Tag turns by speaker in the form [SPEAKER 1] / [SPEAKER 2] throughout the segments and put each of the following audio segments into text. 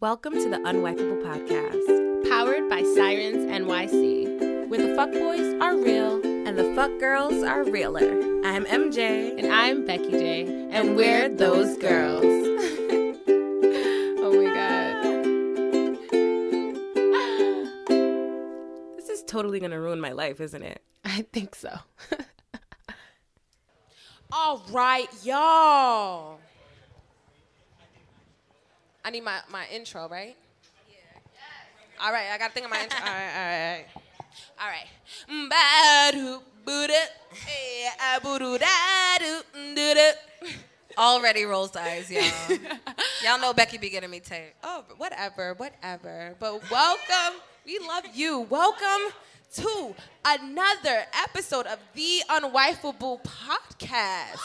[SPEAKER 1] Welcome to the Unwifeable Podcast,
[SPEAKER 2] Powered by Sirens NYC.
[SPEAKER 1] where the fuck boys
[SPEAKER 2] Are real.
[SPEAKER 1] and the fuck girls are realer. I'm MJ,
[SPEAKER 2] And I'm Becky J. And, we're those girls. oh my God.
[SPEAKER 1] This is totally gonna ruin my life, isn't it?
[SPEAKER 2] I think so.
[SPEAKER 3] All right, y'all. I need my, my intro, right? Yeah. All right, I gotta think of my intro. all right, all right, all right. Badu boo-da, eh, ah, boo-doo, da, doo, doo-doo. Already rolls eyes, y'all. y'all know Becky be getting me taped. Oh, whatever, whatever. But welcome, we love you. Welcome to another episode of the Unwifeable Podcast.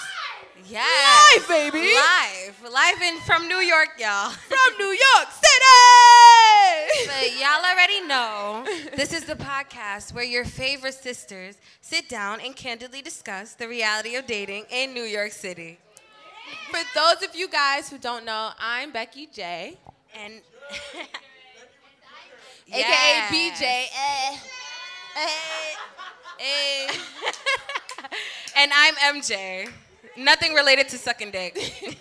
[SPEAKER 1] Yes.
[SPEAKER 3] Live, baby.
[SPEAKER 1] Live. Live in from New York, y'all.
[SPEAKER 3] From New York City.
[SPEAKER 1] But y'all already know this is the podcast where your favorite sisters sit down and candidly discuss the reality of dating in New York City.
[SPEAKER 3] For those of you guys who don't know, I'm Becky J,
[SPEAKER 1] And
[SPEAKER 3] aka BJ. Eh. Eh. Eh.
[SPEAKER 1] And I'm MJ. Nothing related to sucking dick.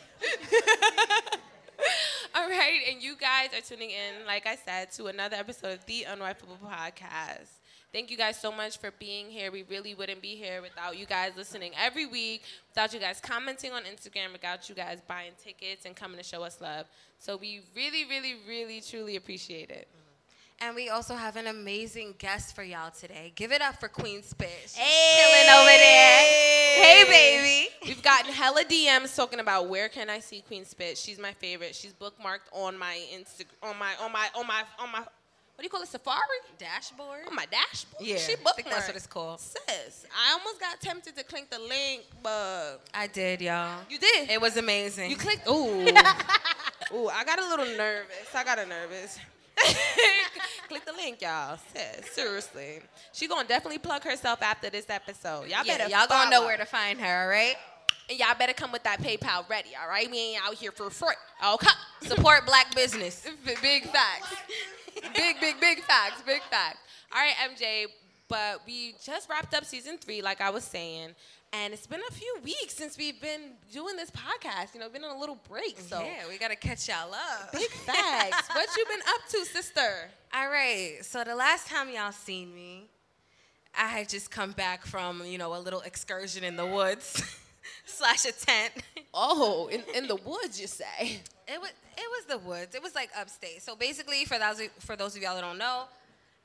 [SPEAKER 2] All right. And you guys are tuning in, like I said, to another episode of the Unwifeable Podcast. Thank you guys so much for being here. We really wouldn't be here without you guys listening every week, without you guys commenting on Instagram, without you guys buying tickets and coming to show us love. So we really, really, really, truly appreciate it.
[SPEAKER 1] And we also have an amazing guest for y'all today. Give it up for Queen Spit. She's
[SPEAKER 3] Hey.
[SPEAKER 1] chilling over there. Hey, baby.
[SPEAKER 2] We've gotten hella DMs talking about where can I see Queen Spit? She's my favorite. She's bookmarked on my Insta, on my, on my, on my, on my, what do you call it? Safari?
[SPEAKER 1] Dashboard.
[SPEAKER 2] On my dashboard.
[SPEAKER 1] Yeah,
[SPEAKER 2] she
[SPEAKER 1] I
[SPEAKER 2] bookmarked.
[SPEAKER 1] think that's what it's called.
[SPEAKER 2] Sis, I almost got tempted to click the link, but
[SPEAKER 1] I did, y'all.
[SPEAKER 2] you did.
[SPEAKER 1] It was amazing.
[SPEAKER 2] You clicked. Ooh. Ooh, I got a little nervous. I got a nervous. Click the link, y'all. Sis, seriously, she gonna definitely plug herself after this episode. Y'all
[SPEAKER 1] yeah,
[SPEAKER 2] better
[SPEAKER 1] y'all gonna know
[SPEAKER 2] follow.
[SPEAKER 1] where to find her, all right?
[SPEAKER 2] And y'all better come with that PayPal ready, all right? We ain't out here for free. Okay.
[SPEAKER 1] Support black business.
[SPEAKER 2] B- big facts. big, big, big facts. Big facts. All right, MJ, but we just wrapped up season three, like I was saying. And it's been a few weeks since we've been doing this podcast. You know, been on a little break. So,
[SPEAKER 1] yeah, we gotta catch y'all up.
[SPEAKER 2] big facts. what you been up to, sister?
[SPEAKER 1] All right. So the last time y'all seen me, I had just come back from you know a little excursion in the woods, slash a tent.
[SPEAKER 2] Oh, in, in the woods, you say?
[SPEAKER 1] It was it was the woods. It was like upstate. So basically, for those for those of y'all that don't know,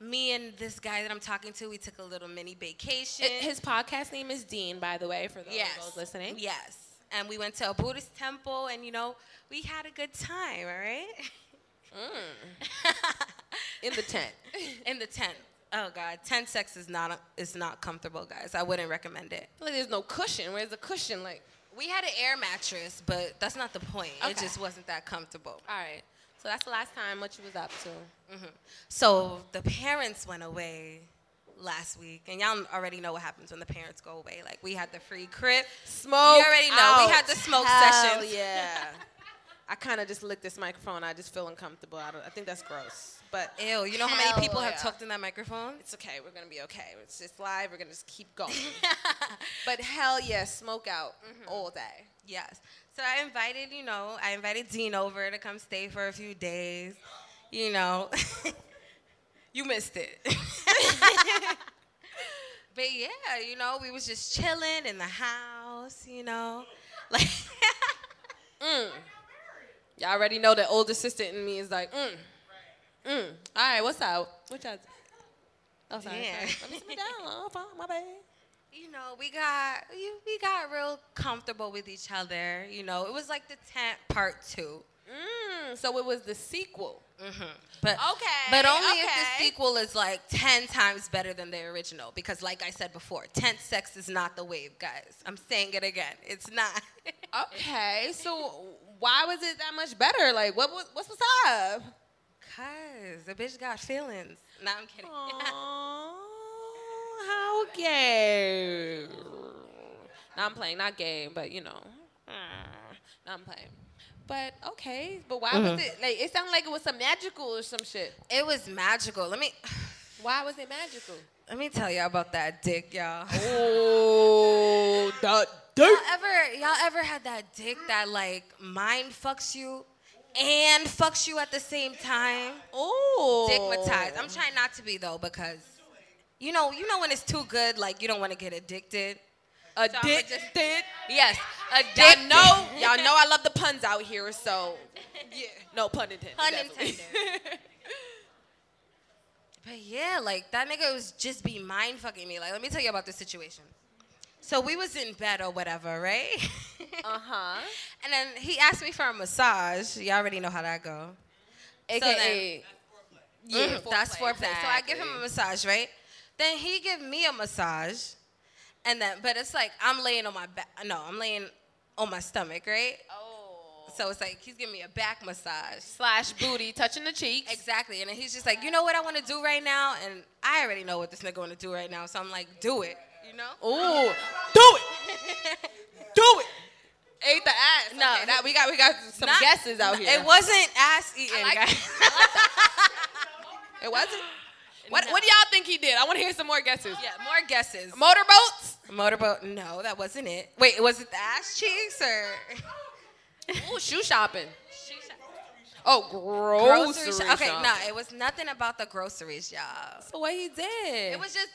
[SPEAKER 1] me and this guy that I'm talking to, we took a little mini vacation.
[SPEAKER 2] His podcast name is Dean, by the way, for those,
[SPEAKER 1] yes,
[SPEAKER 2] those listening.
[SPEAKER 1] Yes. And we went to a Buddhist temple, and you know we had a good time. All right.
[SPEAKER 2] In the tent.
[SPEAKER 1] in the tent. Oh God, tent sex is not is not comfortable, guys. I wouldn't recommend it.
[SPEAKER 2] like, there's no cushion. Where's the cushion? Like,
[SPEAKER 1] We had an air mattress, but that's not the point. It
[SPEAKER 2] Okay.
[SPEAKER 1] just wasn't that comfortable.
[SPEAKER 2] all right. So, that's the last time what you was up to.
[SPEAKER 1] So the parents went away last week, and y'all already know what happens when the parents go away. Like we had the free crib.
[SPEAKER 2] smoke.
[SPEAKER 1] You already know. We had the
[SPEAKER 2] out.
[SPEAKER 1] smoke
[SPEAKER 2] Hell
[SPEAKER 1] sessions.
[SPEAKER 2] Yeah. I kind of just licked this microphone. I just feel uncomfortable. I, don't, I think that's gross. But
[SPEAKER 1] Ew, you know how many people have
[SPEAKER 2] Hell
[SPEAKER 1] talked in that microphone?
[SPEAKER 2] it's okay. We're gonna be okay. It's just live. We're gonna just keep going. but hell yeah, smoke out all day.
[SPEAKER 1] Yes. So I invited, you know, I invited Dean over to come stay for a few days. You know, you missed it. but yeah, you know, we was just chilling in the house, you know, like
[SPEAKER 2] Y'all already know the older sister in me is like, mm, mm. All right, what's up? What y'all? Oh, sorry.
[SPEAKER 1] Yeah.
[SPEAKER 2] sorry. Let me sit me down. Oh, fine, my bad.
[SPEAKER 1] you know, we got we we got real comfortable with each other. You know, it was like the tent part two.
[SPEAKER 2] Mm, so it was the sequel.
[SPEAKER 1] But
[SPEAKER 2] Okay,
[SPEAKER 1] but only if the
[SPEAKER 2] okay.
[SPEAKER 1] sequel is like ten times better than the original, because like I said before, tent sex is not the wave, guys. I'm saying it again, it's not.
[SPEAKER 2] Okay, so why was it that much better? Like, what was what's what's up?
[SPEAKER 1] Cause the bitch got feelings. No, I'm kidding.
[SPEAKER 2] Oh, how gay. Now I'm playing, not gay, but you know. Now I'm playing.
[SPEAKER 3] But okay, but why was it like? It sounded like it was some magical or some shit.
[SPEAKER 1] It was magical. Let me
[SPEAKER 3] Why was it magical?
[SPEAKER 1] let me tell y'all about that dick, y'all.
[SPEAKER 3] Oh, that
[SPEAKER 1] Y'all ever y'all ever had that dick that like mind fucks you and fucks you at the same time?
[SPEAKER 3] Oh,
[SPEAKER 1] Stigmatized. I'm trying not to be though because you know you know when it's too good, like you don't want to get addicted.
[SPEAKER 3] addicted.
[SPEAKER 1] Yes,
[SPEAKER 3] Y'all
[SPEAKER 1] addicted.
[SPEAKER 3] know, y'all know I love the puns out here, so yeah. no pun intended.
[SPEAKER 1] Pun
[SPEAKER 3] that's what-
[SPEAKER 1] intended. But yeah, like that nigga was just be mind fucking me. Like, let me tell you about this situation. So we was in bed or whatever, right?
[SPEAKER 3] uh-huh.
[SPEAKER 1] and then he asked me for a massage. Y'all already know how that go.
[SPEAKER 3] AKA,
[SPEAKER 1] Yeah, mm, that's
[SPEAKER 3] foreplay,
[SPEAKER 1] foreplay. So I give him a massage, right? Then he give me a massage, and then but it's like I'm laying on my back. No, I'm laying on my stomach, right?
[SPEAKER 3] oh.
[SPEAKER 1] So it's like he's giving me a back massage.
[SPEAKER 2] Slash booty touching the cheeks.
[SPEAKER 1] Exactly. And then he's just like, you know what I want to do right now? And I already know what this nigga want to do right now. So I'm like, do it. You know?
[SPEAKER 3] Ooh, do it, do it. Ate the ass. No,
[SPEAKER 1] No.
[SPEAKER 3] that, we got we got some
[SPEAKER 1] Not-
[SPEAKER 3] guesses out here.
[SPEAKER 1] It wasn't ass eating,
[SPEAKER 3] like
[SPEAKER 1] guys.
[SPEAKER 3] It wasn't. What What do y'all think he did? I want to hear some more guesses.
[SPEAKER 1] yeah, more guesses.
[SPEAKER 3] Motorboats.
[SPEAKER 1] Motorboat, no, that wasn't it. Wait, was it the ass cheeks or?
[SPEAKER 3] Ooh, shoe shopping. Oh, grocery,
[SPEAKER 1] Grocery shop.
[SPEAKER 3] shopping.
[SPEAKER 1] Okay, no, it was nothing about the groceries, y'all.
[SPEAKER 3] So what he did?
[SPEAKER 1] It was just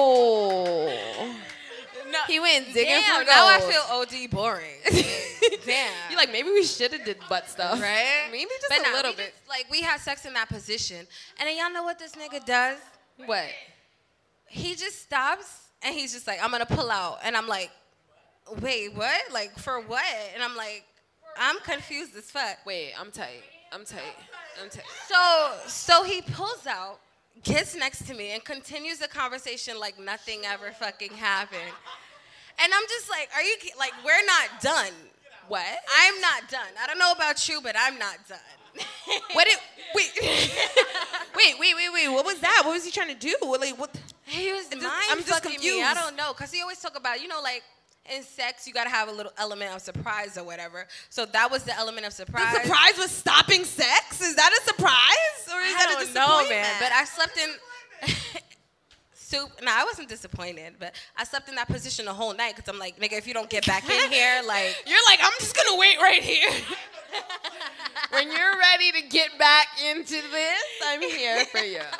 [SPEAKER 3] Ooh.
[SPEAKER 1] no.
[SPEAKER 3] He went digging
[SPEAKER 1] Damn,
[SPEAKER 3] for gold.
[SPEAKER 1] now I feel OD boring. Damn.
[SPEAKER 3] You're like maybe we should have did butt stuff,
[SPEAKER 1] right?
[SPEAKER 3] Maybe just
[SPEAKER 1] But
[SPEAKER 3] a
[SPEAKER 1] nah,
[SPEAKER 3] little
[SPEAKER 1] we
[SPEAKER 3] bit.
[SPEAKER 1] just- like we had sex in that position, and then y'all know what this nigga does?
[SPEAKER 3] what?
[SPEAKER 1] He just stops and he's just like, "I'm gonna pull out," and I'm like, "Wait, what? Like for what?" And I'm like, "I'm confused as fuck."
[SPEAKER 3] Wait, I'm tight. I'm tight. I'm tight.
[SPEAKER 1] So so he pulls out, gets next to me, and continues the conversation like nothing ever fucking happened. And I'm just like, are you ki- like we're not done?
[SPEAKER 3] What?
[SPEAKER 1] I'm not done. I don't know about you, but I'm not done.
[SPEAKER 3] What it? Wait. wait. Wait. Wait. Wait. What was that? What was he trying to do? What, Like what?
[SPEAKER 1] He was mind
[SPEAKER 3] I'm just
[SPEAKER 1] fucking me. I
[SPEAKER 3] confused.
[SPEAKER 1] don't know, cause he always talk about you know like. In sex, you gotta have a little element of surprise or whatever. So that was the element of surprise.
[SPEAKER 3] The surprise was stopping sex. Is that a surprise or is
[SPEAKER 1] I
[SPEAKER 3] that a
[SPEAKER 1] don't know,
[SPEAKER 3] disappointment?
[SPEAKER 1] man. But I slept in soup. No, I wasn't disappointed, but I slept in that position the whole night because I'm like, nigga, if you don't get back in here, like,
[SPEAKER 3] You're like, I'm just gonna wait right here. when you're ready to get back into this, I'm here for you.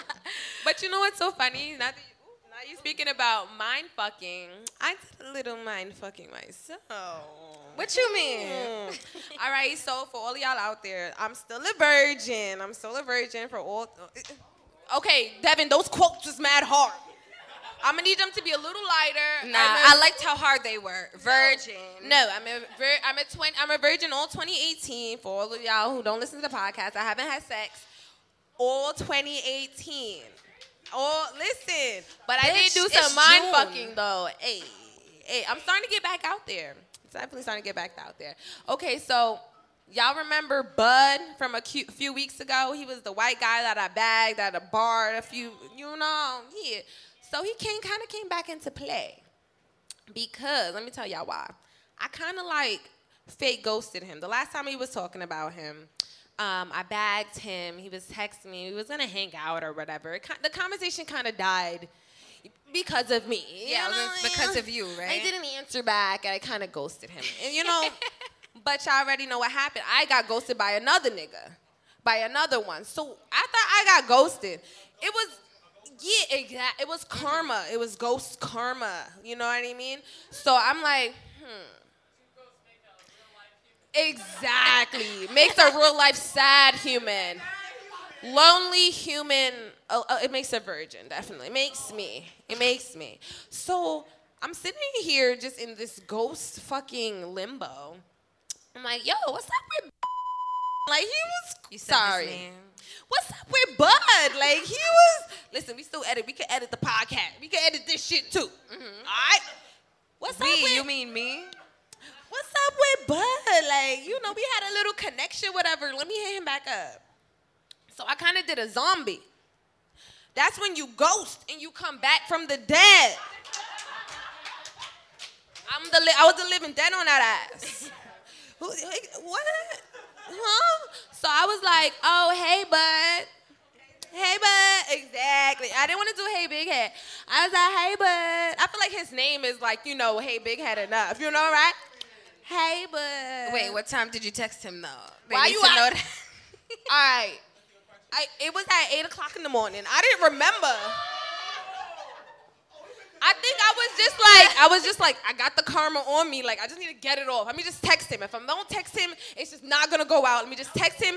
[SPEAKER 2] But you know what's so funny? Now that you, ooh, now you speaking about mind fucking, I did a little mind fucking myself.
[SPEAKER 1] what you mean?
[SPEAKER 3] Hmm.
[SPEAKER 2] all right, so for all of y'all out there, I'm still a virgin. I'm still a virgin for all.
[SPEAKER 3] Okay, Devin, those quotes was mad hard.
[SPEAKER 2] I'm gonna need them to be a little lighter.
[SPEAKER 1] Nah,
[SPEAKER 2] I'm
[SPEAKER 1] I liked how hard they were. Virgin.
[SPEAKER 2] a- no, I'm a vir- I'm a twin. I'm a virgin all 2018. For all of y'all who don't listen to the podcast, I haven't had sex all 2018. All listen, but I did
[SPEAKER 1] Bitch,
[SPEAKER 2] do
[SPEAKER 1] it's
[SPEAKER 2] some mind
[SPEAKER 1] June.
[SPEAKER 2] fucking though. Hey, hey, I'm starting to get back out there. It's definitely starting to get back out there. Okay, so y'all remember Bud from a cu- few weeks ago? He was the white guy that I bagged at a bar. A few, you know, yeah. So he came, kind of came back into play because let me tell y'all why. I kind of like fake ghosted him. The last time we was talking about him, um, I bagged him. He was texting me. We was gonna hang out or whatever. It, ki- the conversation kind of died because of me. you
[SPEAKER 1] Yeah, it was
[SPEAKER 2] know?
[SPEAKER 1] because of you, right?
[SPEAKER 2] I didn't answer back, and I kind of ghosted him. And you know, but y'all already know what happened. I got ghosted by another nigga, by another one. So after I got ghosted, it was yeah, exactly. It was karma. It was ghost karma. You know what I mean? So I'm like, hmm. Exactly. Makes a real life sad human. Lonely human. Uh, uh, it makes a virgin, definitely. makes me. It makes me. So I'm sitting here just in this ghost fucking limbo. I'm like, yo, what's up with. Like, he was
[SPEAKER 1] You said his
[SPEAKER 2] sorry
[SPEAKER 1] name.
[SPEAKER 2] what's up with Bud? Like he was. Listen, we still edit. We can edit the podcast. We can edit this shit too. All right. What's up
[SPEAKER 1] Mm-hmm. We,
[SPEAKER 2] with
[SPEAKER 1] you mean me?
[SPEAKER 2] What's up with Bud? Like you know, we had a little connection, whatever. Let me hit him back up. So I kind of did a zombie. That's when you ghost and you come back from the dead. I'm the li- I was delivering dead on that ass. Who- what? Huh? So I was like, oh hey bud. Hey bud, exactly. I didn't want to do hey big head. I was like, hey bud. I feel like his name is like, you know, hey big head enough. You know, right? Hey bud.
[SPEAKER 1] Wait, what time did you text him though? They
[SPEAKER 2] Why
[SPEAKER 1] need
[SPEAKER 2] you
[SPEAKER 1] to know
[SPEAKER 2] out-
[SPEAKER 1] that.
[SPEAKER 2] All right. I, it was at 8 o'clock in the morning. I didn't remember. I think I was just like, I was just like, I got the karma on me. Like, I just need to get it off. Let me just text him. If I don't text him, it's just not going to go out. Let me just text him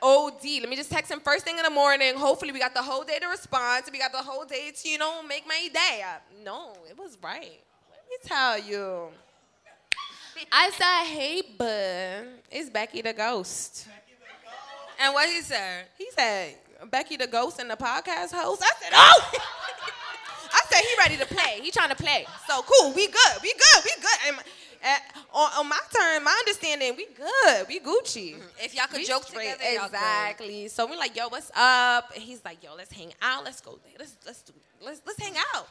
[SPEAKER 2] OD. Let me just text him first thing in the morning. Hopefully, we got the whole day to respond. We got the whole day to, you know, make my day. I- no, it was right. Let me tell you. I said, hey, bud, it's Becky the Ghost.
[SPEAKER 1] And what he said?
[SPEAKER 2] He said, Becky the ghost and the podcast host. I said, oh! I said, he ready to play. He trying to play. So cool. We good. We good. We good. And, and on, on my turn, my understanding, we good. We Gucci.
[SPEAKER 1] If y'all could
[SPEAKER 2] We
[SPEAKER 1] joke
[SPEAKER 2] straight.
[SPEAKER 1] together, y'all good.
[SPEAKER 2] exactly. So we like, yo, what's up? And he's like, yo, let's hang out. Let's go. date. Let's let's do, let's let's hang out.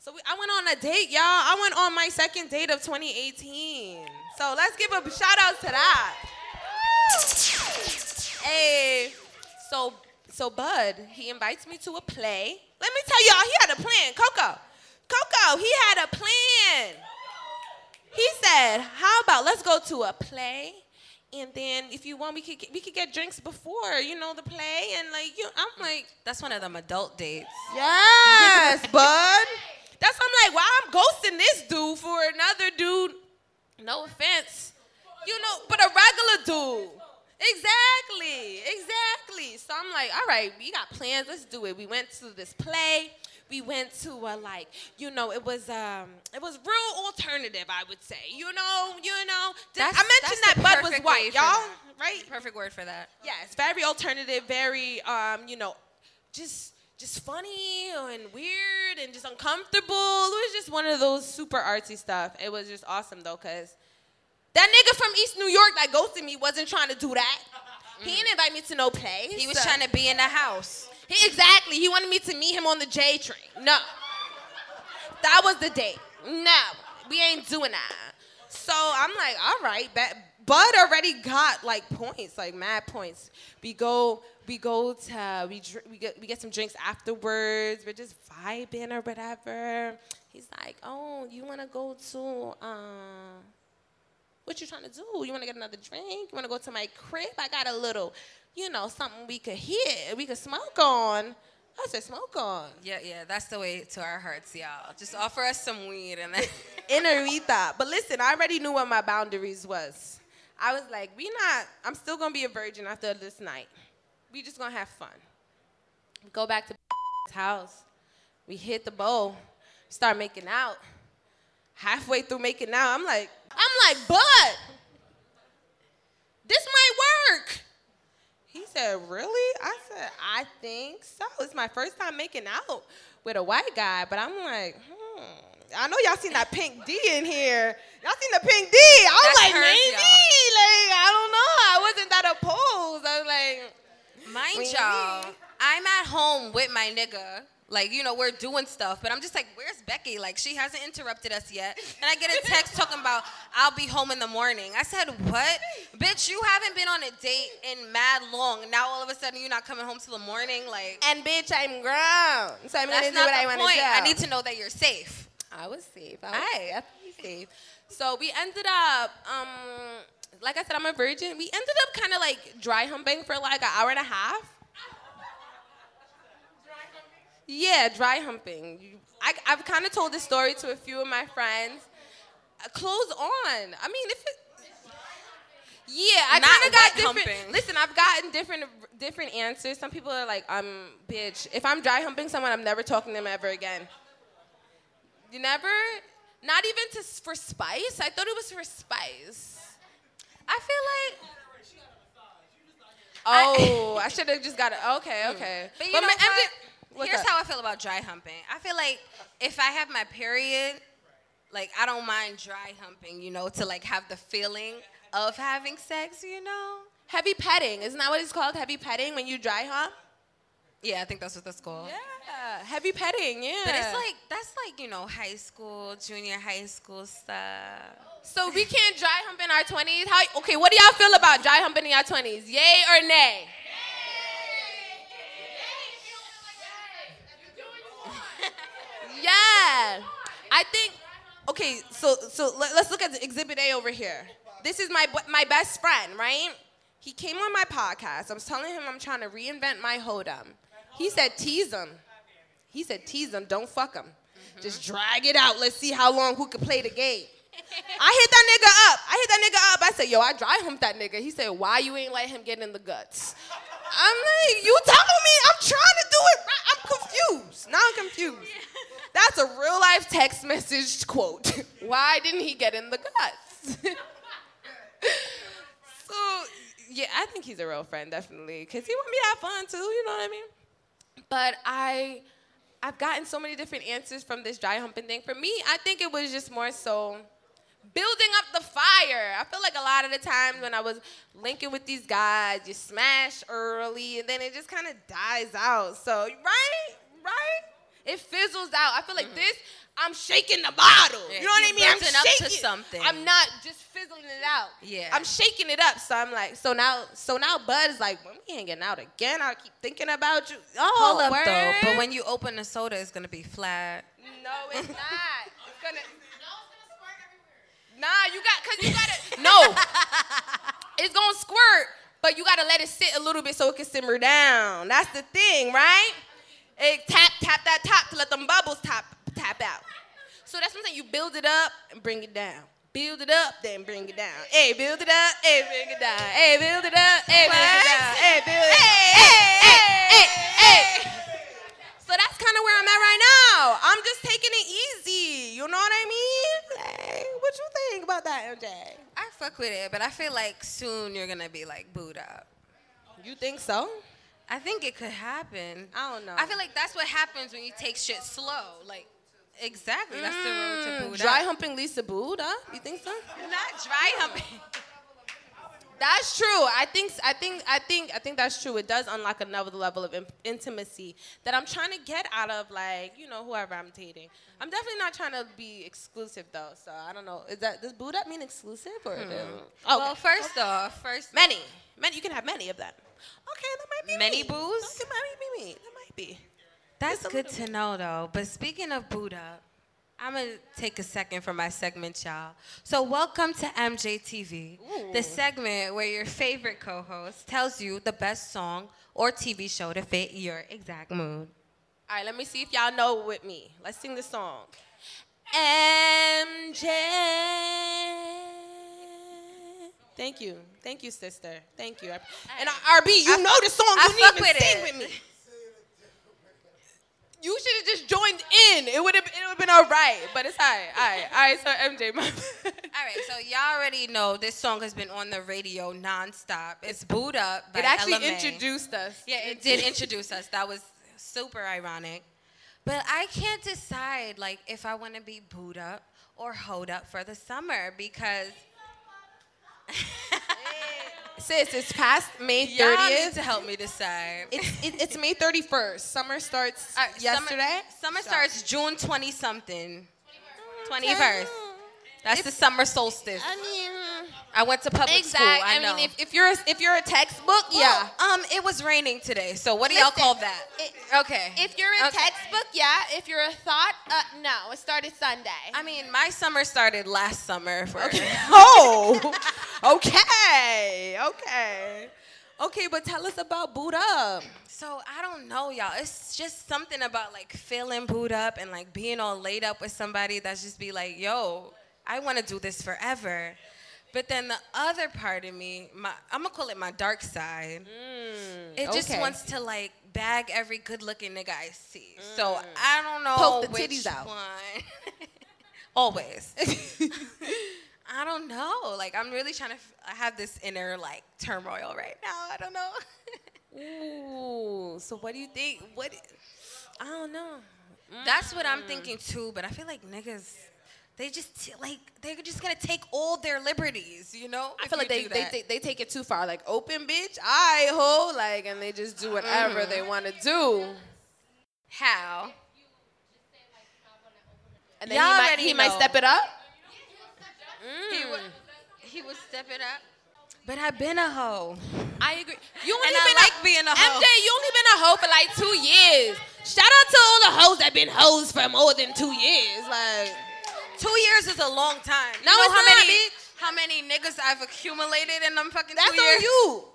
[SPEAKER 2] So we, I went on a date, y'all. I went on my second date of 2018. So let's give a shout out to that. Hey, so so Bud, he invites me to a play. Let me tell y'all, he had a plan, Coco. Coco, he had a plan. He said, "How about let's go to a play, and then if you want, we could get, we could get drinks before you know the play." And like you, I'm like,
[SPEAKER 1] That's one of them adult dates.
[SPEAKER 2] Yes, bud. That's why I'm like, why I'm ghosting this dude for another dude. No offense. You know, but a regular dude. Exactly. Exactly. So I'm like, all right, we got plans. Let's do it. We went to this play. We went to a like, you know, it was um, it was real alternative, I would say. You know, you know.
[SPEAKER 1] That's-
[SPEAKER 2] I mentioned
[SPEAKER 1] that's the
[SPEAKER 2] that Bud was
[SPEAKER 1] perfect way
[SPEAKER 2] white,
[SPEAKER 1] for
[SPEAKER 2] y'all,
[SPEAKER 1] that.
[SPEAKER 2] right?
[SPEAKER 1] Perfect word for that.
[SPEAKER 2] Yes, very alternative, very um, you know, just just funny and weird and just uncomfortable. It was just one of those super artsy stuff. It was just awesome though, cause that nigga from East New York that ghosted me wasn't trying to do that. He didn't invite me to no play.
[SPEAKER 1] Mm-hmm. He was trying to be in the house.
[SPEAKER 2] He, exactly. He wanted me to meet him on the J train. No. That was the date. No. We ain't doing that. So I'm like, all right, bet. Bud already got like points, like mad points. We go, we go to, we dr- we get we get some drinks afterwards. We're just vibing or whatever. He's like, oh, you wanna go to, um, what you trying to do? You want to get another drink? You want to go to my crib? I got a little, you know, something we could hit, we could smoke on. I said, smoke on.
[SPEAKER 1] Yeah, yeah, that's the way to our hearts, y'all. Just offer us some weed and then.
[SPEAKER 2] Inner Aretha. But listen, I already knew what my boundaries was. I was like, we not, I'm still going to be a virgin after this night. We just going to have fun. We go back to house. We hit the bowl, start making out. Halfway through making out, I'm like, I'm like, but this might work. He said, Really? I said, I think so. It's my first time making out with a white guy, but I'm like, hmm. I know y'all seen that pink D in here. Y'all seen the pink D. I was
[SPEAKER 1] That's
[SPEAKER 2] like,
[SPEAKER 1] hers,
[SPEAKER 2] maybe.
[SPEAKER 1] y'all.
[SPEAKER 2] Like, I don't know. I wasn't that opposed. I was like,
[SPEAKER 1] Mind
[SPEAKER 2] Weed.
[SPEAKER 1] y'all, I'm at home with my nigga. Like, you know, we're doing stuff, but I'm just like, where's Becky? Like, she hasn't interrupted us yet. And I get a text talking about, I'll be home in the morning. I said, What? Bitch, you haven't been on a date in mad long. Now all of a sudden you're not coming home till the morning. Like,
[SPEAKER 2] and bitch, I'm grown. So I'm going
[SPEAKER 1] that's
[SPEAKER 2] to do what
[SPEAKER 1] not
[SPEAKER 2] I
[SPEAKER 1] the
[SPEAKER 2] want to
[SPEAKER 1] point.
[SPEAKER 2] do.
[SPEAKER 1] I need to know that you're safe.
[SPEAKER 2] I was safe. I was, I was safe. So we ended up, um, like I said, I'm a virgin. We ended up kind of like dry humping for like an hour and a half. Yeah, dry humping. You- I, I've kind of told this story to a few of my friends. Uh, Clothes on. I mean, if it. Yeah, I
[SPEAKER 1] Not
[SPEAKER 2] kind of got
[SPEAKER 1] wet
[SPEAKER 2] different.
[SPEAKER 1] humping.
[SPEAKER 2] Listen, I've gotten different different answers. Some people are like, "I'm bitch." If I'm dry humping someone, I'm never talking to them ever again. You never, not even to for spice. I thought it was for spice. I feel like. Oh, I Hmm. should have just got it. Okay, okay.
[SPEAKER 1] But you know
[SPEAKER 2] ma- I'm
[SPEAKER 1] what?
[SPEAKER 2] just- what's
[SPEAKER 1] Here's
[SPEAKER 2] up?
[SPEAKER 1] how I feel about dry humping. I feel like if I have my period, like I don't mind dry humping, you know, to like have the feeling of having sex, you know.
[SPEAKER 2] heavy petting. Isn't that what it's called? Heavy petting when you dry hump.
[SPEAKER 1] Yeah, I think that's what that's called.
[SPEAKER 2] Yeah. Heavy petting, yeah.
[SPEAKER 1] But it's like that's like you know high school, junior high school stuff.
[SPEAKER 2] So we can't dry hump in our 20s? How, okay, what do y'all feel about dry humping in your 20s? Yay or nay? Yeah. I think, okay, so, so let, us look at the exhibit A over here. This is my, bu- my best friend, right? He came on my podcast. I was telling him I'm trying to reinvent my hodum. He said, tease him. He said, tease him, don't fuck him. Just drag it out. Let's see how long who can play the game. I hit that nigga up. I hit that nigga up. I said, yo, I dry humped that nigga. He said, why you ain't let him get in the guts? I'm like, you telling me I'm trying to do it right. I'm confused. Now I'm confused. That's a real life text message quote. why didn't he get in the guts? so, yeah, I think he's a real friend, definitely. Because he want me to have fun too, you know what I mean? but I I've gotten so many different answers from this dry humping thing. For me, I think it was just more so building up the fire. I feel like a lot of the times when I was linking with these guys, you smash early and then it just kind of dies out. So, right? Right? It fizzles out. I feel like this I'm shaking the bottle.
[SPEAKER 1] Mm-hmm. Yeah,
[SPEAKER 2] you know what
[SPEAKER 1] you
[SPEAKER 2] I mean? I'm
[SPEAKER 1] built it up to
[SPEAKER 2] shaking
[SPEAKER 1] something.
[SPEAKER 2] I'm not just fizzling it out.
[SPEAKER 1] Yeah.
[SPEAKER 2] I'm shaking it up. So I'm like, so now, so now Bud is like, when we hanging out again, I'll keep thinking about you. Oh,
[SPEAKER 1] Pull up though,
[SPEAKER 2] word?
[SPEAKER 1] but when you open the soda, it's gonna be flat.
[SPEAKER 2] no, it's not. It's gonna. Nah, you got, cause you gotta. No, it's gonna squirt, but you gotta let it sit a little bit so it can simmer down. That's the thing, right? It tap, tap that top to let them bubbles tap, tap out. So that's what I'm saying. You build it up and bring it down. Build it up, then bring it down. Hey, build it up, hey, bring it down. Hey, build it up, hey, bring it down. Hey, build it hey, hey, hey, hey. So that's kind of where I'm at right now. I'm just taking it easy. You know what I mean? Like, what you think about that, MJ?
[SPEAKER 1] I fuck with it, but I feel like soon you're gonna be like booed up.
[SPEAKER 2] You think so?
[SPEAKER 1] I think it could happen.
[SPEAKER 2] I don't know.
[SPEAKER 1] I feel like that's what happens when you take shit slow. Like, exactly. That's the road to booed
[SPEAKER 2] Mm, Dry
[SPEAKER 1] up.
[SPEAKER 2] humping Lisa Buddha? You think so?
[SPEAKER 1] Not dry humping.
[SPEAKER 2] That's true. I think I think I think I think that's true. It does unlock another level of in- intimacy that I'm trying to get out of like, you know, whoever I'm dating. I'm definitely not trying to be exclusive though. So, I don't know. Is that does Buddha mean exclusive or it is- Oh,
[SPEAKER 1] Well,
[SPEAKER 2] okay.
[SPEAKER 1] first off, first
[SPEAKER 2] Many. Many. You can have many of them. Okay, that might be
[SPEAKER 1] Many
[SPEAKER 2] me.
[SPEAKER 1] boos?
[SPEAKER 2] That might be me. That might be.
[SPEAKER 1] That's
[SPEAKER 2] It's a
[SPEAKER 1] good
[SPEAKER 2] little-
[SPEAKER 1] to know, though. But speaking of Buddha, I'm going to take a second for my segment, y'all. So, welcome to MJTV, the segment where your favorite co host tells you the best song or TV show to fit your exact mood.
[SPEAKER 2] All right, let me see if y'all know with me. Let's sing the song. MJ. Thank you. Thank you, sister. Thank you. And uh, RB, you know the song. You
[SPEAKER 1] I fuck
[SPEAKER 2] didn't even
[SPEAKER 1] with
[SPEAKER 2] sing
[SPEAKER 1] it.
[SPEAKER 2] with me. You should have just joined in. It would have it would have been all right, but it's all right. All right. All right, so MJ, my
[SPEAKER 1] All right, so y'all already know this song has been on the radio nonstop. It's Booed Up by
[SPEAKER 2] It actually
[SPEAKER 1] LMA.
[SPEAKER 2] introduced us.
[SPEAKER 1] Yeah, it did introduce us. That was super ironic. But I can't decide like if I want to be booed up or hoed up for the summer because
[SPEAKER 2] Sis, it's past May
[SPEAKER 1] y'all need
[SPEAKER 2] 30th.
[SPEAKER 1] to help me decide. Uh,
[SPEAKER 2] It's, it, it's May 31st. Uh, Summer starts
[SPEAKER 1] All right, summer-
[SPEAKER 2] yesterday.
[SPEAKER 1] Summer, starts June twenty something. Twenty first. That's the summer solstice.
[SPEAKER 2] I mean,
[SPEAKER 1] I went to public school.
[SPEAKER 2] exactly.
[SPEAKER 1] I,
[SPEAKER 2] I,
[SPEAKER 1] know.
[SPEAKER 2] mean, if, if you're a, if you're a textbook, yeah.
[SPEAKER 1] Well, um, it was raining today. So what do y'all
[SPEAKER 2] Listen,
[SPEAKER 1] call that?
[SPEAKER 2] it-
[SPEAKER 1] okay.
[SPEAKER 2] If you're a
[SPEAKER 1] Okay.
[SPEAKER 2] textbook, yeah. If you're a thought, uh, no. It started Sunday.
[SPEAKER 1] I mean, my summer started last summer. For
[SPEAKER 2] oh. okay. Okay. Okay, but tell us about boot up.
[SPEAKER 1] So I don't know, y'all. It's just something about like feeling booed up and like being all laid up with somebody that's just be like, yo, I want to do this forever. But then the other part of me, my I'm gonna call it my dark side. it just
[SPEAKER 2] Mm, okay.
[SPEAKER 1] wants to like bag every good-looking nigga I see. So I don't know
[SPEAKER 2] Mm. Poke the
[SPEAKER 1] which
[SPEAKER 2] titties out.
[SPEAKER 1] one. Always. I don't know. Like I'm really trying to. F- I have this inner like turmoil right now. I don't know.
[SPEAKER 2] Ooh. So what do you think? What? I don't know. Mm.
[SPEAKER 1] That's what I'm thinking too, but I feel like niggas, they just t- like they're just gonna take all their liberties, you know.
[SPEAKER 2] I
[SPEAKER 1] if
[SPEAKER 2] feel like
[SPEAKER 1] you
[SPEAKER 2] they,
[SPEAKER 1] do
[SPEAKER 2] they,
[SPEAKER 1] that.
[SPEAKER 2] they they take it too far. Like open bitch, I ho, like, and they just do whatever they want to do.
[SPEAKER 1] how
[SPEAKER 2] And then
[SPEAKER 1] Y'all
[SPEAKER 2] he might
[SPEAKER 1] already
[SPEAKER 2] he might
[SPEAKER 1] know.
[SPEAKER 2] step it up. Mm.
[SPEAKER 1] he would he would step it up. Mm. But I've been a hoe,
[SPEAKER 2] I agree. You
[SPEAKER 1] and
[SPEAKER 2] only
[SPEAKER 1] I
[SPEAKER 2] been
[SPEAKER 1] like
[SPEAKER 2] a,
[SPEAKER 1] being a hoe.
[SPEAKER 2] MJ, you only been a hoe for like two years. Shout out to all the hoes that been hoes for more than two years. Like
[SPEAKER 1] Two years is a long time. You
[SPEAKER 2] No,
[SPEAKER 1] know
[SPEAKER 2] it's
[SPEAKER 1] how
[SPEAKER 2] not,
[SPEAKER 1] many
[SPEAKER 2] bitch.
[SPEAKER 1] how many niggas I've accumulated in them fucking
[SPEAKER 2] that's
[SPEAKER 1] two years.
[SPEAKER 2] on you.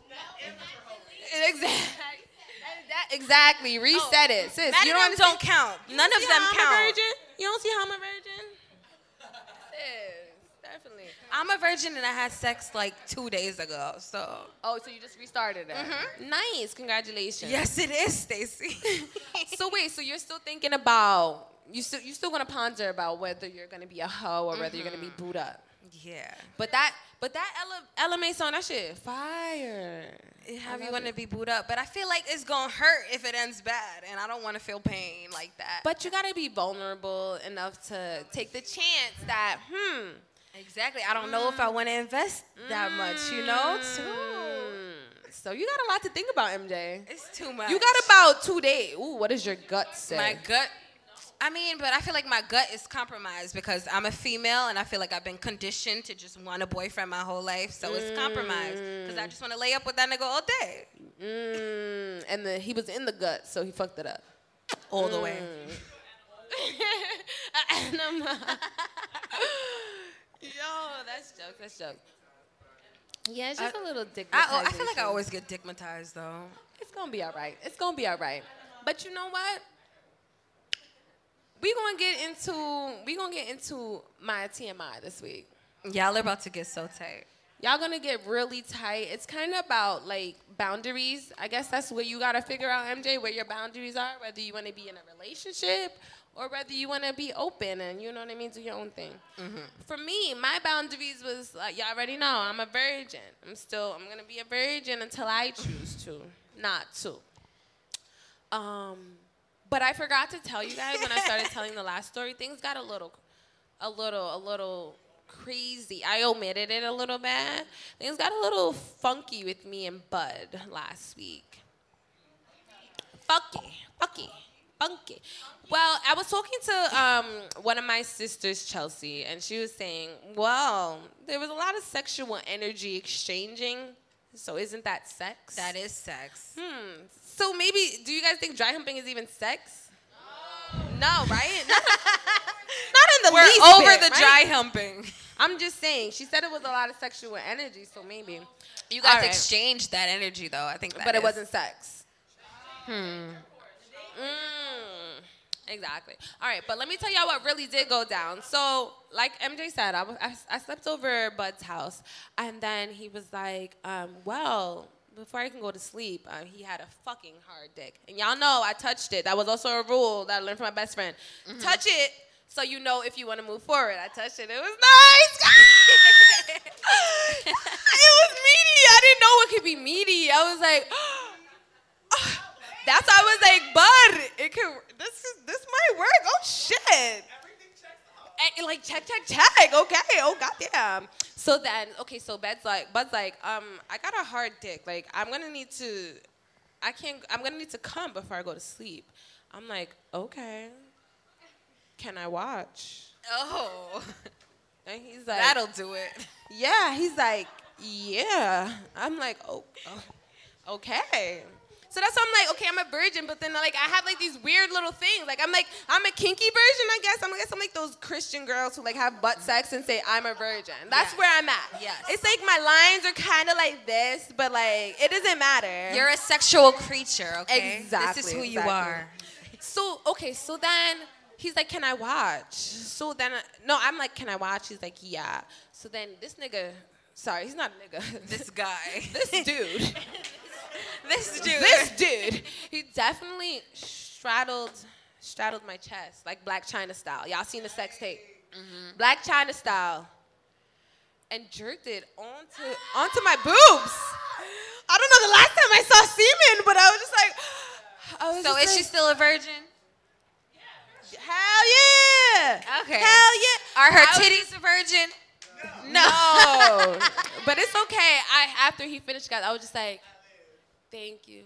[SPEAKER 2] Exactly. Exactly. Reset it, sis.
[SPEAKER 1] None
[SPEAKER 2] you
[SPEAKER 1] of
[SPEAKER 2] don't
[SPEAKER 1] them don't count. None of
[SPEAKER 4] See
[SPEAKER 1] them
[SPEAKER 4] how I'm a
[SPEAKER 1] count.
[SPEAKER 4] virgin? You don't see how I'm a virgin?
[SPEAKER 2] definitely.
[SPEAKER 1] I'm a virgin and I had sex like two days ago. So
[SPEAKER 2] Oh, so you just restarted it.
[SPEAKER 4] Nice, congratulations.
[SPEAKER 1] yes, it is, Stacy.
[SPEAKER 2] so wait, so you're still thinking about you still you still gonna ponder about whether you're gonna be a hoe or whether you're gonna be booed up.
[SPEAKER 1] yeah.
[SPEAKER 2] But that but that ele- LMA song, that shit fire.
[SPEAKER 1] It Have you want to be booed up? But I feel like it's gonna hurt if it ends bad, and I don't want to feel pain like that.
[SPEAKER 2] But you gotta be vulnerable enough to take the chance that hmm
[SPEAKER 1] exactly, I don't know if I want to invest that much. You know, too.
[SPEAKER 2] hmm. So you got a lot to think about, MJ.
[SPEAKER 1] It's too much.
[SPEAKER 2] You got about two days. Ooh, what does your gut say?
[SPEAKER 1] my gut. I mean, but I feel like my gut is compromised because I'm a female and I feel like I've been conditioned to just want a boyfriend my whole life. So it's compromised because I just want to lay up with that nigga all day,
[SPEAKER 2] Mm, and then he was in the gut, so he fucked it up.
[SPEAKER 1] all the way.
[SPEAKER 2] Yo, that's joke. That's joke. Uh, Yeah, it's just
[SPEAKER 1] I-
[SPEAKER 2] a little dick.
[SPEAKER 1] I, oh, I feel like I
[SPEAKER 2] victimization.
[SPEAKER 1] always get digmatized though.
[SPEAKER 2] It's gonna be all right. It's gonna be all right. But you know what? We gonna get into we gonna get into my TMI this week.
[SPEAKER 1] Y'all are about to get so tight.
[SPEAKER 2] Y'all gonna get really tight. It's kind of about like boundaries. I guess that's what you gotta figure out, MJ, where your boundaries are, whether you wanna be in a relationship or whether you wanna be open and you know what I mean, do your own thing. For me, my boundaries was like y'all already know I'm a virgin. I'm still I'm gonna be a virgin until I choose to, not to. Um, but I forgot to tell you guys when I started telling the last story, things got a little, a little, a little crazy. I omitted it a little bit. Things got a little funky with me and Bud last week. Funky, funky, funky. Well, I was talking to um, one of my sisters, Chelsea, and she was saying, well, there was a lot of sexual energy exchanging. So isn't that sex?
[SPEAKER 1] That is sex.
[SPEAKER 2] Hmm. So maybe do you guys think dry humping is even sex? No, right? Not, not in the
[SPEAKER 1] We're
[SPEAKER 2] least
[SPEAKER 1] over
[SPEAKER 2] bit,
[SPEAKER 1] the
[SPEAKER 2] right?
[SPEAKER 1] dry humping.
[SPEAKER 2] I'm just saying. She said it was a lot of sexual energy, so maybe.
[SPEAKER 1] You
[SPEAKER 2] guys
[SPEAKER 1] guys exchanged that energy though. I think, that
[SPEAKER 2] but it
[SPEAKER 1] is-
[SPEAKER 2] wasn't sex. Hmm. Mm, exactly. All right, but let me tell y'all what really did go down. So, like MJ said, I, was, I, I slept over at Bud's house, and then he was like, um, "Well, before I can go to sleep, uh, he had a fucking hard dick, and y'all know I touched it. That was also a rule that I learned from my best friend. Touch it." So you know if you want to move forward. I touched it. It was nice. it was meaty. I didn't know it could be meaty. I was like, that's why I was like, bud, it can. This is this might work. Oh shit. And, like check, check, check. Okay. Oh goddamn. So then, okay. So Bud's like, Bud's like, um, I got a hard dick. Like I'm gonna need to, I can't. I'm gonna need to come before I go to sleep. I'm like, okay. Can I watch?
[SPEAKER 1] Oh,
[SPEAKER 2] And he's like,
[SPEAKER 1] that'll do it.
[SPEAKER 2] yeah, he's like, yeah. I'm like, oh, oh, okay. So that's why I'm like, okay, I'm a virgin, but then like I have like these weird little things. Like I'm like, I'm a kinky virgin, I guess. I'm I guess I'm like those Christian girls who like have butt sex and say I'm a virgin. That's
[SPEAKER 1] Yes.
[SPEAKER 2] where I'm at.
[SPEAKER 1] Yes.
[SPEAKER 2] It's like my lines are kind of like this, but like it doesn't matter.
[SPEAKER 1] You're a sexual creature. Okay,
[SPEAKER 2] Exactly.
[SPEAKER 1] This is who you
[SPEAKER 2] exactly.
[SPEAKER 1] are.
[SPEAKER 2] So okay, so then he's like, "Can I watch?" So then, no, I'm like, "Can I watch?" He's like, "Yeah." So then this nigga, sorry, he's not a nigga.
[SPEAKER 1] This guy.
[SPEAKER 2] this dude,
[SPEAKER 1] this dude.
[SPEAKER 2] this dude, he definitely straddled straddled my chest like Black China style. Y'all seen the sex tape?
[SPEAKER 1] Mm-hmm.
[SPEAKER 2] Black China style, and jerked it onto onto my boobs. I don't know the last time I saw semen, but I was just like, I was
[SPEAKER 1] so
[SPEAKER 2] just
[SPEAKER 1] is
[SPEAKER 2] like-
[SPEAKER 1] she still a virgin?
[SPEAKER 2] Hell yeah!
[SPEAKER 1] Okay.
[SPEAKER 2] Hell yeah!
[SPEAKER 1] Are her
[SPEAKER 2] I was-
[SPEAKER 1] titties virgin?
[SPEAKER 2] No. but it's okay. I after he finished, guys, I was just like, thank you.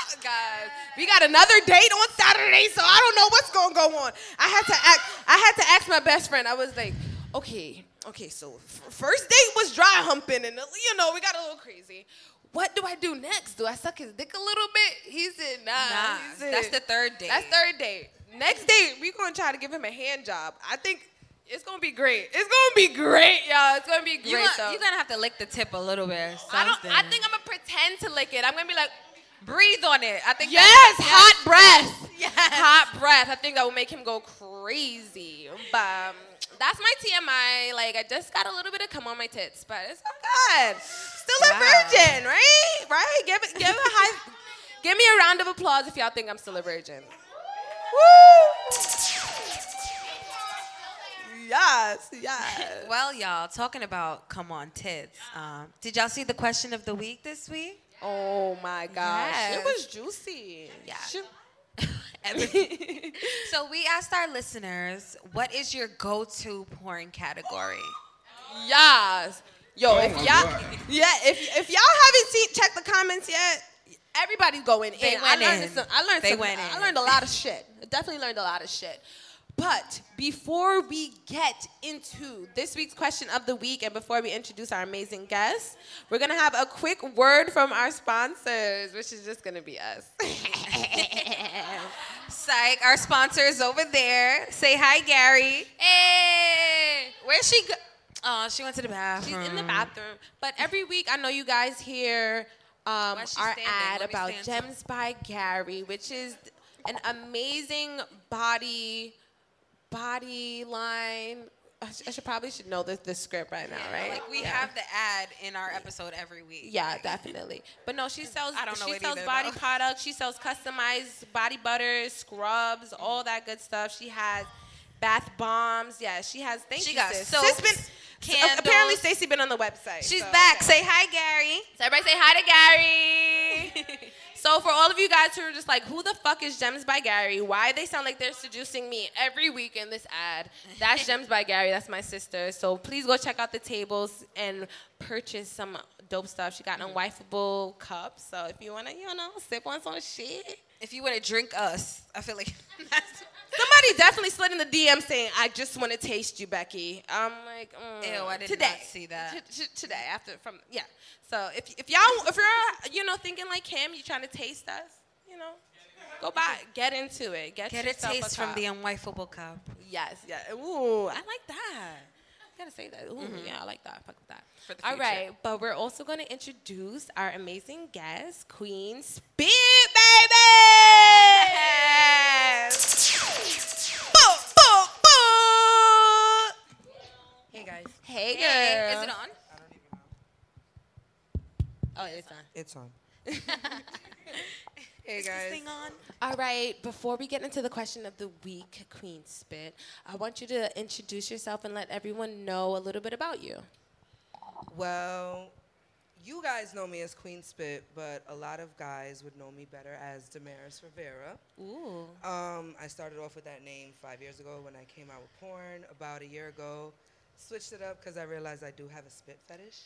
[SPEAKER 1] Oh,
[SPEAKER 5] guys. We got another date on Saturday, so I don't know what's gonna go on. I had to act. I had to ask my best friend. I was like, okay, okay. So f- first date was dry humping, and you know we got a little crazy. What do I do next? Do I suck his dick a little bit? He said, nah.
[SPEAKER 1] Nah,
[SPEAKER 5] He said,
[SPEAKER 1] that's the third date.
[SPEAKER 5] That's third date. Next date, we gonna try to give him a hand job. I think it's gonna be great. It's gonna be great, y'all. It's gonna be great.
[SPEAKER 1] You're
[SPEAKER 5] though.
[SPEAKER 1] gonna, you gonna have to lick the tip a little bit. or
[SPEAKER 2] I don't.
[SPEAKER 1] something.
[SPEAKER 2] I think I'm gonna pretend to lick it. I'm gonna be like,
[SPEAKER 1] breathe on it. I think.
[SPEAKER 2] yes, hot breath,
[SPEAKER 1] Yes.
[SPEAKER 2] hot breath. I think that will make him go crazy. But um, that's my TMI. Like I just got a little bit of come on my tits, but it's
[SPEAKER 5] God. Still a
[SPEAKER 1] Wow.
[SPEAKER 5] virgin, right? Right? Give it give a high
[SPEAKER 2] Give me a round of applause if y'all think I'm still a virgin.
[SPEAKER 5] Woo! Yes, yes.
[SPEAKER 1] Well, y'all, talking about come on tits. Um, did y'all see the question of the week this week?
[SPEAKER 5] Oh my gosh.
[SPEAKER 1] Yes.
[SPEAKER 5] It was juicy.
[SPEAKER 1] Yeah.
[SPEAKER 5] She-
[SPEAKER 1] Everything. so we asked our listeners, what is your go-to porn category?
[SPEAKER 5] yes. Yo,
[SPEAKER 6] Oh
[SPEAKER 5] if
[SPEAKER 6] my
[SPEAKER 5] y'all
[SPEAKER 6] God.
[SPEAKER 5] Yeah, if if y'all haven't seen check the comments yet, everybody's going in.
[SPEAKER 1] They
[SPEAKER 5] I
[SPEAKER 1] went
[SPEAKER 5] learned
[SPEAKER 1] in.
[SPEAKER 5] some I learned
[SPEAKER 1] They
[SPEAKER 5] some,
[SPEAKER 1] went
[SPEAKER 5] I
[SPEAKER 1] in.
[SPEAKER 5] learned a lot of shit. I Definitely learned a lot of shit. But before we get into this week's question of the week and before we introduce our amazing guests, we're going to have a quick word from our sponsors, which is just going to be us.
[SPEAKER 1] Psych, our sponsor is over there. Say hi, Gary.
[SPEAKER 2] Hey,
[SPEAKER 1] Where's she go? Oh, she went to the bathroom.
[SPEAKER 2] she's in the bathroom. But every week, I know you guys hear um,
[SPEAKER 1] Why she
[SPEAKER 2] our
[SPEAKER 1] standing? Let
[SPEAKER 2] ad
[SPEAKER 1] me
[SPEAKER 2] about
[SPEAKER 1] stand
[SPEAKER 2] Gems by Gary, which is an amazing body body line. I, sh- I should probably should know the, the script right now, right?
[SPEAKER 1] Like we
[SPEAKER 2] Yeah.
[SPEAKER 1] have the ad in our episode every week.
[SPEAKER 2] Yeah, definitely. But no, she sells.
[SPEAKER 1] I don't know
[SPEAKER 2] She
[SPEAKER 1] it
[SPEAKER 2] sells
[SPEAKER 1] either,
[SPEAKER 2] body
[SPEAKER 1] though.
[SPEAKER 2] products. She sells customized body butters, scrubs, all that good stuff. She has bath bombs. Yeah, she has. Thank
[SPEAKER 1] She
[SPEAKER 2] you,
[SPEAKER 1] got
[SPEAKER 2] sis.
[SPEAKER 1] soap.
[SPEAKER 5] Sis been-
[SPEAKER 1] Candles.
[SPEAKER 5] Apparently Stacy been on the website.
[SPEAKER 1] She's
[SPEAKER 5] so-
[SPEAKER 1] back. Say hi, Gary.
[SPEAKER 2] So everybody say hi to Gary. so for all of you guys who are just like, who the fuck is Gems by Gary? Why they sound like they're seducing me every week in this ad? That's Gems by Gary. That's my sister. So please go check out the tables and purchase some dope stuff. She got unwifable cups. So if you wanna, you know, sip on some shit.
[SPEAKER 1] If you want to drink us, I feel like that's
[SPEAKER 5] Somebody definitely slid in the DM saying, "I just want to taste you, Becky."
[SPEAKER 2] I'm like, mm,
[SPEAKER 1] Ew, I did
[SPEAKER 2] today.
[SPEAKER 1] not see that.
[SPEAKER 2] T- t- today, after from yeah. So if if y'all if you're you know thinking like him, you trying to taste us, you know, go buy, get into it, get,
[SPEAKER 1] Get a
[SPEAKER 2] yourself
[SPEAKER 1] taste from
[SPEAKER 2] cup.
[SPEAKER 1] the unwifeable cup.
[SPEAKER 2] yes, yeah. Ooh, I like that. Gotta say that. Ooh, yeah, I like that. Fuck with that.
[SPEAKER 1] Mm-hmm. For the
[SPEAKER 2] All
[SPEAKER 1] future.
[SPEAKER 2] right, but we're also gonna introduce our amazing guest, Queen Spit, baby.
[SPEAKER 5] Boom, boom, boom.
[SPEAKER 1] Hey guys.
[SPEAKER 2] Hey, girl.
[SPEAKER 1] Hey, is it on?
[SPEAKER 2] Oh, it's on.
[SPEAKER 6] It's on.
[SPEAKER 5] Hey
[SPEAKER 1] This
[SPEAKER 5] guys.
[SPEAKER 1] thing on?
[SPEAKER 2] All right, before we get into the question of the week, Queen Spit, I want you to introduce yourself and let everyone know a little bit about you.
[SPEAKER 6] Well, you guys know me as Queen Spit, but a lot of guys would know me better as Damaris Rivera.
[SPEAKER 2] Ooh.
[SPEAKER 6] Um, I started off with that name five years ago when I came out with porn. About a year ago, switched it up because I realized I do have a spit fetish.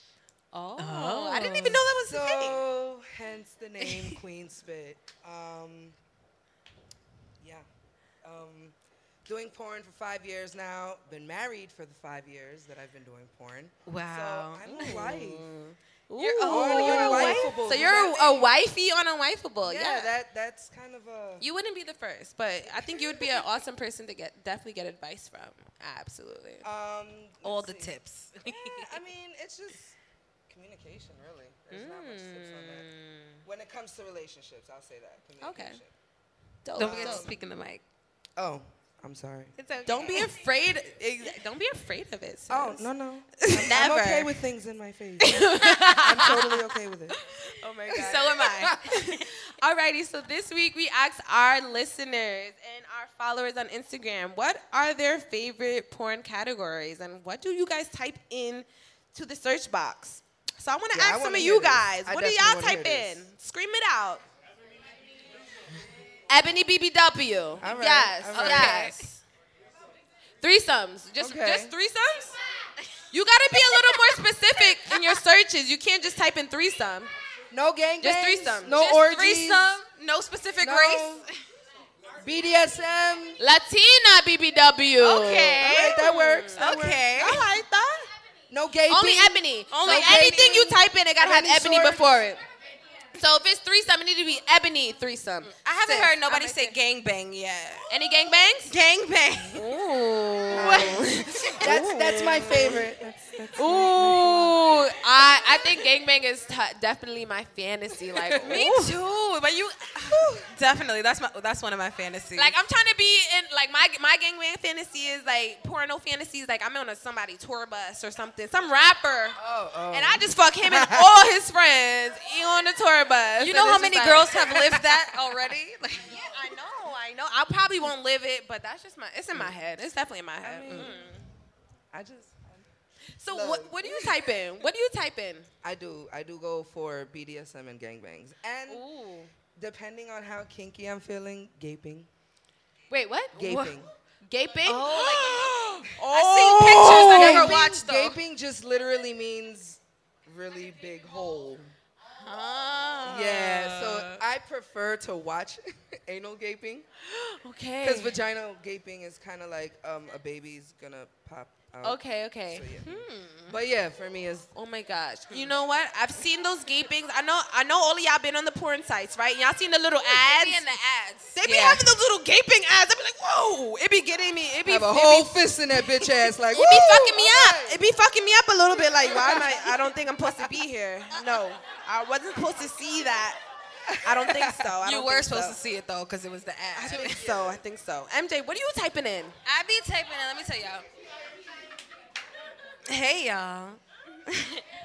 [SPEAKER 2] Oh.
[SPEAKER 5] I didn't even know that was the thing.
[SPEAKER 6] So, hence the name Queen Spit. Um, yeah. Um, doing porn for five years now. Been married for the five years that I've been doing porn.
[SPEAKER 1] Wow.
[SPEAKER 6] So I'm a wife.
[SPEAKER 2] You're,
[SPEAKER 6] oh, you're a wifeable.
[SPEAKER 2] So you're a, a wifey on a wifeable.
[SPEAKER 6] Yeah,
[SPEAKER 2] Yeah.
[SPEAKER 6] that that's kind of a.
[SPEAKER 2] you wouldn't be the first, but I think you would be an awesome person to get definitely get advice from. Absolutely.
[SPEAKER 6] Um,
[SPEAKER 1] All
[SPEAKER 6] let's
[SPEAKER 1] the
[SPEAKER 6] see.
[SPEAKER 1] tips.
[SPEAKER 6] Yeah, I mean, it's just communication, really. There's not much tips on that. When it comes to relationships, I'll say that. Communication.
[SPEAKER 2] Dope,
[SPEAKER 1] Don't forget to
[SPEAKER 2] dope.
[SPEAKER 1] speak in the mic.
[SPEAKER 6] Oh, I'm sorry.
[SPEAKER 2] Don't be afraid. Don't be afraid of it.
[SPEAKER 6] Oh
[SPEAKER 2] sis.
[SPEAKER 6] no no.
[SPEAKER 2] Never.
[SPEAKER 6] I'm okay with things in my face. I'm totally okay with it.
[SPEAKER 5] Oh my
[SPEAKER 2] So am I. Alrighty, so this week we asked our listeners and our followers on Instagram what are their favorite porn categories and what do you guys type in to the search box? So I want to
[SPEAKER 6] Yeah, I
[SPEAKER 2] ask some
[SPEAKER 6] wanna
[SPEAKER 2] of
[SPEAKER 6] hear
[SPEAKER 2] you
[SPEAKER 6] this.
[SPEAKER 2] guys.
[SPEAKER 6] I
[SPEAKER 2] what do
[SPEAKER 6] definitely
[SPEAKER 2] y'all
[SPEAKER 6] wanna
[SPEAKER 2] type
[SPEAKER 6] hear
[SPEAKER 2] in?
[SPEAKER 6] this.
[SPEAKER 2] Scream it out. Ebony BBW.
[SPEAKER 6] All right,
[SPEAKER 2] Yes.
[SPEAKER 6] all right.
[SPEAKER 2] Yes. Threesomes. Just
[SPEAKER 6] Okay.
[SPEAKER 2] just threesomes? You gotta be a little more specific in your searches. You can't just type in threesome.
[SPEAKER 6] No gangbangs.
[SPEAKER 2] Just threesome.
[SPEAKER 6] No
[SPEAKER 2] Just
[SPEAKER 6] orgies.
[SPEAKER 1] Threesome, no specific
[SPEAKER 6] No
[SPEAKER 1] race.
[SPEAKER 6] BDSM.
[SPEAKER 2] Latina BBW.
[SPEAKER 6] All right, that works. That works.
[SPEAKER 1] Okay.
[SPEAKER 6] I like that. No gay.
[SPEAKER 2] Only
[SPEAKER 6] beat.
[SPEAKER 2] ebony.
[SPEAKER 1] Only
[SPEAKER 2] Only
[SPEAKER 1] ebony.
[SPEAKER 2] anything you type in, it gotta
[SPEAKER 6] Of
[SPEAKER 2] have
[SPEAKER 6] any
[SPEAKER 2] ebony
[SPEAKER 6] sort.
[SPEAKER 2] before it. So if it's threesome, it need to be ebony threesome.
[SPEAKER 1] I haven't
[SPEAKER 2] Sis,
[SPEAKER 1] heard nobody
[SPEAKER 2] I'm
[SPEAKER 1] say gangbang yet.
[SPEAKER 2] Any gangbangs?
[SPEAKER 1] Gangbang.
[SPEAKER 6] That's that's my favorite.
[SPEAKER 2] Ooh, I I think gangbang is t- definitely my fantasy. Like
[SPEAKER 1] Me
[SPEAKER 2] ooh.
[SPEAKER 1] too. But you definitely. That's my. That's one of my fantasies.
[SPEAKER 2] Like I'm trying to be in like my my gangbang fantasy is like porno fantasies. Like I'm on a somebody tour bus or something, some rapper,
[SPEAKER 6] Oh, oh.
[SPEAKER 2] and I just fuck him and all his friends he on the tour bus.
[SPEAKER 1] you
[SPEAKER 2] And
[SPEAKER 1] know how
[SPEAKER 2] it's
[SPEAKER 1] many
[SPEAKER 2] just like-
[SPEAKER 1] girls have lived that already? Like,
[SPEAKER 2] Yeah, I know, I know. I probably won't live it, but that's just my. It's in my
[SPEAKER 6] Mm.
[SPEAKER 2] head. It's definitely in my head. Mm.
[SPEAKER 6] I just
[SPEAKER 2] So
[SPEAKER 6] Look.
[SPEAKER 2] what what do you type in? What do you type in?
[SPEAKER 6] I do I do go for BDSM and gangbangs, and
[SPEAKER 2] Ooh.
[SPEAKER 6] depending on how kinky I'm feeling, gaping,
[SPEAKER 2] Wait, what?
[SPEAKER 6] gaping.
[SPEAKER 2] Gaping.
[SPEAKER 1] I seen pictures. I never watched though.
[SPEAKER 6] Oh. Gaping just literally means really big hole.
[SPEAKER 2] Ah.
[SPEAKER 6] Yeah,
[SPEAKER 1] Uh.
[SPEAKER 6] so I prefer to watch anal gaping
[SPEAKER 2] Okay.
[SPEAKER 6] because vaginal gaping is kind of like um, a baby's gonna pop out.
[SPEAKER 2] Okay. Okay.
[SPEAKER 6] So, yeah.
[SPEAKER 1] Hmm.
[SPEAKER 6] But yeah, for me it's
[SPEAKER 2] Oh my gosh. You know what? I've seen those gapings. I know I know all of y'all been on the porn sites, right? Y'all seen the little ads?
[SPEAKER 1] They be in the ads.
[SPEAKER 2] They be
[SPEAKER 1] Yeah.
[SPEAKER 2] having those little gaping ads. I be like, whoa. It be getting me. It be,
[SPEAKER 6] have a
[SPEAKER 2] it be-
[SPEAKER 6] whole fist in that bitch ass like.
[SPEAKER 2] it be
[SPEAKER 6] "Woo,
[SPEAKER 2] fucking me
[SPEAKER 6] all
[SPEAKER 2] up.
[SPEAKER 6] right."
[SPEAKER 2] It be fucking me up a little bit. Like, why am I? I don't think I'm supposed to be here. No, I wasn't supposed to see that. I don't think so. I
[SPEAKER 1] You
[SPEAKER 2] don't
[SPEAKER 1] were
[SPEAKER 2] think
[SPEAKER 1] supposed
[SPEAKER 2] so.
[SPEAKER 1] to see it though, because it was the
[SPEAKER 2] I
[SPEAKER 1] ad.
[SPEAKER 2] think so. I think so. MJ, what are you typing in?
[SPEAKER 1] I be typing it. Let me tell y'all. Hey y'all.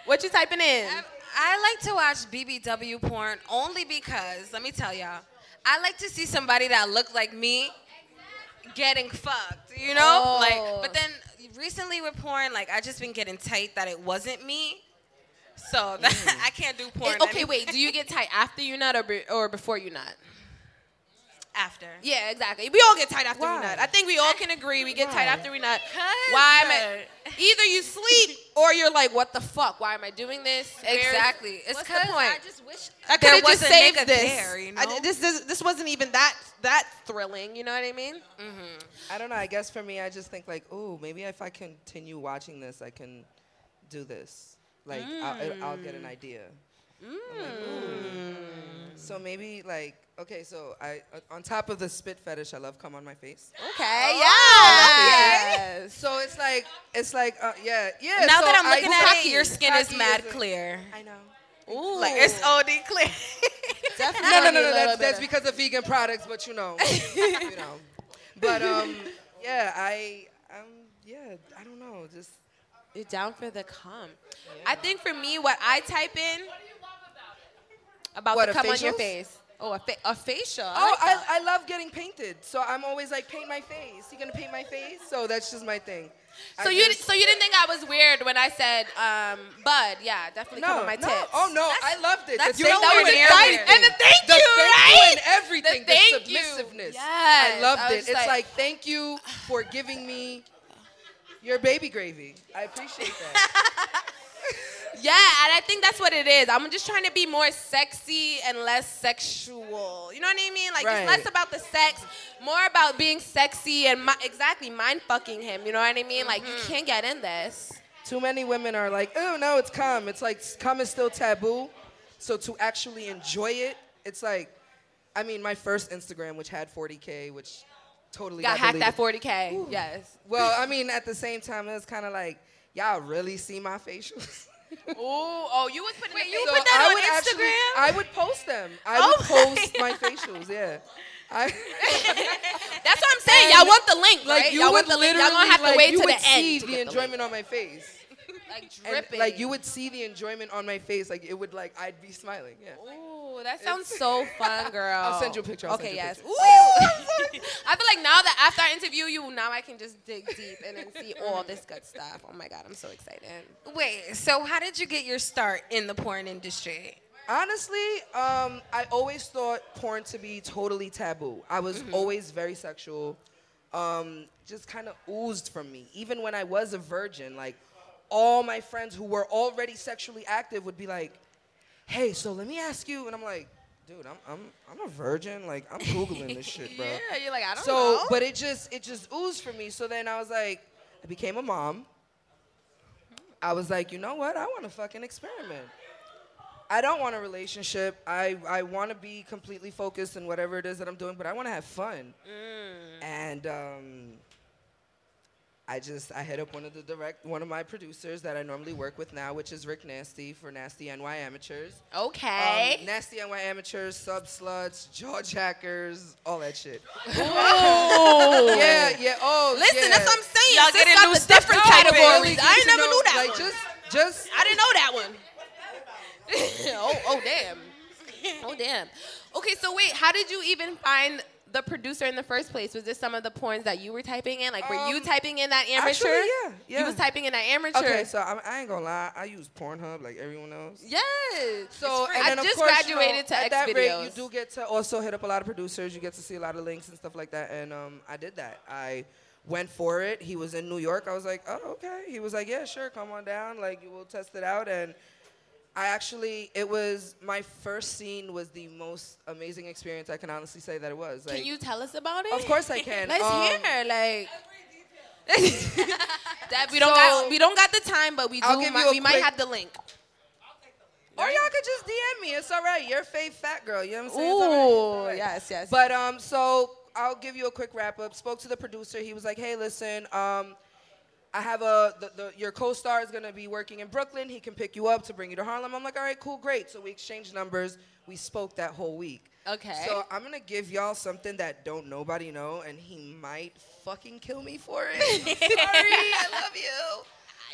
[SPEAKER 2] What you typing in?
[SPEAKER 1] I, I like to watch BBW porn only because, let me tell y'all, I like to see somebody that look like me getting fucked, you know?
[SPEAKER 2] Oh.
[SPEAKER 1] Like, but then recently with porn, like I just been getting tight that it wasn't me. So that, I can't do porn.
[SPEAKER 2] okay,
[SPEAKER 1] any-
[SPEAKER 2] wait. Do you get tight after you nut or, be, or before you nut?
[SPEAKER 1] After.
[SPEAKER 2] Yeah, exactly. We all get tight after
[SPEAKER 6] Why?
[SPEAKER 2] we nut. I think we all can agree we get tight after we nut.
[SPEAKER 1] 'Cause-
[SPEAKER 2] Why am I? Either you sleep or you're like, what the fuck? Why am I doing this? Where's-
[SPEAKER 1] Exactly. It's
[SPEAKER 2] what's
[SPEAKER 1] because
[SPEAKER 2] the point?
[SPEAKER 1] I just wish there
[SPEAKER 2] I could have
[SPEAKER 1] was
[SPEAKER 2] just
[SPEAKER 1] a
[SPEAKER 2] saved
[SPEAKER 1] nigga
[SPEAKER 2] this.
[SPEAKER 1] there, you
[SPEAKER 2] I-
[SPEAKER 1] know?
[SPEAKER 2] this, this. This wasn't even that that thrilling. You know what I mean?
[SPEAKER 6] I don't know. I guess for me, I just think like, oh, maybe if I continue watching this, I can do this. Like, I'll, I'll get an
[SPEAKER 1] Mm.
[SPEAKER 6] idea. I'm like, "Ooh." So maybe like, okay, so I uh, on top of the spit fetish, I love come on my face.
[SPEAKER 2] Okay. yes.
[SPEAKER 6] So it's like, it's like, uh, yeah, yeah.
[SPEAKER 1] now
[SPEAKER 6] so
[SPEAKER 1] that I'm
[SPEAKER 6] I-
[SPEAKER 1] looking at
[SPEAKER 6] Bukkake.
[SPEAKER 1] it, your skin is
[SPEAKER 6] Bukkake
[SPEAKER 1] mad
[SPEAKER 6] a-
[SPEAKER 1] clear.
[SPEAKER 6] I know.
[SPEAKER 2] Ooh.
[SPEAKER 1] Like it's OD clear.
[SPEAKER 2] oh, definitely.
[SPEAKER 6] No, no,
[SPEAKER 2] a
[SPEAKER 6] no, no.
[SPEAKER 2] little
[SPEAKER 6] That's,
[SPEAKER 2] bit
[SPEAKER 6] that's
[SPEAKER 2] of-
[SPEAKER 6] because of vegan products, but you know, you know. But um, yeah, I um, yeah, I don't know, just.
[SPEAKER 2] You're down for the cum. I think for me, what I type in about
[SPEAKER 6] What,
[SPEAKER 2] the
[SPEAKER 6] a
[SPEAKER 2] cum on your
[SPEAKER 6] facials?
[SPEAKER 2] face. Oh, a, fa- a facial.
[SPEAKER 6] Oh, I, I love getting painted, so I'm always like, paint my face. You gonna paint my face? So that's just my thing.
[SPEAKER 2] So
[SPEAKER 6] I
[SPEAKER 2] you
[SPEAKER 6] just-
[SPEAKER 2] so you didn't think I was weird when I said um bud yeah definitely
[SPEAKER 6] no,
[SPEAKER 2] come on my
[SPEAKER 6] no.
[SPEAKER 2] tips.
[SPEAKER 6] Oh no,
[SPEAKER 1] That's-
[SPEAKER 6] I loved it.
[SPEAKER 1] that's-
[SPEAKER 6] the
[SPEAKER 1] you know
[SPEAKER 6] thank
[SPEAKER 1] what
[SPEAKER 6] you
[SPEAKER 1] was
[SPEAKER 6] and
[SPEAKER 1] exciting?
[SPEAKER 6] everything.
[SPEAKER 2] and the thank
[SPEAKER 6] the
[SPEAKER 2] you
[SPEAKER 6] thank
[SPEAKER 2] right
[SPEAKER 6] you and everything. The,
[SPEAKER 2] thank you.
[SPEAKER 6] submissiveness. I
[SPEAKER 2] Yes.
[SPEAKER 6] loved
[SPEAKER 2] I
[SPEAKER 6] it.
[SPEAKER 2] was
[SPEAKER 6] It's like,
[SPEAKER 2] like-
[SPEAKER 6] thank you for giving me your baby gravy. I appreciate that.
[SPEAKER 2] yeah and I think that's what it is. I'm just trying to be more sexy and less sexual. You know what I mean? Like
[SPEAKER 6] Right.
[SPEAKER 2] it's less about the sex, more about being sexy and mi- exactly mind fucking him. You know what I mean? Like you
[SPEAKER 6] Mm-hmm.
[SPEAKER 2] can't get in this.
[SPEAKER 6] Too many women are like, oh no, it's cum. It's like cum is still taboo. So to actually enjoy it, it's like, I mean, my first Instagram, which had 40k, which totally
[SPEAKER 2] Got
[SPEAKER 6] got
[SPEAKER 2] hacked
[SPEAKER 6] deleted.
[SPEAKER 2] at 40k. Yes.
[SPEAKER 6] Well, I mean, at the same time, it was kind of like, y'all really see my facials?
[SPEAKER 2] Ooh, oh, you was putting the
[SPEAKER 1] you
[SPEAKER 2] face-
[SPEAKER 1] put that
[SPEAKER 6] I
[SPEAKER 1] on
[SPEAKER 6] would actually-
[SPEAKER 1] Instagram?
[SPEAKER 6] I would post them. I
[SPEAKER 2] Oh
[SPEAKER 6] would post my facials, yeah. I,
[SPEAKER 2] That's what I'm saying. Y'all want the link,
[SPEAKER 6] like,
[SPEAKER 2] right?
[SPEAKER 6] you
[SPEAKER 2] Y'all
[SPEAKER 6] would
[SPEAKER 2] want the link.
[SPEAKER 6] literally,
[SPEAKER 2] Y'all gonna have
[SPEAKER 6] like,
[SPEAKER 2] to wait
[SPEAKER 6] you
[SPEAKER 2] to
[SPEAKER 6] would
[SPEAKER 2] the end.
[SPEAKER 6] see
[SPEAKER 2] to
[SPEAKER 6] the
[SPEAKER 2] get the link.
[SPEAKER 6] enjoyment on my face.
[SPEAKER 2] like
[SPEAKER 6] And,
[SPEAKER 2] dripping.
[SPEAKER 6] like, you would see the enjoyment on my face. Like, it would, like, I'd be smiling, yeah.
[SPEAKER 2] Ooh, that sounds so fun, girl.
[SPEAKER 6] I'll send you a picture, I'll
[SPEAKER 2] okay,
[SPEAKER 6] send you a
[SPEAKER 2] yes.
[SPEAKER 6] picture.
[SPEAKER 2] Ooh. I feel like now that after I interview you, now I can just dig deep and then see all this good stuff. Oh my god, I'm so excited.
[SPEAKER 1] Wait, so how did you get your start in the porn industry?
[SPEAKER 6] Honestly, um, I always thought porn to be totally taboo. I was always very sexual. um, just kind of oozed from me. Even when I was a virgin, like all my friends who were already sexually active would be like, "Hey, so let me ask you," and I'm like, "Dude, I'm I'm I'm a virgin. Like I'm googling this shit, bro."
[SPEAKER 1] Yeah, you're like, I don't
[SPEAKER 6] so,
[SPEAKER 1] know.
[SPEAKER 6] but it just it just oozed from me. So then I was like, I became a mom. I was like, you know what? I want to fucking experiment. I don't want a relationship. I, I want to be completely focused in whatever it is that I'm doing, but I want to have fun.
[SPEAKER 1] Mm.
[SPEAKER 6] And um, I just I hit up one of the direct one of my producers that I normally work with now, which is Rick Nasty for Nasty NY Amateurs.
[SPEAKER 1] okay.
[SPEAKER 6] Um, nasty NY amateurs, sub sluts, jaw jackers, all that shit. yeah, yeah. Oh,
[SPEAKER 7] Listen,
[SPEAKER 6] um, yeah.
[SPEAKER 7] that's what I'm saying.
[SPEAKER 1] Y'all
[SPEAKER 7] Sis
[SPEAKER 1] getting
[SPEAKER 7] got
[SPEAKER 1] new
[SPEAKER 7] the
[SPEAKER 1] stuff
[SPEAKER 7] different
[SPEAKER 1] to know,
[SPEAKER 6] Really
[SPEAKER 7] categories.
[SPEAKER 6] good
[SPEAKER 1] I
[SPEAKER 6] to
[SPEAKER 1] ain't never
[SPEAKER 6] know,
[SPEAKER 1] knew that
[SPEAKER 6] Like
[SPEAKER 1] one.
[SPEAKER 6] just, just.
[SPEAKER 1] I didn't know that one. oh, oh damn. Oh damn.
[SPEAKER 2] Okay, so wait, how did you even find the producer in the first place? Was this some of the porns that you were typing in? Like, were you
[SPEAKER 6] Um,
[SPEAKER 2] typing in that amateur?
[SPEAKER 6] actually, yeah, yeah.
[SPEAKER 2] You was typing in that amateur.
[SPEAKER 6] Okay, so I'm, I ain't gonna lie. I use Pornhub like everyone else.
[SPEAKER 2] yes.
[SPEAKER 6] So
[SPEAKER 2] It's free.
[SPEAKER 6] and
[SPEAKER 2] I
[SPEAKER 6] then, of
[SPEAKER 2] just
[SPEAKER 6] course, you know,
[SPEAKER 2] graduated to
[SPEAKER 6] at
[SPEAKER 2] X
[SPEAKER 6] that
[SPEAKER 2] videos.
[SPEAKER 6] rate, you do get to also hit up a lot of producers. You get to see a lot of links and stuff like that. And um, I did that. I went for it. He was in New York. I was like, oh okay. He was like, yeah, sure, come on down. Like you will test it out. And I actually, it was my first scene was the most amazing experience I can honestly say that it was. Like,
[SPEAKER 2] Can you tell us about it?
[SPEAKER 6] Of course I can.
[SPEAKER 2] Let's
[SPEAKER 6] Um,
[SPEAKER 2] hear. Like. that we don't
[SPEAKER 6] So-
[SPEAKER 2] got we don't got the time, but we do.
[SPEAKER 6] I'll give
[SPEAKER 2] might-
[SPEAKER 6] you a
[SPEAKER 2] we might
[SPEAKER 6] quick-
[SPEAKER 2] have the link.
[SPEAKER 6] Or y'all could just DM me. It's all right. You're fave fat girl. You know what I'm saying? It's all right. It's all
[SPEAKER 2] Ooh,
[SPEAKER 6] right.
[SPEAKER 2] yes, yes.
[SPEAKER 6] But um, so I'll give you a quick wrap up. Spoke to the producer. He was like, "Hey, listen, um, I have a the, the, your co-star is gonna be working in Brooklyn. He can pick you up to bring you to Harlem." I'm like, "All right, cool, great." So we exchanged numbers. We spoke that whole week.
[SPEAKER 2] Okay.
[SPEAKER 6] So I'm gonna give y'all something that don't nobody know, and he might fucking kill me for it. Sorry, I love you.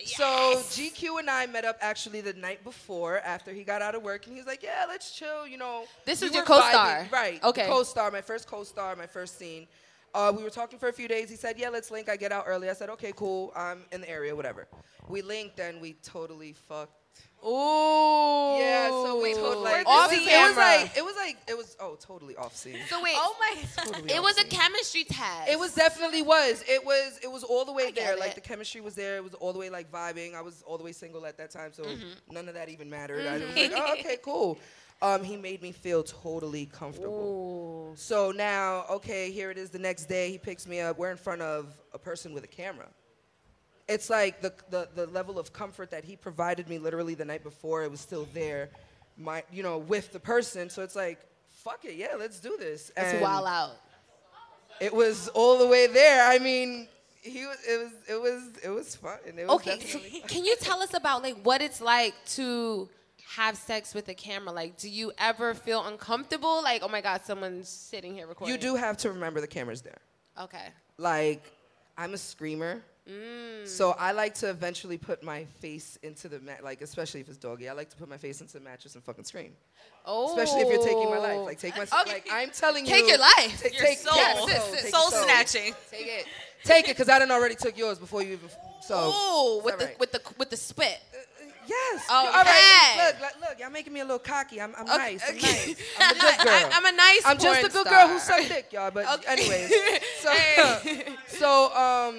[SPEAKER 6] So GQ and I met up actually the night before after he got out of work, and he was like, "Yeah, let's chill." You know,
[SPEAKER 2] This
[SPEAKER 6] we
[SPEAKER 2] was your
[SPEAKER 6] were
[SPEAKER 2] co-star?
[SPEAKER 6] vibing. right?
[SPEAKER 2] Okay.
[SPEAKER 6] co-star, my first co-star, my first scene. Uh, we were talking for a few days. He said, "Yeah, let's link." I get out early. I said, "Okay, cool. I'm in the area, whatever." We linked, and we totally fucked.
[SPEAKER 2] Ooh.
[SPEAKER 6] Yeah, so we totally like,
[SPEAKER 2] off
[SPEAKER 6] it was,
[SPEAKER 2] camera.
[SPEAKER 6] It was like it was like it was oh totally off scene.
[SPEAKER 1] So wait. Oh my.
[SPEAKER 6] Totally
[SPEAKER 1] It
[SPEAKER 6] off
[SPEAKER 1] was a
[SPEAKER 6] scene.
[SPEAKER 1] chemistry test.
[SPEAKER 6] It was definitely was. It was it was all the way there.
[SPEAKER 1] get
[SPEAKER 6] Like
[SPEAKER 1] it.
[SPEAKER 6] the chemistry was there. It was all the way like vibing. I was all the way single at that time, so
[SPEAKER 1] Mm-hmm.
[SPEAKER 6] none of that even mattered. I was like, oh, okay, cool. Um, he made me feel totally comfortable. So now, okay, here it is. The next day, he picks me up. We're in front of a person with a camera. It's like the the, the level of comfort that he provided me literally the night before. It was still there, my you know, with the person. So it's like, fuck it, yeah, let's do this.
[SPEAKER 2] It's
[SPEAKER 6] And-
[SPEAKER 2] wild out.
[SPEAKER 6] it was all the way there. I mean, he was. It was. It was. It was fun. and It was
[SPEAKER 2] Okay,
[SPEAKER 6] definitely-
[SPEAKER 2] can you tell us about like what it's like to have sex with a camera? Like, do you ever feel uncomfortable? Like, oh my God, someone's sitting here recording.
[SPEAKER 6] you do have to remember the camera's there.
[SPEAKER 2] Okay.
[SPEAKER 6] Like, I'm a screamer,
[SPEAKER 2] Mm.
[SPEAKER 6] so I like to eventually put my face into the mat. Like, especially if it's doggy, I like to put my face into the mattress and fucking scream.
[SPEAKER 2] Oh.
[SPEAKER 6] Especially if you're taking my life. Like, take my.
[SPEAKER 1] Okay.
[SPEAKER 6] Like, I'm telling
[SPEAKER 2] Take
[SPEAKER 6] you.
[SPEAKER 2] your life.
[SPEAKER 6] Take,
[SPEAKER 1] Your
[SPEAKER 6] take
[SPEAKER 1] soul.
[SPEAKER 6] yes,
[SPEAKER 1] Soul.
[SPEAKER 6] yes, take your
[SPEAKER 1] Soul snatching.
[SPEAKER 6] Take it. Take it, because I done already took yours before you even. So.
[SPEAKER 2] Ooh,
[SPEAKER 6] Oh, it's
[SPEAKER 2] with
[SPEAKER 6] all
[SPEAKER 2] the
[SPEAKER 6] right.
[SPEAKER 2] with the with the spit.
[SPEAKER 6] Yes.
[SPEAKER 2] Oh,
[SPEAKER 6] All right.
[SPEAKER 2] yeah.
[SPEAKER 6] Look, look, look, y'all making me a little cocky. I'm, I'm nice. I'm
[SPEAKER 2] okay.
[SPEAKER 6] nice. I'm a good girl.
[SPEAKER 2] I, am a nice.
[SPEAKER 6] I'm just
[SPEAKER 2] porn
[SPEAKER 6] a good
[SPEAKER 2] star.
[SPEAKER 6] girl who sucked dick, y'all. But
[SPEAKER 2] Okay.
[SPEAKER 6] anyways, so so um,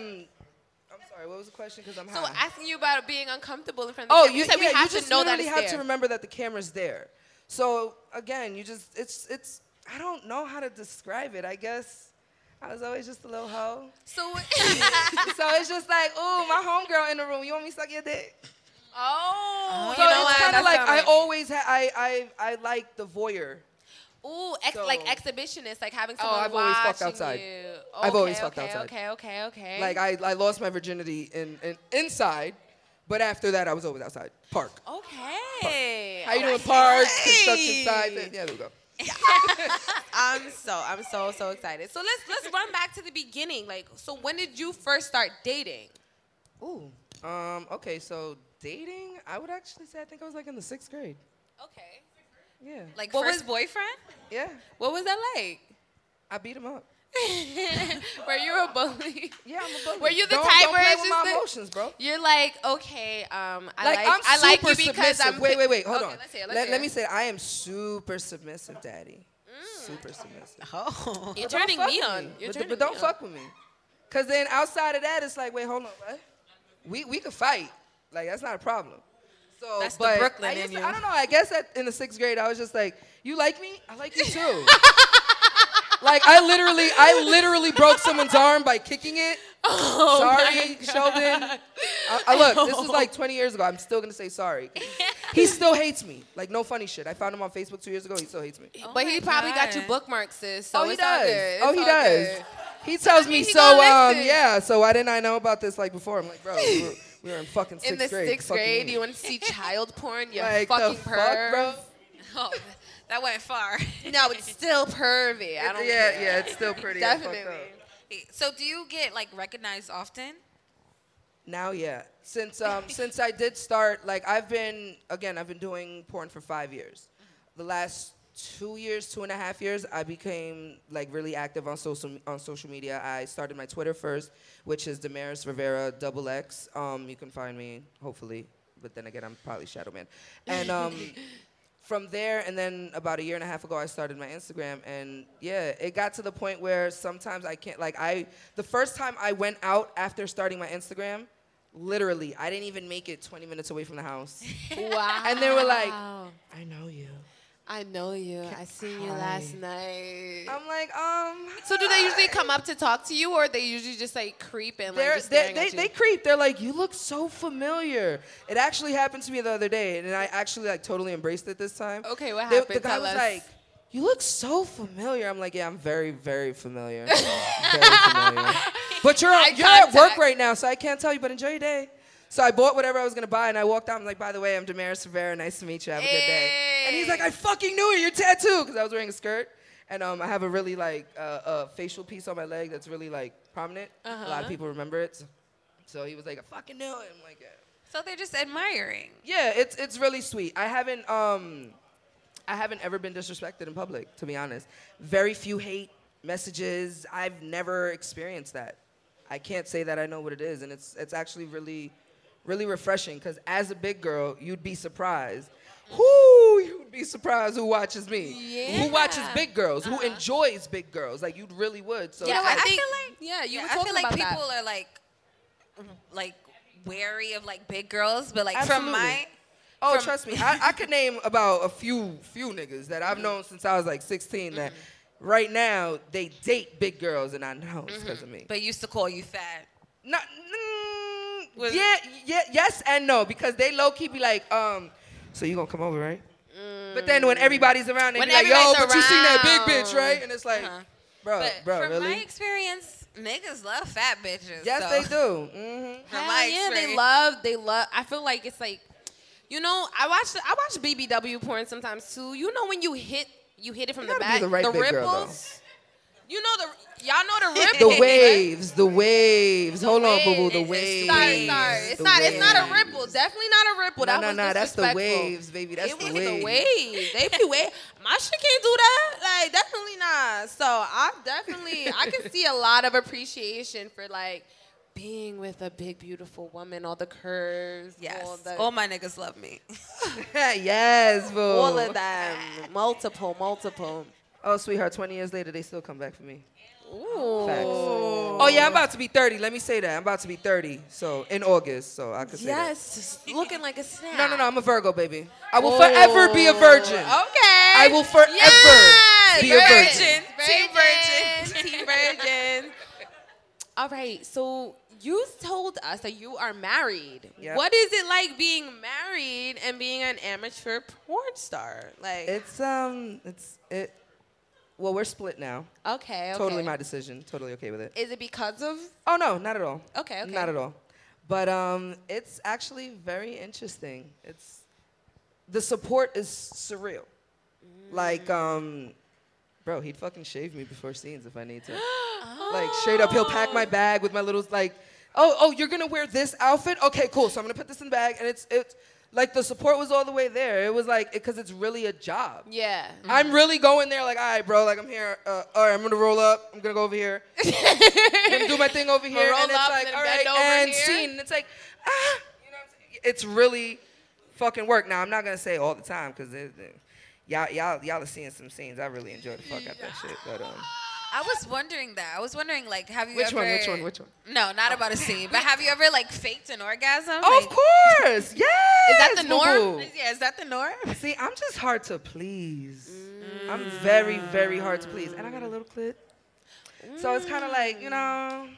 [SPEAKER 6] I'm sorry. What was the question? Because I'm
[SPEAKER 2] So
[SPEAKER 6] high.
[SPEAKER 2] asking you about being uncomfortable in front of the
[SPEAKER 6] oh,
[SPEAKER 2] camera.
[SPEAKER 6] you,
[SPEAKER 2] said
[SPEAKER 6] yeah,
[SPEAKER 2] we have
[SPEAKER 6] you
[SPEAKER 2] to
[SPEAKER 6] just
[SPEAKER 2] know that
[SPEAKER 6] literally
[SPEAKER 2] it's
[SPEAKER 6] have
[SPEAKER 2] there.
[SPEAKER 6] to remember that the camera's there. So again, you just it's it's I don't know how to describe it. I guess I was always just a little hoe.
[SPEAKER 2] so
[SPEAKER 6] so it's just like, ooh, my homegirl in the room. You want me to suck your dick?
[SPEAKER 2] oh,
[SPEAKER 6] So
[SPEAKER 2] you know
[SPEAKER 6] it's
[SPEAKER 2] what?
[SPEAKER 6] kind
[SPEAKER 2] That's
[SPEAKER 6] of like
[SPEAKER 2] not
[SPEAKER 6] I
[SPEAKER 2] right.
[SPEAKER 6] always ha- I I I like the voyeur.
[SPEAKER 2] Ooh, ex-
[SPEAKER 6] So- Oh,
[SPEAKER 2] like exhibitionist, like having someone
[SPEAKER 6] I've
[SPEAKER 2] watching
[SPEAKER 6] always fucked outside.
[SPEAKER 2] you.
[SPEAKER 6] I've always
[SPEAKER 2] Okay,
[SPEAKER 6] fucked
[SPEAKER 2] okay,
[SPEAKER 6] outside.
[SPEAKER 2] Okay, okay, okay.
[SPEAKER 6] Like I, I lost my virginity in, in inside, but after that I was always outside. Park.
[SPEAKER 2] Oh, okay. Oh,
[SPEAKER 6] How you doing? Parks, construction sites. and- Yeah, there we go.
[SPEAKER 2] I'm so I'm so so excited. So let's let's run back to the beginning. Like, so when did you first start dating?
[SPEAKER 6] Ooh. Um. Okay. So dating, I would actually say I think I was like in the sixth grade.
[SPEAKER 2] Okay.
[SPEAKER 6] Yeah.
[SPEAKER 7] Like
[SPEAKER 2] What
[SPEAKER 7] first
[SPEAKER 2] was-
[SPEAKER 7] boyfriend?
[SPEAKER 6] Yeah.
[SPEAKER 2] What was that like?
[SPEAKER 6] I beat him up.
[SPEAKER 2] Were you a bully?
[SPEAKER 6] Yeah, I'm a bully.
[SPEAKER 2] Were you the
[SPEAKER 6] don't,
[SPEAKER 2] type
[SPEAKER 6] don't
[SPEAKER 2] where
[SPEAKER 6] play
[SPEAKER 2] it's
[SPEAKER 6] with
[SPEAKER 2] just
[SPEAKER 6] my
[SPEAKER 2] the-
[SPEAKER 6] emotions, bro?
[SPEAKER 2] You're like, okay, um, I like,
[SPEAKER 6] Like, I'm
[SPEAKER 2] I like
[SPEAKER 6] super
[SPEAKER 2] you because
[SPEAKER 6] submissive.
[SPEAKER 2] I'm.
[SPEAKER 6] wait, wait, wait. Hold
[SPEAKER 2] okay,
[SPEAKER 6] on.
[SPEAKER 2] Let's hear, let's
[SPEAKER 6] let,
[SPEAKER 2] hear.
[SPEAKER 6] let me say I am super submissive, daddy. Super submissive.
[SPEAKER 2] You're
[SPEAKER 6] But don't
[SPEAKER 2] turning
[SPEAKER 6] fuck
[SPEAKER 2] me
[SPEAKER 6] with
[SPEAKER 2] on. You're
[SPEAKER 6] But,
[SPEAKER 2] turning
[SPEAKER 6] but don't
[SPEAKER 2] me on.
[SPEAKER 6] fuck with me. Cause then outside of that, it's like, wait, hold on, what? We we could fight. Like that's not a problem. So,
[SPEAKER 1] That's the
[SPEAKER 6] but
[SPEAKER 1] Brooklyn
[SPEAKER 6] I,
[SPEAKER 1] in
[SPEAKER 6] used to-
[SPEAKER 1] you.
[SPEAKER 6] I don't know. I guess at, in the sixth grade, I was just like, you like me? I like you too. like I literally, I literally broke someone's arm by kicking it.
[SPEAKER 2] Oh
[SPEAKER 6] sorry, Sheldon. I, I- look, this is like 20 years ago. I'm still gonna say sorry. He still hates me. Like no funny shit. I found him on Facebook two years ago. He still hates me.
[SPEAKER 2] but
[SPEAKER 1] my
[SPEAKER 2] he probably got you
[SPEAKER 1] God.
[SPEAKER 2] bookmarked, sis. So
[SPEAKER 6] oh, he
[SPEAKER 2] it's all
[SPEAKER 6] does.
[SPEAKER 2] good.
[SPEAKER 6] Oh,
[SPEAKER 2] It's
[SPEAKER 6] he
[SPEAKER 2] all
[SPEAKER 6] does.
[SPEAKER 2] good.
[SPEAKER 6] He tells
[SPEAKER 2] mean,
[SPEAKER 6] me
[SPEAKER 2] he
[SPEAKER 6] so.
[SPEAKER 2] gonna
[SPEAKER 6] Um,
[SPEAKER 2] listen.
[SPEAKER 6] yeah. So why didn't I know about this like before? I'm like, bro, we were, we were in fucking sixth
[SPEAKER 2] In the
[SPEAKER 6] grade.
[SPEAKER 2] sixth
[SPEAKER 6] Fuck you
[SPEAKER 2] grade,
[SPEAKER 6] mean?
[SPEAKER 2] you want to see child porn? You
[SPEAKER 6] like
[SPEAKER 2] fucking
[SPEAKER 6] the
[SPEAKER 2] perv.
[SPEAKER 6] fuck, bro?
[SPEAKER 1] Oh, that went far.
[SPEAKER 2] No, it's still pervy. I don't
[SPEAKER 6] yeah,
[SPEAKER 2] care.
[SPEAKER 6] yeah, it's still pretty. and fucked
[SPEAKER 2] Definitely.
[SPEAKER 6] up.
[SPEAKER 1] So do you get like recognized often?
[SPEAKER 6] Now, yeah. Since um, since I did start, like I've been again, I've been doing porn for five years. The last two years, two and a half years, I became like really active on social on social media. I started my Twitter first, which is Damaris Rivera Double X. Um, you can find me hopefully, but then again, I'm probably Shadow Man. And um, from there, and then about a year and a half ago, I started my Instagram, and yeah, it got to the point where sometimes I can't like I the first time I went out after starting my Instagram. Literally, I didn't even make it 20 minutes away from the house.
[SPEAKER 2] Wow.
[SPEAKER 6] And they were like, I know you.
[SPEAKER 2] I know you. I seen you
[SPEAKER 6] Hi.
[SPEAKER 2] last night.
[SPEAKER 6] I'm like, um.
[SPEAKER 2] so do they usually come up to talk to you, or they usually just like creep and like
[SPEAKER 6] They're,
[SPEAKER 2] just
[SPEAKER 6] they
[SPEAKER 2] staring
[SPEAKER 6] they,
[SPEAKER 2] at you?
[SPEAKER 6] they creep. They're like, you look so familiar. It actually happened to me the other day, and I actually like totally embraced it this time.
[SPEAKER 2] Okay, what
[SPEAKER 6] The-
[SPEAKER 2] happened?
[SPEAKER 6] The guy
[SPEAKER 2] Tell
[SPEAKER 6] was
[SPEAKER 2] us.
[SPEAKER 6] like, you look so familiar. I'm like, yeah, I'm very, very familiar. very familiar. But you're,
[SPEAKER 2] Eye
[SPEAKER 6] you're at work
[SPEAKER 2] contact.
[SPEAKER 6] right now, so I can't tell you, but enjoy your day. So I bought whatever I was gonna buy, and I walked out. I'm like, by the way, I'm Damaris Rivera. Nice to meet you. Have a good day. And he's like, I fucking knew it. You're tattooed because I was wearing a skirt, and um, I have a really like uh, uh, facial piece on my leg that's really like prominent. A
[SPEAKER 2] Uh-huh.
[SPEAKER 6] lot of people remember it. So, so he was like, I fucking knew it. I'm like, yeah.
[SPEAKER 1] So they're just admiring.
[SPEAKER 6] Yeah, it's it's really sweet. I haven't um I haven't ever been disrespected in public, to be honest. Very few hate messages. I've never experienced that. I can't say that I know what it is and it's it's actually really really refreshing cuz as a big girl, you'd be surprised. Who you'd be surprised who watches me. Who watches
[SPEAKER 1] Yeah.
[SPEAKER 6] big girls, who enjoys big girls. Like you really would. So
[SPEAKER 2] Yeah,
[SPEAKER 6] it's
[SPEAKER 1] I
[SPEAKER 2] I
[SPEAKER 6] like-
[SPEAKER 2] think.
[SPEAKER 1] feel like-
[SPEAKER 2] yeah, you
[SPEAKER 1] Yeah,
[SPEAKER 2] were
[SPEAKER 1] I
[SPEAKER 2] talking
[SPEAKER 1] feel like
[SPEAKER 2] about
[SPEAKER 1] people
[SPEAKER 2] that.
[SPEAKER 1] are like, like wary of like big girls, but like from
[SPEAKER 6] Absolutely.
[SPEAKER 1] my,
[SPEAKER 6] Oh,
[SPEAKER 1] from-
[SPEAKER 6] trust me, I, I could name about a few few niggas that
[SPEAKER 2] Mm-hmm.
[SPEAKER 6] I've known since I was like 16 that right now they date big girls, and I know
[SPEAKER 2] Mm-hmm.
[SPEAKER 6] it's because of me. But
[SPEAKER 1] but used to call you fat.
[SPEAKER 6] not, mm,
[SPEAKER 1] Was-
[SPEAKER 6] yeah, yeah, yes and no because they low key be like, um, so you gonna come over, right? But then when everybody's around, they
[SPEAKER 2] Mm. When
[SPEAKER 6] be like, yo, but
[SPEAKER 2] everybody's
[SPEAKER 6] you seen that big
[SPEAKER 2] around.
[SPEAKER 6] bitch, right? And it's like,
[SPEAKER 1] Uh-huh.
[SPEAKER 6] bro,
[SPEAKER 1] but
[SPEAKER 6] Oh, bro,
[SPEAKER 1] from my
[SPEAKER 6] really?
[SPEAKER 1] experience, niggas love fat bitches.
[SPEAKER 6] Yes,
[SPEAKER 1] so.
[SPEAKER 6] they do. hmm
[SPEAKER 1] From
[SPEAKER 2] Hell
[SPEAKER 1] my
[SPEAKER 2] yeah, they
[SPEAKER 1] experience.
[SPEAKER 2] love. They love. I feel like it's like, you know, I watch I watch BBW porn sometimes too. You know when you hit you hit it from the
[SPEAKER 6] gotta be
[SPEAKER 2] back,
[SPEAKER 6] the right big girl, though.
[SPEAKER 2] ripples. you know the y'all know the ripples.
[SPEAKER 6] The
[SPEAKER 2] right?
[SPEAKER 6] waves, the waves. Hold on, boo boo, the
[SPEAKER 1] waves.
[SPEAKER 2] Sorry,
[SPEAKER 6] waves.
[SPEAKER 2] sorry. It's
[SPEAKER 6] the
[SPEAKER 2] not. It's not a
[SPEAKER 6] waves.
[SPEAKER 2] ripple. Definitely not a ripple.
[SPEAKER 6] No,
[SPEAKER 2] that
[SPEAKER 6] no,
[SPEAKER 2] was
[SPEAKER 6] no. That's the
[SPEAKER 2] disrespectful.
[SPEAKER 6] waves, baby. That's
[SPEAKER 2] it
[SPEAKER 6] the
[SPEAKER 2] was
[SPEAKER 6] waves.
[SPEAKER 2] the wave. They be wave. My shit can't do that. Like definitely not. So I definitely I can see a lot of appreciation for like being with a big beautiful woman. All the curves.
[SPEAKER 1] Yes,
[SPEAKER 2] All,
[SPEAKER 1] all,
[SPEAKER 6] Oh
[SPEAKER 2] the,
[SPEAKER 1] my niggas love me.
[SPEAKER 6] yes, boo.
[SPEAKER 2] all of them. Multiple, multiple.
[SPEAKER 6] Oh, sweetheart, 20 years later, they still come back for me.
[SPEAKER 2] Ooh.
[SPEAKER 6] Facts. Oh, yeah, I'm about to be 30. Let me say that. I'm about to be 30. So, in August, so I could say that.
[SPEAKER 2] Yes, looking like a snack.
[SPEAKER 6] No, no, no. I'm a Virgo, baby. I
[SPEAKER 2] Oh.
[SPEAKER 6] will forever be a virgin.
[SPEAKER 2] Okay.
[SPEAKER 6] I will forever
[SPEAKER 2] Yes!
[SPEAKER 6] be a virgin.
[SPEAKER 1] Virgin. Team virgin.
[SPEAKER 2] Team virgin. All right. So you told us that you are married.
[SPEAKER 6] Yep.
[SPEAKER 2] What is it like being married and being an amateur porn star? Like,
[SPEAKER 6] It's, um, it's, it, well, we're split now.
[SPEAKER 2] okay, okay.
[SPEAKER 6] Totally my decision. Totally okay with it.
[SPEAKER 2] Is it because of?
[SPEAKER 6] Oh, no, not at all.
[SPEAKER 2] Okay, okay.
[SPEAKER 6] Not at all. But um, it's actually very interesting. It's the support is surreal.
[SPEAKER 2] Mm.
[SPEAKER 6] Like, um, bro, he'd fucking shave me before scenes if I need to. Like, straight up, he'll pack my bag with my little like, oh, oh, you're gonna wear this outfit? Okay, cool. So I'm gonna put this in the bag, and it's it's like the support was all the way there. It was like because it's really a job.
[SPEAKER 2] Yeah.
[SPEAKER 6] I'm really going there, like, all right, bro, like I'm here. Uh, all right, I'm gonna roll up. I'm gonna go over here. I'm gonna do my thing over here,
[SPEAKER 2] roll
[SPEAKER 6] and it's
[SPEAKER 2] up
[SPEAKER 6] like,
[SPEAKER 2] and
[SPEAKER 6] all
[SPEAKER 2] bend
[SPEAKER 6] right,
[SPEAKER 2] over
[SPEAKER 6] and
[SPEAKER 2] here.
[SPEAKER 6] scene. And it's like, ah, you know, what I'm saying? it's really fucking work. Now I'm not gonna say all the time because y'all, y'all, y'all are seeing some scenes. I really enjoy the fuck out that shit, but um,
[SPEAKER 1] I was wondering that. I was wondering, like, have you
[SPEAKER 8] Which
[SPEAKER 1] ever?
[SPEAKER 8] one, which one, which one?
[SPEAKER 1] No, not about a scene. But have you ever like faked an orgasm?
[SPEAKER 8] Oh, of
[SPEAKER 1] Like,
[SPEAKER 8] course. Yes. Is
[SPEAKER 1] Is that the norm? Yeah, is that the norm?
[SPEAKER 6] See, I'm just hard to please.
[SPEAKER 2] Mm.
[SPEAKER 6] I'm very, very hard to please, and I got a little clit, so it's kind of like you know.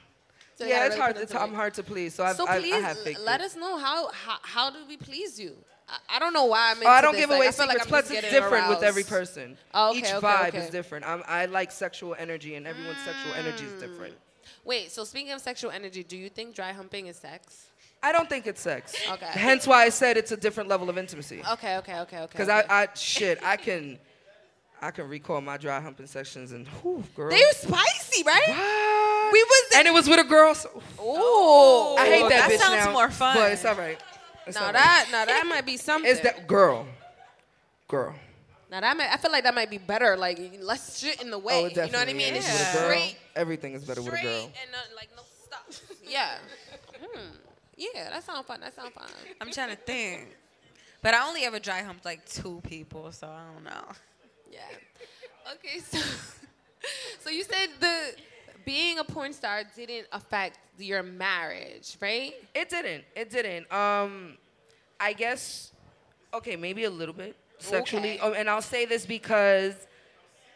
[SPEAKER 2] So you
[SPEAKER 6] yeah,
[SPEAKER 2] gotta
[SPEAKER 6] it's
[SPEAKER 2] really
[SPEAKER 6] hard.
[SPEAKER 2] put
[SPEAKER 6] It's,
[SPEAKER 2] into
[SPEAKER 6] I'm
[SPEAKER 2] it.
[SPEAKER 6] hard to please, so, I've,
[SPEAKER 2] so
[SPEAKER 6] I,
[SPEAKER 2] please
[SPEAKER 6] I have faked
[SPEAKER 2] let
[SPEAKER 6] it.
[SPEAKER 2] us know how how how do we please you? I, I don't know why I'm. Into
[SPEAKER 6] Oh, I don't
[SPEAKER 2] this.
[SPEAKER 6] give
[SPEAKER 2] Like,
[SPEAKER 6] away
[SPEAKER 2] I feel
[SPEAKER 6] secrets.
[SPEAKER 2] like I'm
[SPEAKER 6] Plus,
[SPEAKER 2] just
[SPEAKER 6] it's
[SPEAKER 2] getting
[SPEAKER 6] different with every
[SPEAKER 2] aroused.
[SPEAKER 6] person.
[SPEAKER 2] Oh, okay,
[SPEAKER 6] Each
[SPEAKER 2] okay,
[SPEAKER 6] vibe
[SPEAKER 2] okay.
[SPEAKER 6] is different. I'm, I like sexual energy, and everyone's sexual energy is different.
[SPEAKER 2] Mm. Wait, so speaking of sexual energy, do you think dry humping is sex?
[SPEAKER 6] I don't think it's sex.
[SPEAKER 2] Okay.
[SPEAKER 6] Hence why I said it's a different level of intimacy.
[SPEAKER 2] Okay, okay, okay, okay.
[SPEAKER 6] Because
[SPEAKER 2] okay.
[SPEAKER 6] I, I, shit, I can, I can recall my dry humping sections, and whew, girl.
[SPEAKER 2] they were spicy, right?
[SPEAKER 6] What?
[SPEAKER 2] We was
[SPEAKER 6] and it was with a girl. So,
[SPEAKER 2] Ooh.
[SPEAKER 6] I hate that,
[SPEAKER 1] that
[SPEAKER 6] bitch
[SPEAKER 1] sounds
[SPEAKER 6] now,
[SPEAKER 1] more fun.
[SPEAKER 6] But it's all right. It's
[SPEAKER 2] Now
[SPEAKER 6] all right.
[SPEAKER 2] that now that might be something.
[SPEAKER 6] It's that girl, girl.
[SPEAKER 2] now that might, I feel like that might be better. Like less shit in the way.
[SPEAKER 6] oh, it
[SPEAKER 2] you know what I
[SPEAKER 6] definitely
[SPEAKER 2] mean?
[SPEAKER 6] is.
[SPEAKER 2] It's
[SPEAKER 6] With a girl,
[SPEAKER 2] straight.
[SPEAKER 6] everything is better with a girl.
[SPEAKER 9] and uh, like no stuff.
[SPEAKER 2] Yeah. Hmm. Yeah, that sounds fun. That sounds fun.
[SPEAKER 1] I'm trying to think. But I only ever dry humped like two people, so I don't know.
[SPEAKER 2] Yeah. Okay, so so you said the being a porn star didn't affect your marriage, right?
[SPEAKER 6] It didn't. It didn't. Um, I guess. Okay, maybe a little bit sexually.
[SPEAKER 2] Okay.
[SPEAKER 6] Oh, and I'll say this because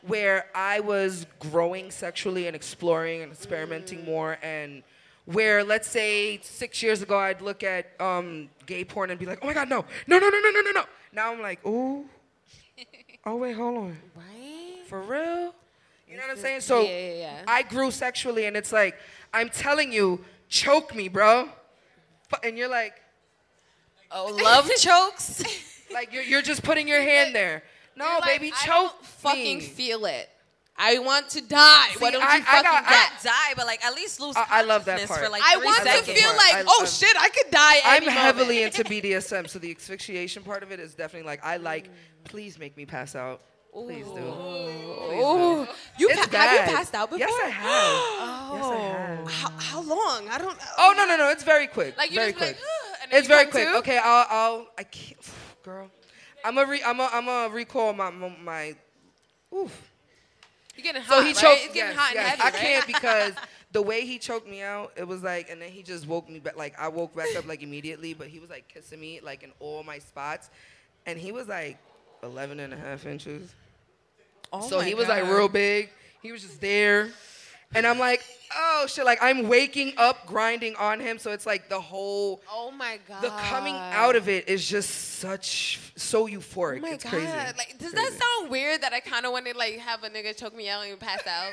[SPEAKER 6] where I was growing sexually and exploring and experimenting more, and where let's say six years ago I'd look at um, gay porn and be like, oh my god, no, no, no, no, no, no, no, no. Now I'm like, ooh. Oh wait, hold on.
[SPEAKER 2] Right.
[SPEAKER 6] For real? You know what I'm saying? So
[SPEAKER 2] Yeah, yeah, yeah.
[SPEAKER 6] I grew sexually, and it's like, I'm telling you, choke me, bro. Fu- And you're like,
[SPEAKER 1] Oh, love chokes.
[SPEAKER 6] like you're, you're just putting your hand there. No,
[SPEAKER 2] You're like,
[SPEAKER 6] baby,
[SPEAKER 2] I
[SPEAKER 6] choke
[SPEAKER 2] don't fucking
[SPEAKER 6] me.
[SPEAKER 2] feel it. I want to die. Why
[SPEAKER 6] See,
[SPEAKER 2] don't
[SPEAKER 6] I-
[SPEAKER 2] you
[SPEAKER 6] I
[SPEAKER 2] fucking
[SPEAKER 6] got- I-
[SPEAKER 2] get?
[SPEAKER 1] Not die, but like at least lose.
[SPEAKER 6] I- I love that
[SPEAKER 1] consciousness
[SPEAKER 6] part.
[SPEAKER 1] For like
[SPEAKER 2] I
[SPEAKER 1] three
[SPEAKER 2] want to
[SPEAKER 6] seconds.
[SPEAKER 2] feel
[SPEAKER 6] Part.
[SPEAKER 2] like,
[SPEAKER 6] I-
[SPEAKER 2] oh
[SPEAKER 6] I'm-
[SPEAKER 2] shit, I could die.
[SPEAKER 6] I'm
[SPEAKER 2] any moment.
[SPEAKER 6] heavily into BDSM, so the asphyxiation part of it is definitely like, I like,
[SPEAKER 2] Mm.
[SPEAKER 6] please make me pass out. Please do. Please
[SPEAKER 2] Ooh.
[SPEAKER 6] do.
[SPEAKER 2] You
[SPEAKER 6] It's
[SPEAKER 2] pa- have
[SPEAKER 6] bad.
[SPEAKER 2] you passed out before?
[SPEAKER 6] Yes, I have. Yes, I have.
[SPEAKER 2] How, how long? I don't.
[SPEAKER 6] Oh no no no! It's very quick.
[SPEAKER 2] Like, you
[SPEAKER 6] very
[SPEAKER 2] just be like,
[SPEAKER 6] quick.
[SPEAKER 2] "Ugh," and then
[SPEAKER 6] it's
[SPEAKER 2] you
[SPEAKER 6] very
[SPEAKER 2] come
[SPEAKER 6] quick.
[SPEAKER 2] to?
[SPEAKER 6] Okay, I'll I'll I can't, girl. I'm a re, I'm a I'm a recall my my. my oof.
[SPEAKER 2] You're getting hot.
[SPEAKER 6] So he
[SPEAKER 2] right?
[SPEAKER 6] choked.
[SPEAKER 2] It's
[SPEAKER 6] yes,
[SPEAKER 2] getting hot
[SPEAKER 6] yes.
[SPEAKER 2] and heavy.
[SPEAKER 6] I
[SPEAKER 2] right?
[SPEAKER 6] can't because the way he choked me out, it was like, and then he just woke me back. Like I woke back up like immediately, but he was like kissing me like in all my spots, and he was like 11 and a half inches.
[SPEAKER 2] Oh
[SPEAKER 6] so he was like real big. He was just there. And I'm like, oh shit, like I'm waking up grinding on him. So it's like the whole
[SPEAKER 2] Oh my god.
[SPEAKER 6] the coming out of it is just such so euphoric.
[SPEAKER 2] Oh my
[SPEAKER 6] it's
[SPEAKER 2] god.
[SPEAKER 6] crazy.
[SPEAKER 2] Like, does
[SPEAKER 6] Crazy.
[SPEAKER 2] that sound weird that I kind of want to like have a nigga choke me out and pass out?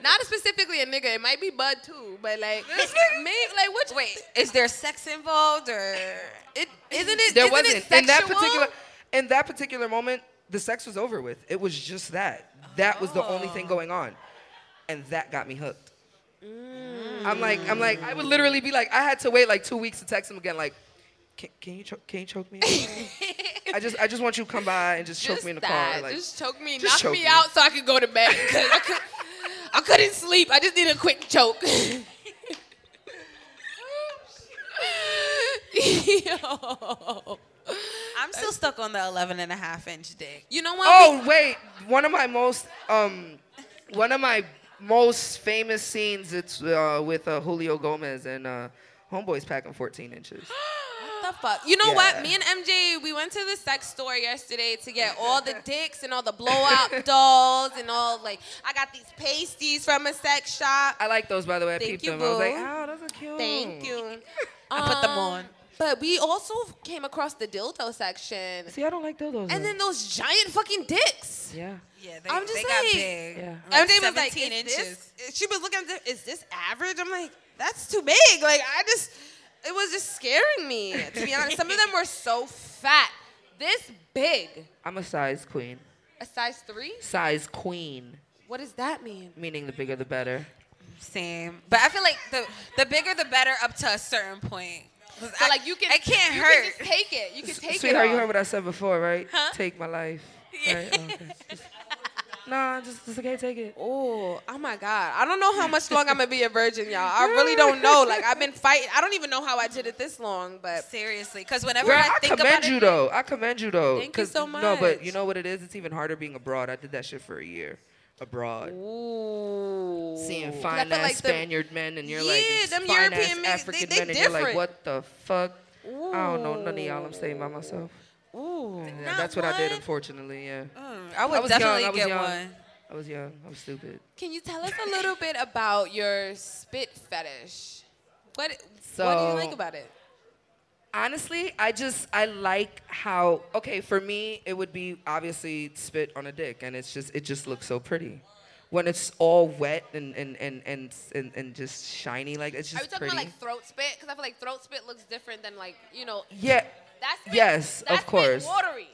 [SPEAKER 2] Not specifically a nigga. It might be Bud too, but like maybe like what?
[SPEAKER 1] Wait, is there sex involved or
[SPEAKER 2] it isn't it.
[SPEAKER 6] There
[SPEAKER 2] isn't
[SPEAKER 6] wasn't
[SPEAKER 2] it sexual?
[SPEAKER 6] in that particular in that particular moment, the sex was over with. It was just that. That was the only thing going on. And that got me hooked.
[SPEAKER 2] Mm.
[SPEAKER 6] I'm like, I'm like, I would literally be like, I had to wait like two weeks to text him again, like, can, can you choke can you choke me? I just I just want you to come by and just, choke me in the
[SPEAKER 2] that.
[SPEAKER 6] car. Like,
[SPEAKER 2] just choke me,
[SPEAKER 6] just
[SPEAKER 2] knock
[SPEAKER 6] choke
[SPEAKER 2] me,
[SPEAKER 6] me.
[SPEAKER 2] out so I could go to bed. 'Cause I, could, I couldn't sleep. I just need a quick choke. Yo.
[SPEAKER 1] I'm still stuck on the 11 and a half inch dick.
[SPEAKER 2] You know what?
[SPEAKER 6] Oh wait, one of my most um, one of my most famous scenes. It's uh, with uh, Julio Gomez and uh, Homeboy's packing 14 inches.
[SPEAKER 2] the fuck? You know what?
[SPEAKER 6] Yeah.
[SPEAKER 2] Me and MJ, we went to the sex store yesterday to get all the dicks and all the blow out dolls and all like I got these pasties from a sex shop.
[SPEAKER 6] I like those by the way. I
[SPEAKER 2] Thank
[SPEAKER 6] peeped
[SPEAKER 2] you,
[SPEAKER 6] them. I was like,
[SPEAKER 2] boo.
[SPEAKER 6] oh, those are cute.
[SPEAKER 2] Thank you.
[SPEAKER 1] Mm.
[SPEAKER 2] Um,
[SPEAKER 1] I put them on.
[SPEAKER 2] But we also came across the dildo section.
[SPEAKER 6] See, I don't like dildos.
[SPEAKER 2] And then those giant fucking dicks.
[SPEAKER 6] yeah,
[SPEAKER 1] Yeah, they,
[SPEAKER 2] I'm just
[SPEAKER 1] they got
[SPEAKER 2] like-
[SPEAKER 1] big.
[SPEAKER 6] Yeah.
[SPEAKER 1] Like
[SPEAKER 2] MJ
[SPEAKER 1] 17
[SPEAKER 2] was like, "Is
[SPEAKER 1] inches.
[SPEAKER 2] this-" She was looking at the, is this average? I'm like, that's too big. Like, I just, it was just scaring me, to be honest. Some of them were so fat. This big.
[SPEAKER 6] I'm a size queen.
[SPEAKER 2] A size three?
[SPEAKER 6] Size queen,
[SPEAKER 2] What does that mean?
[SPEAKER 6] meaning the bigger the better.
[SPEAKER 1] Same. But I feel like the the bigger the better up to a certain point. 'Cause
[SPEAKER 2] So,
[SPEAKER 1] I-
[SPEAKER 2] like, you can,
[SPEAKER 1] It can't
[SPEAKER 2] you
[SPEAKER 1] hurt.
[SPEAKER 2] Can just take it. You can take
[SPEAKER 6] Sweetheart,
[SPEAKER 2] it.
[SPEAKER 6] you
[SPEAKER 2] all.
[SPEAKER 6] heard what I said before, right? Take my life. Right? Oh, okay. nah, just, just okay, take it.
[SPEAKER 2] Oh, oh my God. I don't know how much long I'm going to be a virgin, y'all. I really don't know. Like, I've been fighting. I don't even know how I did it this long, but
[SPEAKER 1] Seriously, because whenever
[SPEAKER 6] Girl,
[SPEAKER 1] I
[SPEAKER 6] I,
[SPEAKER 1] think
[SPEAKER 6] commend
[SPEAKER 1] about
[SPEAKER 6] you
[SPEAKER 1] it,
[SPEAKER 6] though. I commend you though.
[SPEAKER 2] Thank you
[SPEAKER 6] 'Cause-
[SPEAKER 2] so
[SPEAKER 6] No,
[SPEAKER 2] much.
[SPEAKER 6] but you know what it is? It's even harder being abroad. I did that shit for a year. abroad,
[SPEAKER 2] Ooh.
[SPEAKER 6] seeing
[SPEAKER 2] 'Cause I
[SPEAKER 6] fine
[SPEAKER 2] feel
[SPEAKER 6] ass
[SPEAKER 2] like the-
[SPEAKER 6] Spaniard men, and you're like,
[SPEAKER 2] Yeah,
[SPEAKER 6] it's
[SPEAKER 2] them
[SPEAKER 6] fine ass
[SPEAKER 2] European men, they-
[SPEAKER 6] African
[SPEAKER 2] they
[SPEAKER 6] men, and you're like,
[SPEAKER 2] different.
[SPEAKER 6] what the fuck? I don't know none of y'all. I'm staying by myself.
[SPEAKER 2] Ooh.
[SPEAKER 6] Yeah,
[SPEAKER 10] Not
[SPEAKER 6] that's what I did,
[SPEAKER 10] one?
[SPEAKER 6] unfortunately. Yeah,
[SPEAKER 1] hmm,
[SPEAKER 10] Mm, I would
[SPEAKER 6] I was young,
[SPEAKER 10] definitely
[SPEAKER 6] I was
[SPEAKER 10] get
[SPEAKER 6] young.
[SPEAKER 10] one.
[SPEAKER 6] I was young. I was stupid.
[SPEAKER 2] Can you tell us a little bit about your spit fetish? What What do
[SPEAKER 6] So-
[SPEAKER 2] you like about it?
[SPEAKER 6] Honestly, I just I like how okay for me it would be obviously spit on a dick, and it's just it just looks so pretty when it's all wet and and and and and, and just shiny like
[SPEAKER 2] Are
[SPEAKER 6] it's just
[SPEAKER 2] you talking
[SPEAKER 6] pretty.
[SPEAKER 2] about like throat spit? Because I feel like throat spit looks different than like you know
[SPEAKER 6] yeah,
[SPEAKER 2] that's spit,
[SPEAKER 6] Yes, of
[SPEAKER 2] that's
[SPEAKER 6] course.
[SPEAKER 2] Spit watery.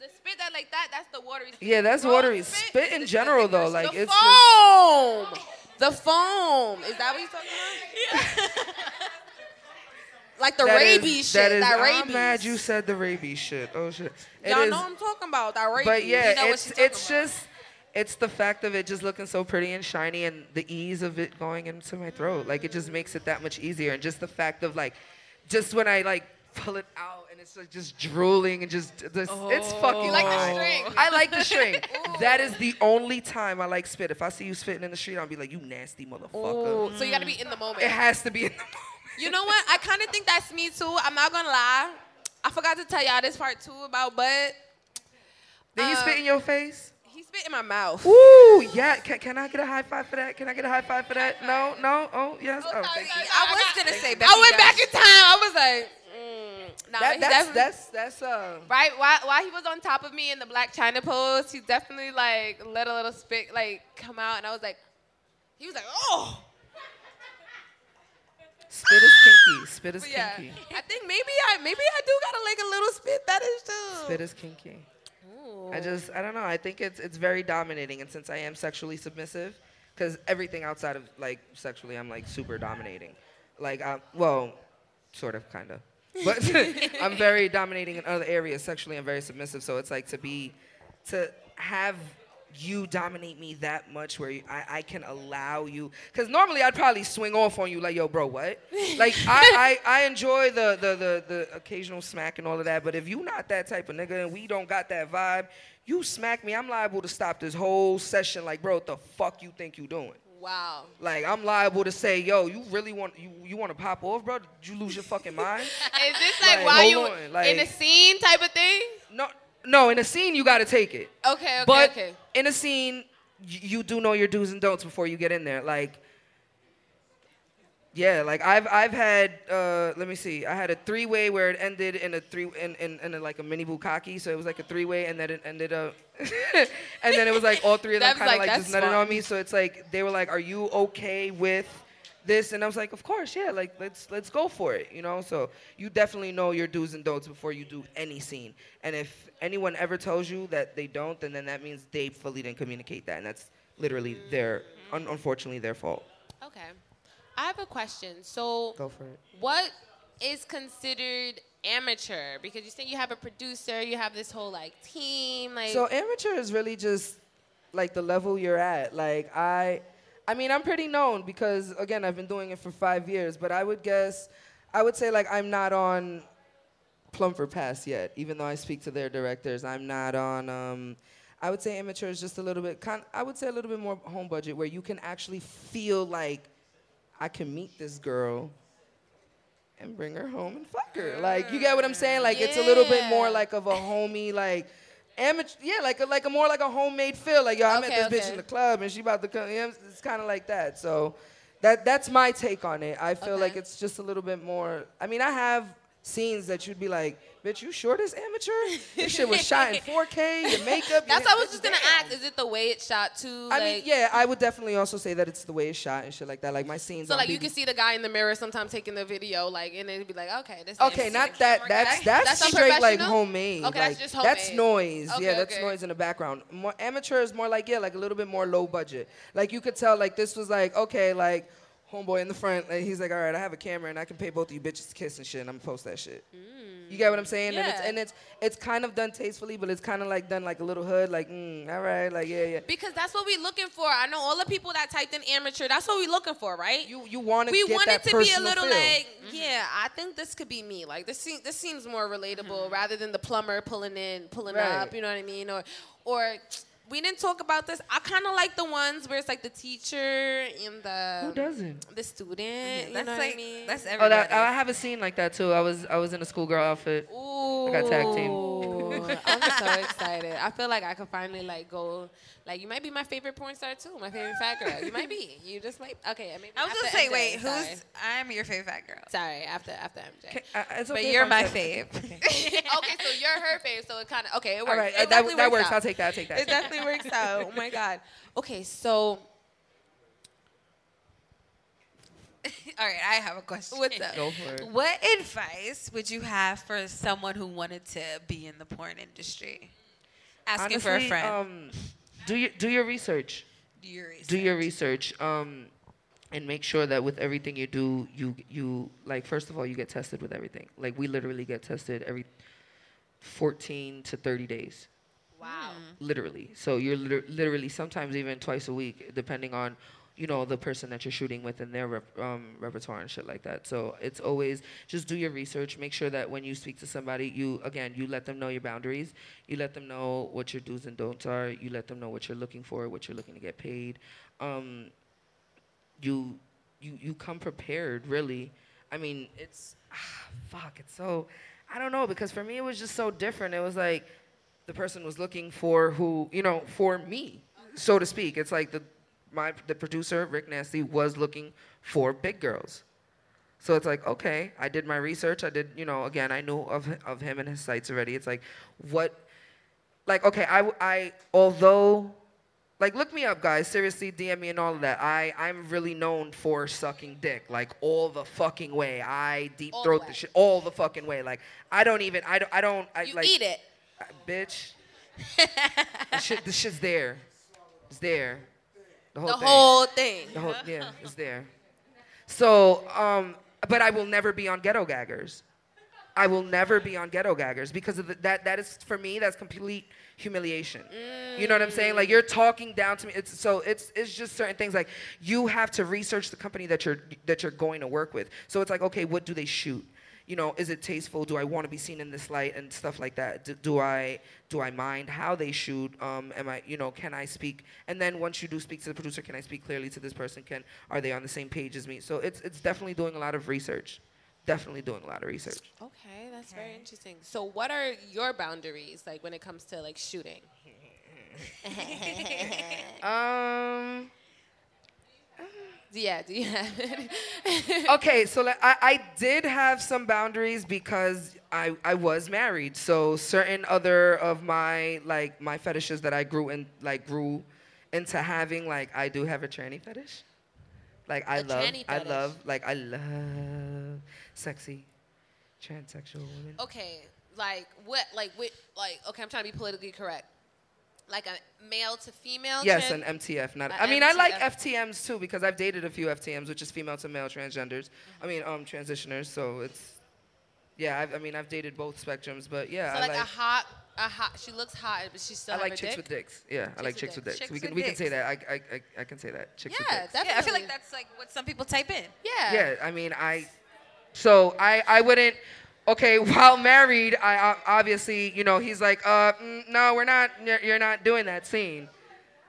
[SPEAKER 2] The spit that like that that's the watery. Spit.
[SPEAKER 6] yeah, that's
[SPEAKER 2] Throat
[SPEAKER 6] watery. Spit in
[SPEAKER 2] is
[SPEAKER 6] general though,
[SPEAKER 2] the
[SPEAKER 6] like
[SPEAKER 2] the
[SPEAKER 6] it's just,
[SPEAKER 2] foam. The foam. Is that what you're talking about? like the
[SPEAKER 6] that is-
[SPEAKER 2] rabies shit.
[SPEAKER 6] That is,
[SPEAKER 2] that
[SPEAKER 6] I'm
[SPEAKER 2] rabies.
[SPEAKER 6] mad you said the rabies shit. Oh shit. It
[SPEAKER 2] Y'all
[SPEAKER 6] is-
[SPEAKER 2] know what I'm talking about. That rabies.
[SPEAKER 6] But yeah,
[SPEAKER 2] You know what
[SPEAKER 6] it's
[SPEAKER 2] she talking
[SPEAKER 6] it's
[SPEAKER 2] about.
[SPEAKER 6] just it's the fact of it just looking so pretty and shiny and the ease of it going into my throat. Like it just makes it that much easier and just the fact of like just when I like pull it out and it's like just drooling and just this, it's fucking
[SPEAKER 2] You like the
[SPEAKER 6] hot.
[SPEAKER 2] string.
[SPEAKER 6] I like the string. that is the only time I like spit. If I see you spitting in the street, I'll be like, "You nasty motherfucker."
[SPEAKER 2] Ooh, so you gotta be in the moment.
[SPEAKER 6] It has to be in the moment.
[SPEAKER 2] You know what? I kind of think that's me too. I'm not gonna lie. I forgot to tell y'all this part too about, but
[SPEAKER 6] Did he
[SPEAKER 2] Uh,
[SPEAKER 6] spit in your face?
[SPEAKER 2] he spit in my mouth.
[SPEAKER 6] Ooh, yeah. Can, can I get a high five for that? Can I get a high five for that? No, no. Oh, yes. Oh,
[SPEAKER 2] sorry,
[SPEAKER 6] thank you.
[SPEAKER 2] sorry.
[SPEAKER 1] I was gonna say Becky
[SPEAKER 2] I went
[SPEAKER 1] Dash.
[SPEAKER 2] back in time. I was like, mm, nah,
[SPEAKER 6] That,
[SPEAKER 2] he
[SPEAKER 6] that's,
[SPEAKER 2] definitely-
[SPEAKER 6] that's that's uh
[SPEAKER 2] right. While, while he was on top of me in the Black China pose, he definitely like let a little spit like come out, and I was like, he was like, oh,
[SPEAKER 6] spit is kinky. Spit is
[SPEAKER 2] but yeah.
[SPEAKER 6] kinky.
[SPEAKER 2] I think maybe I maybe I do gotta like a little spit that is too.
[SPEAKER 6] Spit is kinky. I just I don't know. I think it's it's very dominating, and since I am sexually submissive, because everything outside of like sexually, I'm like super dominating. Like I well, sort of, kind of. But I'm very dominating in other areas. Sexually, I'm very submissive. So it's like to be, to have you dominate me that much where you, I, I can allow you. Because normally I'd probably swing off on you like, yo, bro, what? Like, I, I, I enjoy the, the, the, the occasional smack and all of that. But if you not that type of nigga and we don't got that vibe, you smack me, I'm liable to stop this whole session. Like, bro, what the fuck you think you doing?
[SPEAKER 2] Wow.
[SPEAKER 6] Like, I'm liable to say, yo, you really want, you, you want to pop off, bro? Did you lose your fucking mind?
[SPEAKER 2] Is this like,
[SPEAKER 6] Like,
[SPEAKER 2] while
[SPEAKER 6] hold
[SPEAKER 2] you
[SPEAKER 6] on, like-
[SPEAKER 2] in a scene type of thing?
[SPEAKER 6] No, no. In a scene, you got to take it.
[SPEAKER 2] Okay, okay,
[SPEAKER 6] but
[SPEAKER 2] okay.
[SPEAKER 6] in a scene, y- you do know your do's and don'ts before you get in there. Like, yeah, like I've I've had uh, let me see, I had a three way where it ended in a three in in, in a, like a mini bukkake, so it was like a three way, and then it ended up, and then it was like all three of them
[SPEAKER 2] That was
[SPEAKER 6] kind of
[SPEAKER 2] like,
[SPEAKER 6] like,
[SPEAKER 2] that's
[SPEAKER 6] just nutted on
[SPEAKER 2] fun.
[SPEAKER 6] me. So it's like they were like, "Are you okay with?" This and I was like, of course, yeah, like let's let's go for it, you know. So you definitely know your do's and don'ts before you do any scene. And if anyone ever tells you that they don't, then then that means they fully didn't communicate that, and that's literally their un- unfortunately their fault.
[SPEAKER 2] Okay. I have a question. So,
[SPEAKER 6] Go for it.
[SPEAKER 2] what is considered amateur? Because you say you have a producer, you have this whole like team, like
[SPEAKER 6] So amateur is really just like the level you're at. Like I, I mean, I'm pretty known because again, I've been doing it for five years. But I would guess, I would say like I'm not on Plumfer Pass yet, even though I speak to their directors. I'm not on. Um, I would say amateur is just a little bit. Con- I would say a little bit more home budget, where you can actually feel like I can meet this girl and bring her home and fuck her. Like you get what I'm saying? Like it's a little bit more
[SPEAKER 2] Yeah.
[SPEAKER 6] like of a homey like amateur. Yeah, like a, like a more like a homemade feel. Like yo, I
[SPEAKER 2] Okay,
[SPEAKER 6] met this bitch
[SPEAKER 2] okay.
[SPEAKER 6] in the club and she about to come. You know, it's kind of like that. So that that's my take on it. I feel
[SPEAKER 2] Okay.
[SPEAKER 6] like it's just a little bit more. I mean, I have scenes that you'd be like, bitch, you sure this amateur? This shit was shot in 4K. Your
[SPEAKER 2] that's
[SPEAKER 6] makeup. your,
[SPEAKER 2] what I was just gonna ask. Is it the way it's shot too?
[SPEAKER 6] I
[SPEAKER 2] like,
[SPEAKER 6] mean, yeah, I would definitely also say that it's the way it's shot and shit like that. Like my scenes.
[SPEAKER 2] So
[SPEAKER 6] on
[SPEAKER 2] like you
[SPEAKER 6] BBC
[SPEAKER 2] can see the guy in the mirror sometimes taking the video, like, and it'd be like, okay, this.
[SPEAKER 6] Okay,
[SPEAKER 2] is-
[SPEAKER 6] not that. That's that's,
[SPEAKER 2] That's
[SPEAKER 6] straight like
[SPEAKER 2] unprofessional?
[SPEAKER 6] homemade.
[SPEAKER 2] Okay, that's
[SPEAKER 6] like,
[SPEAKER 2] just
[SPEAKER 6] That's
[SPEAKER 2] homemade.
[SPEAKER 6] noise.
[SPEAKER 2] Okay,
[SPEAKER 6] yeah, that's
[SPEAKER 2] okay.
[SPEAKER 6] noise in the background. More amateur is more like yeah, like a little bit more low budget. Like you could tell like this was like okay like. Homeboy in the front, like he's like, all right, I have a camera and I can pay both of you bitches to kiss and shit, and I'm gonna post that shit. You get what I'm saying? And it's
[SPEAKER 2] Yeah.
[SPEAKER 6] and it's it's kind of done tastefully, but it's kind of like done like a little hood, like, mm, all right, like yeah, yeah.
[SPEAKER 2] Because that's what we looking for. I know all the people that typed in amateur. That's what we looking for, right?
[SPEAKER 6] You you want to
[SPEAKER 2] we
[SPEAKER 6] get
[SPEAKER 2] want
[SPEAKER 6] that
[SPEAKER 2] it to be a
[SPEAKER 6] personal
[SPEAKER 2] little
[SPEAKER 6] feel.
[SPEAKER 2] like,
[SPEAKER 1] Mm-hmm.
[SPEAKER 2] yeah, I think this could be me. Like this, seem, this
[SPEAKER 1] Mm-hmm.
[SPEAKER 2] seems more relatable rather than the plumber pulling in, pulling
[SPEAKER 6] Right.
[SPEAKER 2] up. You know what I mean? Or, or we didn't talk about this. I kind of like the ones where it's like the teacher and the
[SPEAKER 6] Who doesn't?
[SPEAKER 2] the student. you
[SPEAKER 1] That's
[SPEAKER 2] know what
[SPEAKER 1] like
[SPEAKER 2] I mean?
[SPEAKER 1] that's
[SPEAKER 6] Oh,
[SPEAKER 1] everybody.
[SPEAKER 6] that, I have a scene like that too. I was I was in a schoolgirl outfit.
[SPEAKER 2] Ooh,
[SPEAKER 6] got tag team.
[SPEAKER 2] I'm so excited. I feel like I could finally like go. Like you might be my favorite porn star too. My favorite fat girl. You might be. You just might. Okay, maybe.
[SPEAKER 1] I was
[SPEAKER 2] after
[SPEAKER 1] gonna say,
[SPEAKER 2] MJ,
[SPEAKER 1] wait,
[SPEAKER 2] sorry.
[SPEAKER 1] who's? I'm your favorite fat girl.
[SPEAKER 2] Sorry, after after MJ.
[SPEAKER 6] Ca- I- I- it's
[SPEAKER 1] But
[SPEAKER 6] okay if
[SPEAKER 1] you're
[SPEAKER 6] I'm
[SPEAKER 1] my
[SPEAKER 6] sep-
[SPEAKER 1] fave.
[SPEAKER 2] okay, so you're her fave, so it kind of okay. It works.
[SPEAKER 6] All right,
[SPEAKER 2] It
[SPEAKER 6] that,
[SPEAKER 2] definitely
[SPEAKER 6] that works.
[SPEAKER 2] out.
[SPEAKER 6] I'll take that. I'll take
[SPEAKER 2] It
[SPEAKER 6] that.
[SPEAKER 2] definitely works out. Oh my god. Okay, so
[SPEAKER 1] All right, I have a question.
[SPEAKER 2] what's up?
[SPEAKER 6] Go for it.
[SPEAKER 1] What advice would you have for someone who wanted to be in the porn industry? Asking for a
[SPEAKER 6] Honestly,
[SPEAKER 1] friend.
[SPEAKER 6] Um, do your do your research.
[SPEAKER 1] do your research.
[SPEAKER 6] do your research um, and make sure that with everything you do you you like first of all you get tested with everything like we literally get tested every 14 to 30 days
[SPEAKER 2] Wow.
[SPEAKER 6] literally so you're liter- literally sometimes even twice a week depending on you know the person that you're shooting with and their rep- um, repertoire and shit like that so it's always just do your research make sure that when you speak to somebody you again you let them know your boundaries you let them know what your do's and don'ts are you let them know what you're looking for what you're looking to get paid um, you you you come prepared really i mean it's ah, fuck it's so i don't know because for me it was just so different it was like the person was looking for who you know for me so to speak it's like the my the producer rick nasty was looking for big girls so it's like, okay, I did my research. I did, you know, again, I knew of, of him and his sites already. It's like, what, like, okay, I, w- I, although, like, look me up, guys. Seriously, DM me and all of that. I, I'm really known for sucking dick, like, all the fucking way. I deep
[SPEAKER 2] All the
[SPEAKER 6] throat the,
[SPEAKER 2] way.
[SPEAKER 6] shit, all the fucking way. Like, I don't even, I don't, I don't, I
[SPEAKER 2] You
[SPEAKER 6] like,
[SPEAKER 2] eat it.
[SPEAKER 6] I- bitch. this, shit, this shit's there. It's there. The whole
[SPEAKER 2] The
[SPEAKER 6] thing.
[SPEAKER 2] whole thing.
[SPEAKER 6] The whole, yeah, it's there. So, um, but I will never be on Ghetto Gaggers. I will never be on Ghetto Gaggers because of the, that. That is for me. That's complete humiliation. You know what I'm saying? Like you're talking down to me. It's so it's it's just certain things. Like you have to research the company that you're that you're going to work with. So it's like, okay, what do they shoot? You know, is it tasteful? Do I want to be seen in this light and stuff like that? Do, do I do I mind how they shoot? Um, am I you know can I speak? And then once you do speak to the producer, can I speak clearly to this person? Can are they on the same page as me? So it's it's definitely doing a lot of research. Definitely doing a lot of research.
[SPEAKER 2] Okay, that's very interesting. So, what are your boundaries like when it comes to like shooting?
[SPEAKER 6] Um.
[SPEAKER 2] Yeah, do you have
[SPEAKER 6] okay, so like, I, I did have some boundaries because I, I was married. So certain other of my like my fetishes that I grew in like grew into having like I do have a tranny fetish. Like I
[SPEAKER 2] A
[SPEAKER 6] love
[SPEAKER 2] tranny
[SPEAKER 6] I
[SPEAKER 2] fetish.
[SPEAKER 6] love like I love sexy transsexual women.
[SPEAKER 2] Okay, like what? Like what? Like okay, I'm trying to be politically correct. Like a male to female.
[SPEAKER 6] Yes, uh,
[SPEAKER 2] tran-
[SPEAKER 6] an MTF. Not.
[SPEAKER 2] A
[SPEAKER 6] I mean, I like
[SPEAKER 2] MTF.
[SPEAKER 6] FTMs too because I've dated a few FTMs, which is female to male transgenders. I mean, um, transitioners. So it's, yeah. I've, I mean, I've dated both spectrums, but yeah,
[SPEAKER 2] so
[SPEAKER 6] I
[SPEAKER 2] like,
[SPEAKER 6] like.
[SPEAKER 2] a hot, a hot. She looks hot, but she still
[SPEAKER 6] I
[SPEAKER 2] have
[SPEAKER 6] like
[SPEAKER 2] her
[SPEAKER 6] chicks
[SPEAKER 2] dick.
[SPEAKER 6] with dicks. Yeah, I like
[SPEAKER 2] with
[SPEAKER 6] chicks with
[SPEAKER 2] dicks.
[SPEAKER 6] dicks. we
[SPEAKER 1] Chicks
[SPEAKER 6] can
[SPEAKER 1] with
[SPEAKER 6] we can say
[SPEAKER 1] dicks.
[SPEAKER 6] that. I, I, I, I can say that. Chicks with
[SPEAKER 2] Yeah,
[SPEAKER 6] dicks.
[SPEAKER 2] definitely.
[SPEAKER 1] yeah, I feel like that's like what some people type in.
[SPEAKER 2] Yeah.
[SPEAKER 6] yeah i mean i so i i wouldn't okay while married i o- obviously you know he's like uh mm, no we're not you're, you're not doing that scene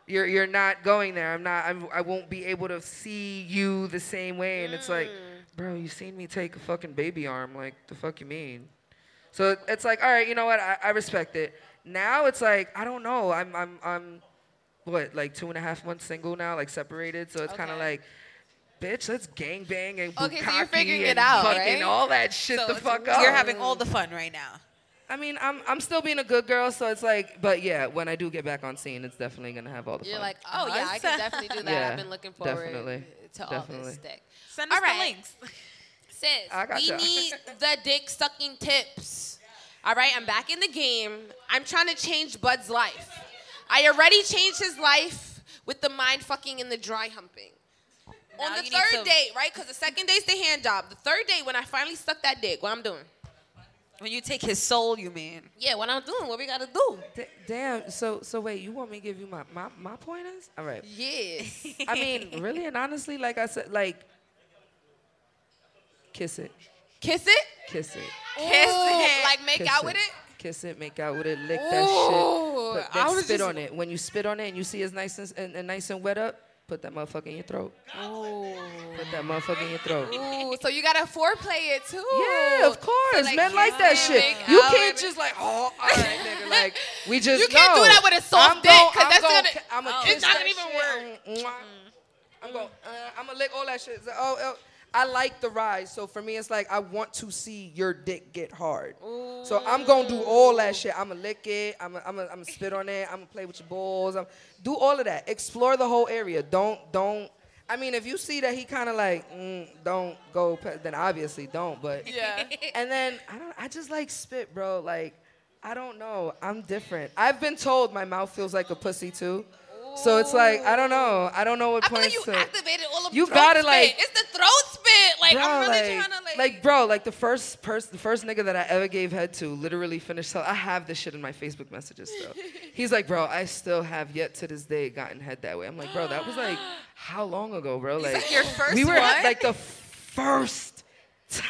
[SPEAKER 6] you're you're not going there i'm not I'm, i won't be able to see you the same way and it's like bro you seen me take a fucking baby arm like the fuck you mean so it- it's like all right you know what i, I respect it now it's like i don't know i'm i'm i'm what like two and a half months single now like separated so it's kind of
[SPEAKER 2] Okay.
[SPEAKER 6] like bitch, let's gangbang and
[SPEAKER 2] Okay, so you're
[SPEAKER 6] bukkake
[SPEAKER 2] figuring it
[SPEAKER 6] and
[SPEAKER 2] out,
[SPEAKER 6] fucking
[SPEAKER 2] right?
[SPEAKER 6] all that shit the
[SPEAKER 1] it's-
[SPEAKER 6] fuck up.
[SPEAKER 1] you're having all the fun right now.
[SPEAKER 6] I mean, I'm I'm still being a good girl, so it's like, but yeah, when I do get back on scene, it's definitely gonna have all the
[SPEAKER 2] You're
[SPEAKER 6] fun.
[SPEAKER 2] like, oh yeah, I can
[SPEAKER 1] Awesome.
[SPEAKER 2] definitely do that.
[SPEAKER 6] Yeah,
[SPEAKER 2] I've been looking forward
[SPEAKER 6] definitely,
[SPEAKER 2] to all
[SPEAKER 6] definitely.
[SPEAKER 2] this dick.
[SPEAKER 1] Send
[SPEAKER 2] All
[SPEAKER 1] us
[SPEAKER 2] right.
[SPEAKER 1] the links.
[SPEAKER 2] Sis,
[SPEAKER 6] I got
[SPEAKER 2] we
[SPEAKER 6] y'all.
[SPEAKER 2] need the dick sucking tips. All right, I'm back in the game. I'm trying to change Bud's life. I already changed his life with the mind fucking and the dry humping. On
[SPEAKER 1] Now
[SPEAKER 2] the
[SPEAKER 1] you need to-
[SPEAKER 2] third date, right? Because the second day's the hand job. The third day, when I finally suck that dick, what I'm doing?
[SPEAKER 1] When you take his soul, you mean?
[SPEAKER 2] Yeah, what I'm doing? What we gotta do?
[SPEAKER 6] D- damn. So so wait, you want me to give you my my, my pointers? All right.
[SPEAKER 2] Yes.
[SPEAKER 6] I mean, really and honestly, like I said, like kiss it,
[SPEAKER 2] Kiss it.
[SPEAKER 6] kiss it.
[SPEAKER 2] Kiss it. Like make
[SPEAKER 6] Kiss
[SPEAKER 2] out
[SPEAKER 6] it.
[SPEAKER 2] with it.
[SPEAKER 6] kiss it, make out with it, lick that shit, put,
[SPEAKER 2] I
[SPEAKER 6] then
[SPEAKER 2] was
[SPEAKER 6] spit
[SPEAKER 2] just-
[SPEAKER 6] on it. When you spit on it and you see it's nice and, and, and nice and wet up, put that motherfucker in your throat. Put that motherfucker in your throat.
[SPEAKER 2] Ooh, so you gotta foreplay it too.
[SPEAKER 6] Yeah, of course.
[SPEAKER 2] like,
[SPEAKER 6] Men
[SPEAKER 2] you
[SPEAKER 6] like that
[SPEAKER 2] can't
[SPEAKER 6] shit.
[SPEAKER 2] make
[SPEAKER 6] You
[SPEAKER 2] out
[SPEAKER 6] can't
[SPEAKER 2] with-
[SPEAKER 6] just like, oh, all right, nigga. Like, we just
[SPEAKER 2] You can't do
[SPEAKER 6] know.
[SPEAKER 2] that with a soft
[SPEAKER 6] I'm
[SPEAKER 2] dick,
[SPEAKER 6] gon-
[SPEAKER 2] 'cause
[SPEAKER 6] I'm
[SPEAKER 2] that's
[SPEAKER 6] gon-
[SPEAKER 2] gonna-
[SPEAKER 6] I'm gonna
[SPEAKER 2] Oh.
[SPEAKER 6] kiss
[SPEAKER 2] It's not
[SPEAKER 6] that
[SPEAKER 2] gonna even Mm.
[SPEAKER 6] shit. work. I'm gonna, uh, I'm gonna lick all that shit. So, oh, oh, I like the rise. So for me, it's like I want to see your dick get hard. So I'm gonna do all that shit. I'm gonna lick it. I'm gonna, I'm gonna, I'm gonna spit on it. I'm gonna play with your balls. I'm do all of that. Explore the whole area. Don't don't. I mean, if you see that he kind of like mm, don't go, pa- then obviously don't. But
[SPEAKER 2] Yeah.
[SPEAKER 6] and then I don't. I just like spit, bro. Like I don't know. I'm different. I've been told my mouth feels like a pussy too. So it's like I don't know. I don't know what
[SPEAKER 2] I feel like
[SPEAKER 6] points
[SPEAKER 2] you
[SPEAKER 6] to.
[SPEAKER 2] activated all of
[SPEAKER 6] You
[SPEAKER 2] throat
[SPEAKER 6] gotta,
[SPEAKER 2] spit.
[SPEAKER 6] like-
[SPEAKER 2] It's the throat spit. Like I'm
[SPEAKER 6] Bro,
[SPEAKER 2] really trying to like.
[SPEAKER 6] bro, like the first person, the first nigga that I ever gave head to, literally finished. So I have this shit in my Facebook messages still. He's like, bro, I still have yet to this day gotten head that way. I'm like, bro, that was like how long ago, bro? Like,
[SPEAKER 1] like, "Your first
[SPEAKER 6] We were
[SPEAKER 1] one?"
[SPEAKER 6] like the first time.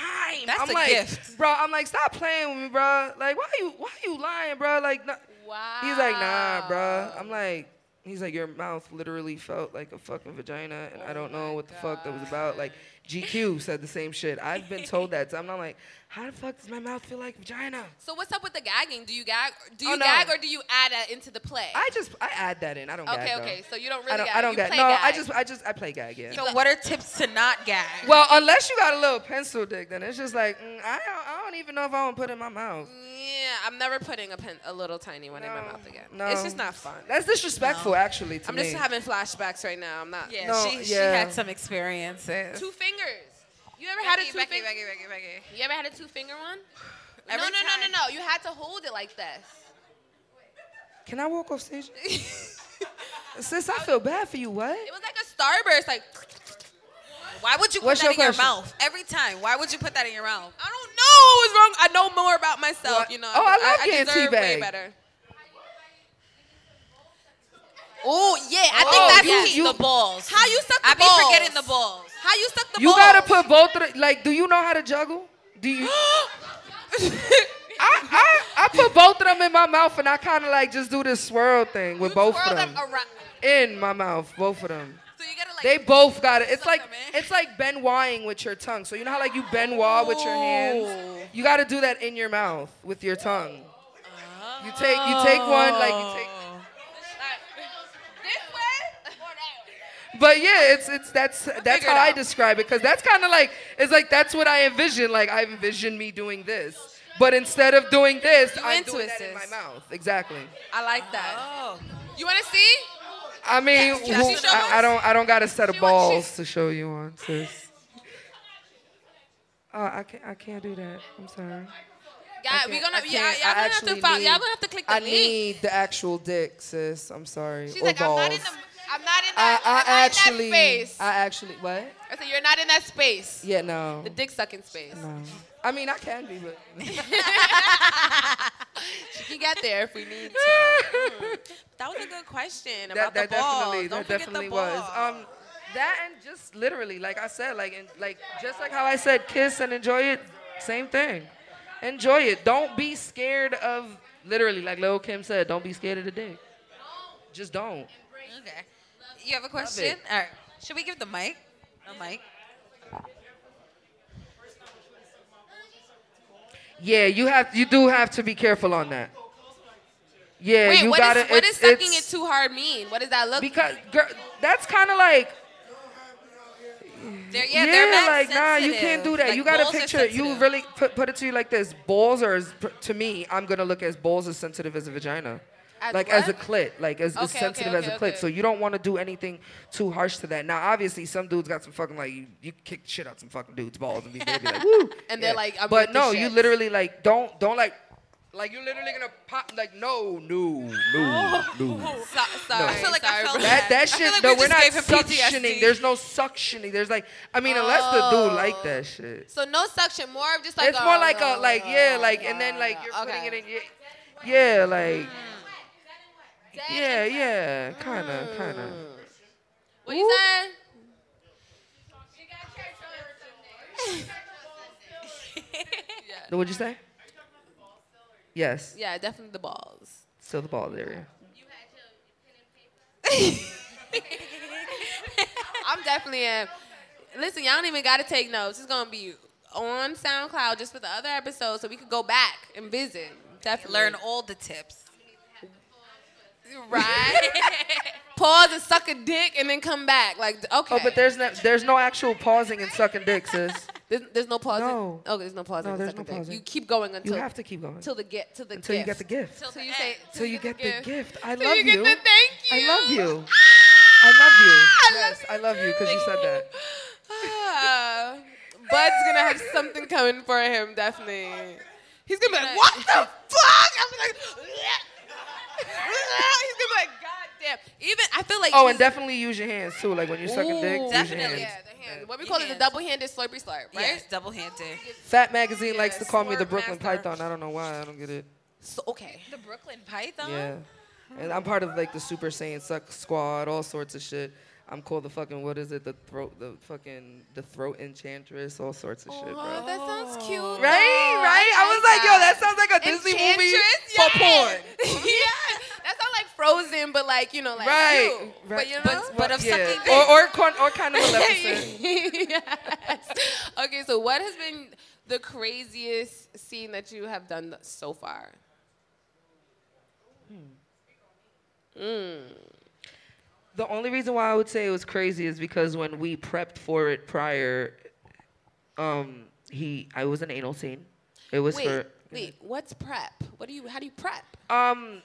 [SPEAKER 1] That's
[SPEAKER 6] I'm
[SPEAKER 1] a
[SPEAKER 6] like,
[SPEAKER 1] gift.
[SPEAKER 6] bro, I'm like, stop playing with me, bro. Like, why you, why you lying, bro? Like, no.
[SPEAKER 2] wow.
[SPEAKER 6] he's like, nah, bro. I'm like. He's like, your mouth literally felt like a fucking vagina, and I don't
[SPEAKER 2] Oh
[SPEAKER 6] know what the fuck that was about. Like, GQ said the same shit. I've been told that, so I'm not like, how the fuck does my mouth feel like vagina?
[SPEAKER 2] So what's up with the gagging? Do you gag? Do you
[SPEAKER 6] Oh, no.
[SPEAKER 2] gag or do you add that into the play?
[SPEAKER 6] I just, I add that in. I don't.
[SPEAKER 2] okay,
[SPEAKER 6] gag, though.
[SPEAKER 2] okay. So you don't really
[SPEAKER 6] I don't.
[SPEAKER 2] gag.
[SPEAKER 6] I don't
[SPEAKER 2] you
[SPEAKER 6] gag.
[SPEAKER 2] Play
[SPEAKER 6] No,
[SPEAKER 2] gag.
[SPEAKER 6] I just, I just, I play gag. Yeah.
[SPEAKER 1] So what are tips to not gag?
[SPEAKER 6] Well, unless you got a little pencil dick, then it's just like, mm, I, don't, I don't even know if I want to put it in my mouth.
[SPEAKER 2] Yeah, I'm never putting a pen, a little tiny one in my
[SPEAKER 6] No,
[SPEAKER 2] mouth again.
[SPEAKER 6] no.
[SPEAKER 2] It's just not fun.
[SPEAKER 6] That's disrespectful, actually. To
[SPEAKER 2] I'm
[SPEAKER 6] me.
[SPEAKER 2] just having flashbacks right now. I'm not.
[SPEAKER 1] Yeah,
[SPEAKER 6] No,
[SPEAKER 1] she, she
[SPEAKER 6] yeah.
[SPEAKER 1] had some experiences.
[SPEAKER 2] Two fingers. You ever had a
[SPEAKER 1] Becky,
[SPEAKER 2] two
[SPEAKER 1] Becky,
[SPEAKER 2] finger?
[SPEAKER 1] Becky, Becky, Becky.
[SPEAKER 2] You ever had a two finger one?
[SPEAKER 1] Every
[SPEAKER 2] no, no, no,
[SPEAKER 1] time.
[SPEAKER 2] no, no. You had to hold it like this.
[SPEAKER 6] Can I walk off stage? Sis, I feel bad for you. What?
[SPEAKER 2] It was like a starburst. Like
[SPEAKER 1] Why would you put
[SPEAKER 6] What's
[SPEAKER 1] that
[SPEAKER 6] your
[SPEAKER 1] in your
[SPEAKER 6] question?
[SPEAKER 1] mouth every time? Why would you put that in your mouth?
[SPEAKER 2] I don't know what's wrong. I know more about myself.
[SPEAKER 6] What?
[SPEAKER 2] You know.
[SPEAKER 6] Oh, I love
[SPEAKER 2] I,
[SPEAKER 6] getting
[SPEAKER 2] deserve way
[SPEAKER 6] teabagged.
[SPEAKER 2] better. Oh yeah, I think
[SPEAKER 6] Oh,
[SPEAKER 2] that's
[SPEAKER 6] you-
[SPEAKER 2] key.
[SPEAKER 6] you-
[SPEAKER 1] the balls.
[SPEAKER 2] How you suck the
[SPEAKER 1] I be
[SPEAKER 2] balls?
[SPEAKER 1] forgetting the balls.
[SPEAKER 2] How you suck the
[SPEAKER 6] You
[SPEAKER 2] balls?
[SPEAKER 6] gotta put both of the, like, do you know how to juggle? Do you? I, I, I put both of them in my mouth and I kind of like just do this swirl thing with
[SPEAKER 2] You
[SPEAKER 6] both
[SPEAKER 2] twirl
[SPEAKER 6] of them.
[SPEAKER 2] around.
[SPEAKER 6] in my mouth, both of them.
[SPEAKER 2] So you gotta like.
[SPEAKER 6] They both got it. It's like
[SPEAKER 2] them in.
[SPEAKER 6] it's like Benoiting with your tongue. So you know how like you Benoit with your
[SPEAKER 2] Oh.
[SPEAKER 6] hands. You got to do that in your mouth with your tongue. You take you take one like you take.
[SPEAKER 2] this way or that way.
[SPEAKER 6] But yeah, it's it's that's that's
[SPEAKER 2] figure it
[SPEAKER 6] how I
[SPEAKER 2] out.
[SPEAKER 6] describe it because that's kind of like it's like that's what I envision. Like I envision me doing this, but instead of doing this, I'm
[SPEAKER 2] into
[SPEAKER 6] doing
[SPEAKER 2] it,
[SPEAKER 6] that in my
[SPEAKER 2] sis.
[SPEAKER 6] mouth. Exactly.
[SPEAKER 2] I like that. Oh. You wanna see?
[SPEAKER 6] I mean,
[SPEAKER 2] Yes, yes.
[SPEAKER 6] who-
[SPEAKER 2] She show us?
[SPEAKER 6] I, I don't I don't got a set of
[SPEAKER 2] She wants-
[SPEAKER 6] balls to show you on, sis. Oh, I can't I can't do that. I'm
[SPEAKER 2] Yeah,
[SPEAKER 6] sorry. I
[SPEAKER 2] we
[SPEAKER 6] can't-
[SPEAKER 2] gonna.
[SPEAKER 6] I
[SPEAKER 2] Y'all, y'all
[SPEAKER 6] can't. I
[SPEAKER 2] gonna have to
[SPEAKER 6] actually
[SPEAKER 2] follow.
[SPEAKER 6] need-
[SPEAKER 2] Y'all gonna have to click the
[SPEAKER 6] I
[SPEAKER 2] link.
[SPEAKER 6] need the actual dick, sis. I'm sorry.
[SPEAKER 2] She's
[SPEAKER 6] or
[SPEAKER 2] like,
[SPEAKER 6] balls.
[SPEAKER 2] I'm not in the. I'm not in
[SPEAKER 6] I,
[SPEAKER 2] that.
[SPEAKER 6] I
[SPEAKER 2] am
[SPEAKER 6] actually
[SPEAKER 2] Not in that space.
[SPEAKER 6] I actually what?
[SPEAKER 2] I said you're not in that space.
[SPEAKER 6] Yeah, no.
[SPEAKER 2] The dick sucking space.
[SPEAKER 6] no. I mean, I can be, but
[SPEAKER 2] You got there if we need to. Mm. That was a good question about the balls. Don't forget the balls.
[SPEAKER 6] Um, that and just literally, like I said, like and like just like how I said, kiss and enjoy it. Same thing. Enjoy it. Don't be scared of literally, like Lil Kim said, don't be scared of the dick. Just don't.
[SPEAKER 1] Okay. You have a question?
[SPEAKER 6] it.
[SPEAKER 1] All right. Should we give the mic? The mic.
[SPEAKER 6] Yeah, you have. You do have to be careful on that. Yeah,
[SPEAKER 2] Wait,
[SPEAKER 6] you
[SPEAKER 2] what,
[SPEAKER 6] gotta.
[SPEAKER 2] is, what
[SPEAKER 6] it's-
[SPEAKER 2] does sucking
[SPEAKER 6] it's-
[SPEAKER 2] it too hard mean? What does that look?
[SPEAKER 6] Because girl, that's kind of like
[SPEAKER 1] They're, yeah,
[SPEAKER 6] yeah,
[SPEAKER 1] they're mad
[SPEAKER 6] like nah, you can't
[SPEAKER 1] sensitive.
[SPEAKER 6] do that.
[SPEAKER 1] Like,
[SPEAKER 6] you gotta
[SPEAKER 1] balls are
[SPEAKER 6] picture it. You
[SPEAKER 1] sensitive.
[SPEAKER 6] really put, put it to you like this: balls are as, pr- to me. I'm gonna look as balls as sensitive as a vagina,
[SPEAKER 2] As
[SPEAKER 6] like as a
[SPEAKER 2] what?
[SPEAKER 6] clit, like as,
[SPEAKER 2] Okay,
[SPEAKER 6] as
[SPEAKER 2] okay,
[SPEAKER 6] sensitive as a
[SPEAKER 2] okay,
[SPEAKER 6] clit.
[SPEAKER 2] okay.
[SPEAKER 6] So you don't want to do anything too harsh to that. Now, obviously, some dudes got some fucking like you, you kick shit out some fucking dudes' balls and be, they'll be like, woo,
[SPEAKER 2] And they're like, I'm
[SPEAKER 6] but
[SPEAKER 2] with the
[SPEAKER 6] no, you
[SPEAKER 2] shits.
[SPEAKER 6] literally like don't don't like. Like you literally gonna pop like no no no no
[SPEAKER 2] so, sorry,
[SPEAKER 1] I feel like I
[SPEAKER 2] sorry,
[SPEAKER 1] felt
[SPEAKER 2] bro.
[SPEAKER 6] that that shit.
[SPEAKER 1] feel like
[SPEAKER 6] no,
[SPEAKER 1] we
[SPEAKER 6] we're
[SPEAKER 1] just
[SPEAKER 6] not
[SPEAKER 1] gave him
[SPEAKER 6] suctioning.
[SPEAKER 1] PTSD.
[SPEAKER 6] There's no suctioning. There's like, I mean, unless the dude like that shit.
[SPEAKER 2] So no suction, more of just like
[SPEAKER 6] it's
[SPEAKER 2] a-
[SPEAKER 6] more like a like yeah, like and then like you're putting
[SPEAKER 2] Okay.
[SPEAKER 6] it in. Your, yeah, like
[SPEAKER 2] Dead
[SPEAKER 6] yeah,
[SPEAKER 2] and-
[SPEAKER 6] yeah, kind of, kind of.
[SPEAKER 2] What you saying?
[SPEAKER 6] What'd you say? Yes.
[SPEAKER 2] Yeah, definitely the balls.
[SPEAKER 6] Still the bald area.
[SPEAKER 2] I'm definitely in. Listen, y'all don't even gotta take notes. It's gonna be on SoundCloud just for the other episodes, so we could go back and visit. Definitely
[SPEAKER 1] Learn all the tips.
[SPEAKER 2] right. Pause and suck a dick, and then come back. Like okay.
[SPEAKER 6] Oh, but there's no there's no actual pausing and sucking dick, sis.
[SPEAKER 2] There's, there's no pause.
[SPEAKER 6] No.
[SPEAKER 2] Oh, there's no pause.
[SPEAKER 6] No,
[SPEAKER 2] in
[SPEAKER 6] there's
[SPEAKER 2] second
[SPEAKER 6] no
[SPEAKER 2] thing.
[SPEAKER 6] pausing.
[SPEAKER 2] You keep going until
[SPEAKER 6] You have to keep going
[SPEAKER 2] till the get to the
[SPEAKER 6] until you
[SPEAKER 2] gift.
[SPEAKER 6] get the gift.
[SPEAKER 2] till you say
[SPEAKER 6] Till you get the gift. I
[SPEAKER 2] Till
[SPEAKER 6] love
[SPEAKER 2] you.
[SPEAKER 6] you.
[SPEAKER 2] Get the thank
[SPEAKER 6] I
[SPEAKER 2] you.
[SPEAKER 6] love you. I love you. Yes, I love you because you said that.
[SPEAKER 2] Ah, Bud's gonna have something coming for him, definitely. He's gonna be like, what the fuck? I'm like, he's gonna be like, god damn. Even I feel like
[SPEAKER 6] Oh, and
[SPEAKER 2] he's-
[SPEAKER 6] definitely use your hands too. Like when you suck a dick, use your
[SPEAKER 1] definitely.
[SPEAKER 6] hands.
[SPEAKER 2] yeah, the hand. What we call it, the
[SPEAKER 1] hands.
[SPEAKER 2] double-handed slurpy slurp, right?
[SPEAKER 1] Yes, double handed.
[SPEAKER 6] Fat magazine likes to call me the
[SPEAKER 2] Slurp
[SPEAKER 6] Brooklyn
[SPEAKER 2] master.
[SPEAKER 6] Python. I don't know why. I don't get it.
[SPEAKER 2] So okay.
[SPEAKER 1] The Brooklyn Python.
[SPEAKER 6] Yeah. And I'm part of like the Super Saiyan Suck Squad, all sorts of shit. I'm called the fucking what is it? The throat, the fucking the throat enchantress, all sorts of shit, bro.
[SPEAKER 2] Oh, that sounds cute.
[SPEAKER 6] Right, right. I was like, yo, that sounds like a Disney movie for porn.
[SPEAKER 2] yeah, that sounds like Frozen, but like you know, like
[SPEAKER 6] Right,
[SPEAKER 2] cute.
[SPEAKER 6] right.
[SPEAKER 2] But you know,
[SPEAKER 1] But- but of
[SPEAKER 6] yeah.
[SPEAKER 1] sucking
[SPEAKER 6] or or con- or kind of Maleficent.
[SPEAKER 2] yes. Okay, so what has been the craziest scene that you have done th- so far?
[SPEAKER 6] The only reason why I would say it was crazy is because when we prepped for it prior, um, he I was an anal scene. It was
[SPEAKER 2] Wait,
[SPEAKER 6] for
[SPEAKER 2] wait. What's prep? What do you? How do you prep?
[SPEAKER 6] um.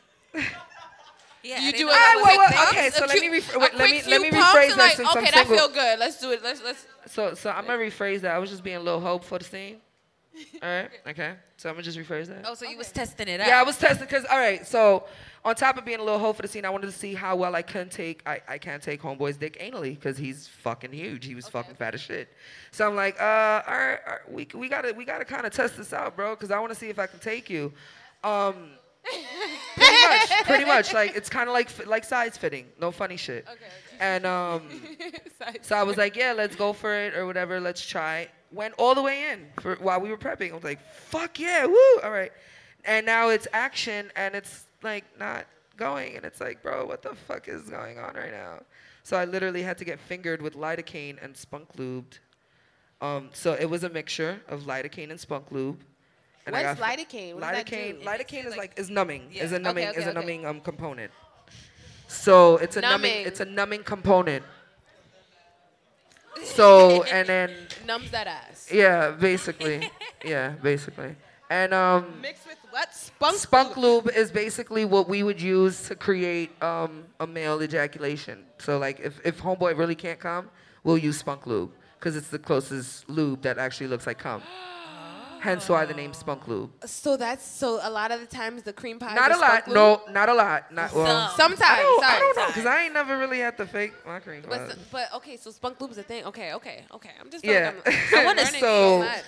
[SPEAKER 1] Yeah,
[SPEAKER 2] You
[SPEAKER 1] I didn't
[SPEAKER 2] do
[SPEAKER 1] know
[SPEAKER 2] it
[SPEAKER 1] that
[SPEAKER 6] I-
[SPEAKER 1] was-
[SPEAKER 6] well, well,
[SPEAKER 2] quick pumps,
[SPEAKER 6] okay,
[SPEAKER 2] a
[SPEAKER 6] so let
[SPEAKER 2] cute-
[SPEAKER 6] me rephr-
[SPEAKER 2] a
[SPEAKER 6] wait, let
[SPEAKER 2] quick
[SPEAKER 6] me-
[SPEAKER 2] few
[SPEAKER 6] let me
[SPEAKER 2] pumps
[SPEAKER 6] rephrase
[SPEAKER 2] and
[SPEAKER 6] that
[SPEAKER 2] like,
[SPEAKER 6] since I'm
[SPEAKER 2] okay,
[SPEAKER 6] single.
[SPEAKER 2] that feel good. Let's do it. Let's let's.
[SPEAKER 6] So so I'm gonna rephrase that. I was just being a little hope for the scene. All right. Okay. So I'm gonna just rephrase that.
[SPEAKER 1] Oh, so you was testing it out.
[SPEAKER 6] Yeah, I was testing because all right. So on top of being a little hoe for the scene, I wanted to see how well I can take I, I can take homeboy's dick anally because he's fucking huge. He was fucking fat as shit. So I'm like, uh, all right, all right, we we gotta we gotta kind of test this out, bro, because I want to see if I can take you. Um, pretty much, pretty much. Like it's kind of like fi- like size fitting. No funny shit. Okay. And um. So I was like, yeah, let's go for it or whatever. Let's try. Went all the way in for while we were prepping. I was like, fuck yeah, woo, all right. And now it's action and it's like not going. And it's like, bro, what the fuck is going on right now? So I literally had to get fingered with lidocaine and spunk lubed. Um, so it was a mixture of lidocaine and spunk lube. And I
[SPEAKER 2] What's
[SPEAKER 6] got-
[SPEAKER 2] lidocaine? What does that
[SPEAKER 6] Lidocaine,
[SPEAKER 2] do?
[SPEAKER 6] lidocaine is like is numbing. Is a
[SPEAKER 1] Okay,
[SPEAKER 6] numbing
[SPEAKER 2] okay,
[SPEAKER 6] is a
[SPEAKER 2] okay.
[SPEAKER 6] numbing um component. So it's a numbing.
[SPEAKER 2] Numbing.
[SPEAKER 6] it's a numbing component. So and then
[SPEAKER 2] Numbs that ass.
[SPEAKER 6] yeah, basically, yeah, basically, and um,
[SPEAKER 2] Mixed with what? Spunk.
[SPEAKER 6] spunk lube is basically what we would use to create um a male ejaculation. So like if if homeboy really can't come, we'll use spunk lube because it's the closest lube that actually looks like cum. Hence why the name spunk lube.
[SPEAKER 2] So that's so a lot of the times the cream pie.
[SPEAKER 6] Not a lot. No, not a lot. Not well.
[SPEAKER 1] Some.
[SPEAKER 2] Sometimes.
[SPEAKER 6] I don't,
[SPEAKER 2] sorry.
[SPEAKER 6] I don't know because I ain't never really had to fake my cream.
[SPEAKER 2] But,
[SPEAKER 6] pie.
[SPEAKER 2] s- but okay, so spunk lube is a thing. Okay, okay, okay. I'm just yeah.
[SPEAKER 6] Yeah.
[SPEAKER 2] Like I'm, I want to
[SPEAKER 6] So-
[SPEAKER 2] so much.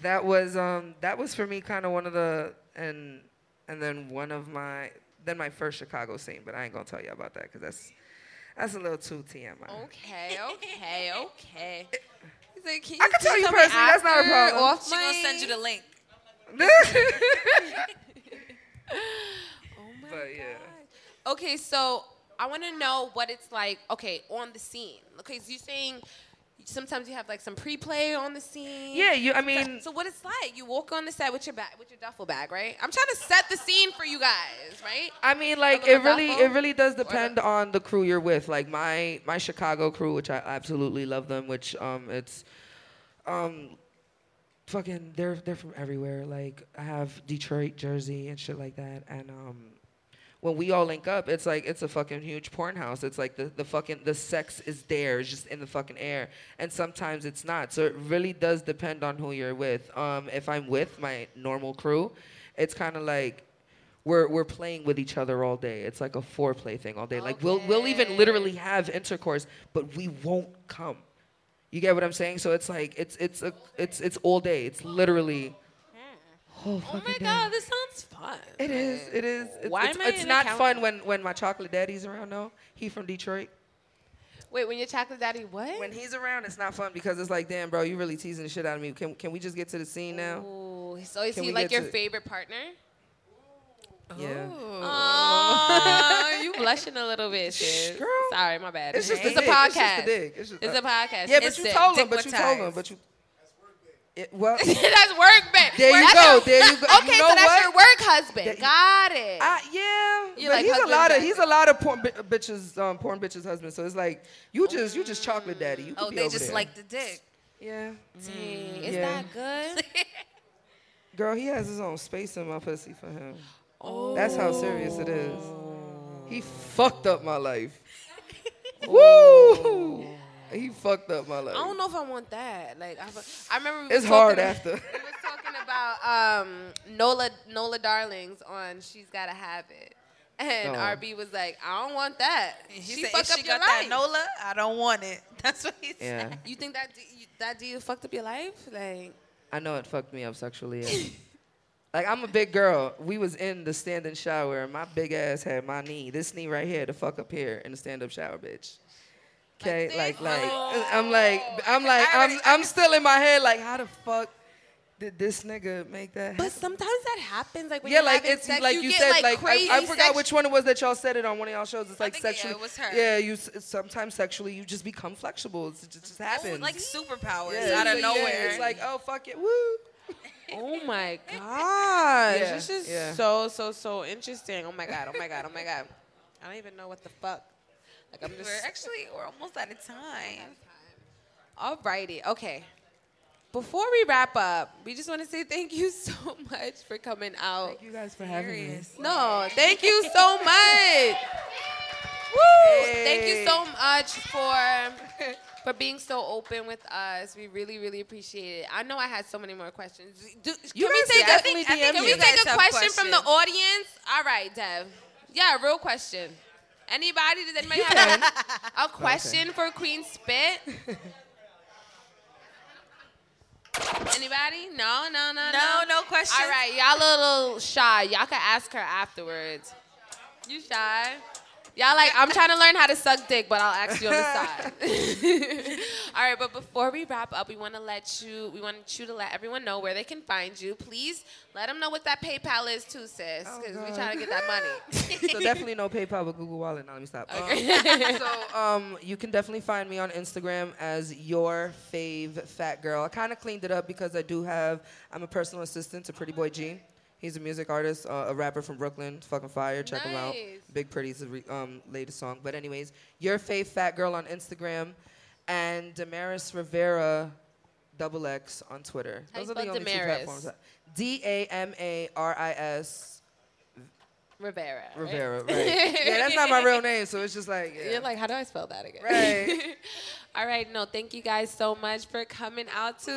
[SPEAKER 6] that was um that was for me kind of one of the and and then one of my then my first Chicago scene, but I ain't gonna tell you about that because that's that's a little too TMI.
[SPEAKER 2] Okay, okay, okay. He's like, can
[SPEAKER 6] I can tell you personally, that's not a problem.
[SPEAKER 2] Off
[SPEAKER 1] She gonna send you the link.
[SPEAKER 2] Oh my
[SPEAKER 6] But, yeah.
[SPEAKER 2] God. Okay, so I want to know what it's like. Okay, on the scene. Okay, so you're saying sometimes you have like some pre-play on the scene.
[SPEAKER 6] yeah, you. I mean,
[SPEAKER 2] So what it's like? You walk on the set with your bag, with your duffel bag, right? I'm trying to set the scene for you guys, right?
[SPEAKER 6] I mean, like
[SPEAKER 2] the
[SPEAKER 6] it really,
[SPEAKER 2] Rodolfo?
[SPEAKER 6] it really does depend on the crew you're with. Like my my Chicago crew, which I absolutely love them. Which um, it's um, fucking they're they're from everywhere. Like I have Detroit, Jersey, and shit like that. And um, when we all link up, it's like it's a fucking huge porn house. It's like the the fucking the sex is there. It's just in the fucking air. And sometimes it's not. So it really does depend on who you're with. Um, if I'm with my normal crew, it's kind of like we're we're playing with each other all day. It's like a foreplay thing all day. Like we'll we'll even literally have intercourse, but we won't come. You get what I'm saying? So it's like it's it's a it's it's all day. It's literally. Oh,
[SPEAKER 2] Oh my
[SPEAKER 6] fucking day.
[SPEAKER 2] God, this sounds fun.
[SPEAKER 6] It is. It is. It's,
[SPEAKER 2] Why
[SPEAKER 6] it's,
[SPEAKER 2] am I
[SPEAKER 6] it's
[SPEAKER 2] an
[SPEAKER 6] not
[SPEAKER 2] accountant?
[SPEAKER 6] fun when when my chocolate daddy's around. though. he from Detroit.
[SPEAKER 2] Wait, when your chocolate daddy what?
[SPEAKER 6] When he's around, it's not fun because it's like, damn, bro, you really teasing the shit out of me. Can, can we just get to the scene now?
[SPEAKER 2] Ooh, so is
[SPEAKER 6] Can
[SPEAKER 2] he
[SPEAKER 6] we
[SPEAKER 2] like
[SPEAKER 6] get
[SPEAKER 2] your
[SPEAKER 6] to-
[SPEAKER 2] favorite partner?
[SPEAKER 6] Yeah.
[SPEAKER 2] Oh, you blushing a little bit, sis.
[SPEAKER 6] Girl.
[SPEAKER 2] Sorry, my bad.
[SPEAKER 6] It's just
[SPEAKER 1] It's
[SPEAKER 6] the
[SPEAKER 2] a
[SPEAKER 6] dick. It's just
[SPEAKER 2] podcast.
[SPEAKER 6] the dick. It's, just,
[SPEAKER 2] It's a podcast.
[SPEAKER 6] Yeah, but
[SPEAKER 1] It's
[SPEAKER 6] you
[SPEAKER 1] dick-
[SPEAKER 6] told him. But you told him.
[SPEAKER 1] dickmatized.
[SPEAKER 6] But you. It, well,
[SPEAKER 2] that's work babe.
[SPEAKER 6] There you
[SPEAKER 2] That's
[SPEAKER 6] go,
[SPEAKER 2] your-
[SPEAKER 6] there you go.
[SPEAKER 2] Okay,
[SPEAKER 6] You know
[SPEAKER 2] so that's
[SPEAKER 6] what? Ah,
[SPEAKER 2] your work husband.
[SPEAKER 6] That-
[SPEAKER 2] Got it.
[SPEAKER 6] I, yeah,
[SPEAKER 2] You
[SPEAKER 6] but
[SPEAKER 2] like
[SPEAKER 6] he's a
[SPEAKER 2] husband
[SPEAKER 6] lot of
[SPEAKER 2] daddy.
[SPEAKER 6] he's a lot of porn bi- bitches, um, porn bitches husbands. So it's like you just you just chocolate
[SPEAKER 2] Mm.
[SPEAKER 6] daddy. You could
[SPEAKER 1] Oh,
[SPEAKER 6] be
[SPEAKER 1] they
[SPEAKER 6] over
[SPEAKER 1] just
[SPEAKER 6] there.
[SPEAKER 1] like the dick.
[SPEAKER 6] yeah,
[SPEAKER 2] Dang, Mm, is
[SPEAKER 6] mm, Yeah.
[SPEAKER 2] that good?
[SPEAKER 6] girl. He has his own space in my pussy for him.
[SPEAKER 2] Oh.
[SPEAKER 6] That's how serious it is. He fucked up my life. Woo! He fucked up my life.
[SPEAKER 2] I don't know if I want that. Like I, I remember. We
[SPEAKER 6] It's
[SPEAKER 2] was
[SPEAKER 6] hard
[SPEAKER 2] talking-
[SPEAKER 6] after.
[SPEAKER 2] We was talking about um, Nola Nola Darlings on She's Gotta Have It, and
[SPEAKER 6] Oh.
[SPEAKER 2] RB was like, I don't want that.
[SPEAKER 1] He
[SPEAKER 2] she
[SPEAKER 1] said,
[SPEAKER 2] fuck
[SPEAKER 1] if
[SPEAKER 2] up
[SPEAKER 1] she
[SPEAKER 2] your
[SPEAKER 1] got that
[SPEAKER 2] life.
[SPEAKER 1] Nola, I don't want it. That's what he said.
[SPEAKER 6] Yeah,
[SPEAKER 2] you think that d- you, that deal fucked up your life? Like
[SPEAKER 6] I know it fucked me up sexually. yeah. like I'm a big girl. We was in the stand-in shower, and my big ass had my knee, this knee right here, the fuck up here in the stand-up shower, bitch. Okay, like, like,
[SPEAKER 2] Oh.
[SPEAKER 6] I'm like, I'm like, I'm, I'm still in my head, like, how the fuck did this nigga make that?
[SPEAKER 2] But
[SPEAKER 6] happen?
[SPEAKER 2] sometimes that happens. Like when
[SPEAKER 6] yeah,
[SPEAKER 2] you're
[SPEAKER 6] like
[SPEAKER 2] having
[SPEAKER 6] it's
[SPEAKER 2] sex,
[SPEAKER 6] like
[SPEAKER 2] you,
[SPEAKER 6] you,
[SPEAKER 2] get
[SPEAKER 6] said,
[SPEAKER 2] like,
[SPEAKER 6] like,
[SPEAKER 2] crazy.
[SPEAKER 6] I, I forgot
[SPEAKER 2] sex-
[SPEAKER 6] which one it was that y'all said it on one of y'all shows. It's like
[SPEAKER 1] think, yeah,
[SPEAKER 6] sexually,
[SPEAKER 1] it was her.
[SPEAKER 6] yeah, you s- sometimes sexually you just become flexible. It's- It just, just happens.
[SPEAKER 1] Like superpowers
[SPEAKER 6] Yeah,
[SPEAKER 1] out of
[SPEAKER 6] yeah,
[SPEAKER 1] nowhere.
[SPEAKER 6] It's like, oh fuck it, woo.
[SPEAKER 2] Oh my gosh.
[SPEAKER 6] Yeah,
[SPEAKER 2] This is
[SPEAKER 6] yeah.
[SPEAKER 2] so, so, so interesting. Oh my God. Oh my God. Oh my God. I don't even know what the fuck. Like, I'm just.
[SPEAKER 1] we're actually we're almost out of time.
[SPEAKER 2] Alrighty. Okay. Before we wrap up, we just want to say thank you so much for coming out.
[SPEAKER 6] You guys for having me.
[SPEAKER 2] No, thank you so much. Woo! Thank you so much for for being so open with us. We really, really appreciate it. I know I had so many more questions. Do,
[SPEAKER 6] You
[SPEAKER 2] can we
[SPEAKER 6] guys
[SPEAKER 2] take a,
[SPEAKER 6] definitely
[SPEAKER 2] I think-
[SPEAKER 6] DM
[SPEAKER 2] can we
[SPEAKER 1] me. You
[SPEAKER 2] take
[SPEAKER 1] guys
[SPEAKER 2] a
[SPEAKER 1] have
[SPEAKER 2] question from the
[SPEAKER 1] questions.
[SPEAKER 2] audience? All right, Dev. Yeah, a real question. Anybody? Does anybody have a, a question for Queen Spit? Anybody? No, no, no,
[SPEAKER 1] No,
[SPEAKER 2] no.
[SPEAKER 1] no questions.
[SPEAKER 2] All right, y'all a little shy. Y'all can ask her afterwards. You shy? Y'all like, I'm trying to learn how to suck dick, but I'll ask you on the side. All right, but before we wrap up, we want to let you, we want you to let everyone know where they can find you. Please let them know what that PayPal is too, sis, because we're
[SPEAKER 6] Oh, God.
[SPEAKER 2] trying to get that money.
[SPEAKER 6] so definitely no PayPal but Google Wallet. Now let me stop. Um, so um, you can definitely find me on Instagram as your fave fat girl. I kind of cleaned it up because I do have. I'm a personal assistant to Pretty Boy G. He's a music artist, uh, a rapper from Brooklyn. Fucking fire. Check him out.
[SPEAKER 2] Nice.
[SPEAKER 6] Big Pretty's the re- um, latest song. But anyways, your fave fat girl on Instagram, and Damaris Rivera. Double X on Twitter.
[SPEAKER 2] How you
[SPEAKER 6] Those are the
[SPEAKER 2] spell
[SPEAKER 6] only two
[SPEAKER 2] Damaris?
[SPEAKER 6] platforms. D A M A R I S
[SPEAKER 2] Rivera. right?
[SPEAKER 6] Rivera, right. yeah, that's not my real name, so it's just like, yeah.
[SPEAKER 2] You're like, how do I spell that again?
[SPEAKER 6] Right.
[SPEAKER 2] All right, no, thank you guys so much for coming out to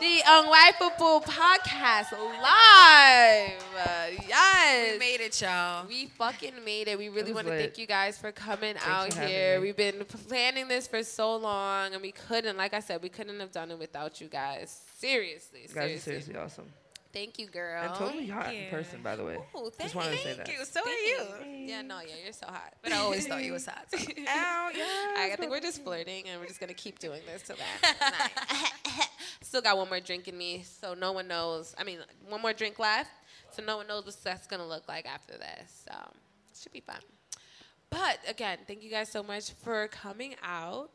[SPEAKER 2] the Unwifeable Podcast live. Uh, yes.
[SPEAKER 1] We made it, y'all.
[SPEAKER 2] We fucking made it. We really
[SPEAKER 6] was
[SPEAKER 2] want to
[SPEAKER 6] lit.
[SPEAKER 2] thank you guys for coming out
[SPEAKER 6] for having
[SPEAKER 2] here.
[SPEAKER 6] me.
[SPEAKER 2] We've been planning this for so long, and we couldn't, like I said, we couldn't have done it without you guys. Seriously,
[SPEAKER 6] you guys are
[SPEAKER 2] seriously.
[SPEAKER 6] seriously awesome.
[SPEAKER 2] Thank you, girl.
[SPEAKER 6] I'm totally hot in person, by the way.
[SPEAKER 2] Oh, Ooh,
[SPEAKER 6] just wanted to say that.
[SPEAKER 1] Thank you. So are you.
[SPEAKER 2] Yeah, no, yeah, you're so hot.
[SPEAKER 1] But I always thought you was hot. so.
[SPEAKER 6] Ow,
[SPEAKER 2] All right, I
[SPEAKER 6] yes,
[SPEAKER 2] think we're just flirting, and we're just gonna keep doing this till that. Still got one more drink in me, so no one knows. I mean, one more drink left, so no one knows what that's gonna look like after this. So should be fun. But again, thank you guys so much for coming out,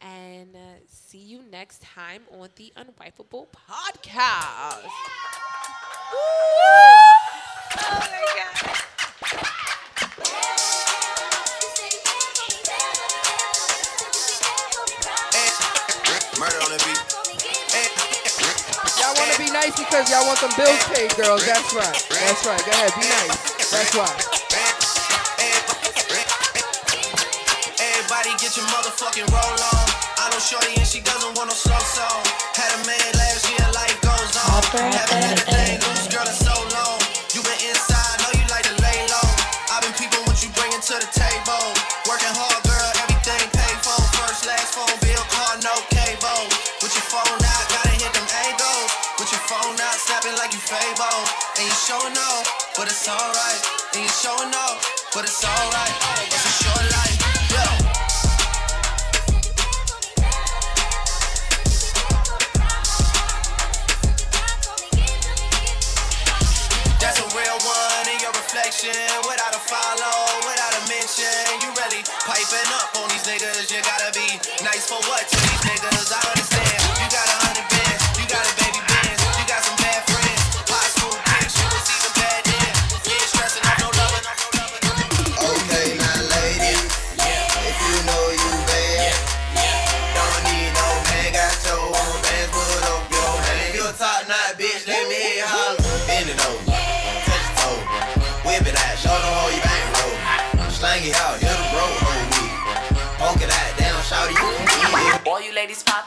[SPEAKER 2] and uh, see you next time on the Unwifeable Podcast.
[SPEAKER 10] Murder on the beat.
[SPEAKER 6] Y'all want to be nice because y'all want them bills paid, girls. That's right. That's right. Go ahead, be nice. That's why.
[SPEAKER 10] Everybody get your motherfucking roll on. I know Shorty and she doesn't want no slow song. Had a man last year, life goes on. Haven't had a thing loose, girl, in so long. You been inside, know you like to lay low. I've been peeping what you bringing to the table. Working hard, girl, everything paid for. First, last phone bill, car, no cable. With your phone out, gotta hit them angles. With your phone out, snapping like you Fabo. And you showing off, but it's alright. And you showing off, but it's alright. It's a short life, yeah. connection without a follow, without a mention. You really piping up on these niggas. You gotta be nice for what to these niggas? I understand. You got a hundred bands, you got a baby bands, you got some bad friends. High school bitch, you was even bad then. You ain't stressing off no loving, off no loving, off no loving.
[SPEAKER 11] Okay, now, lady, if you know you bad, don't need no man. Got your own bands, put up your
[SPEAKER 10] If
[SPEAKER 11] hand.
[SPEAKER 10] you a top notch bitch, let me hear you holler. Bend it over, touch the toe, whip it out, show them how you bang roll. Slang it out, hit the road, hold me. Poke it out, down, shout it, you can get it.
[SPEAKER 12] All you ladies pop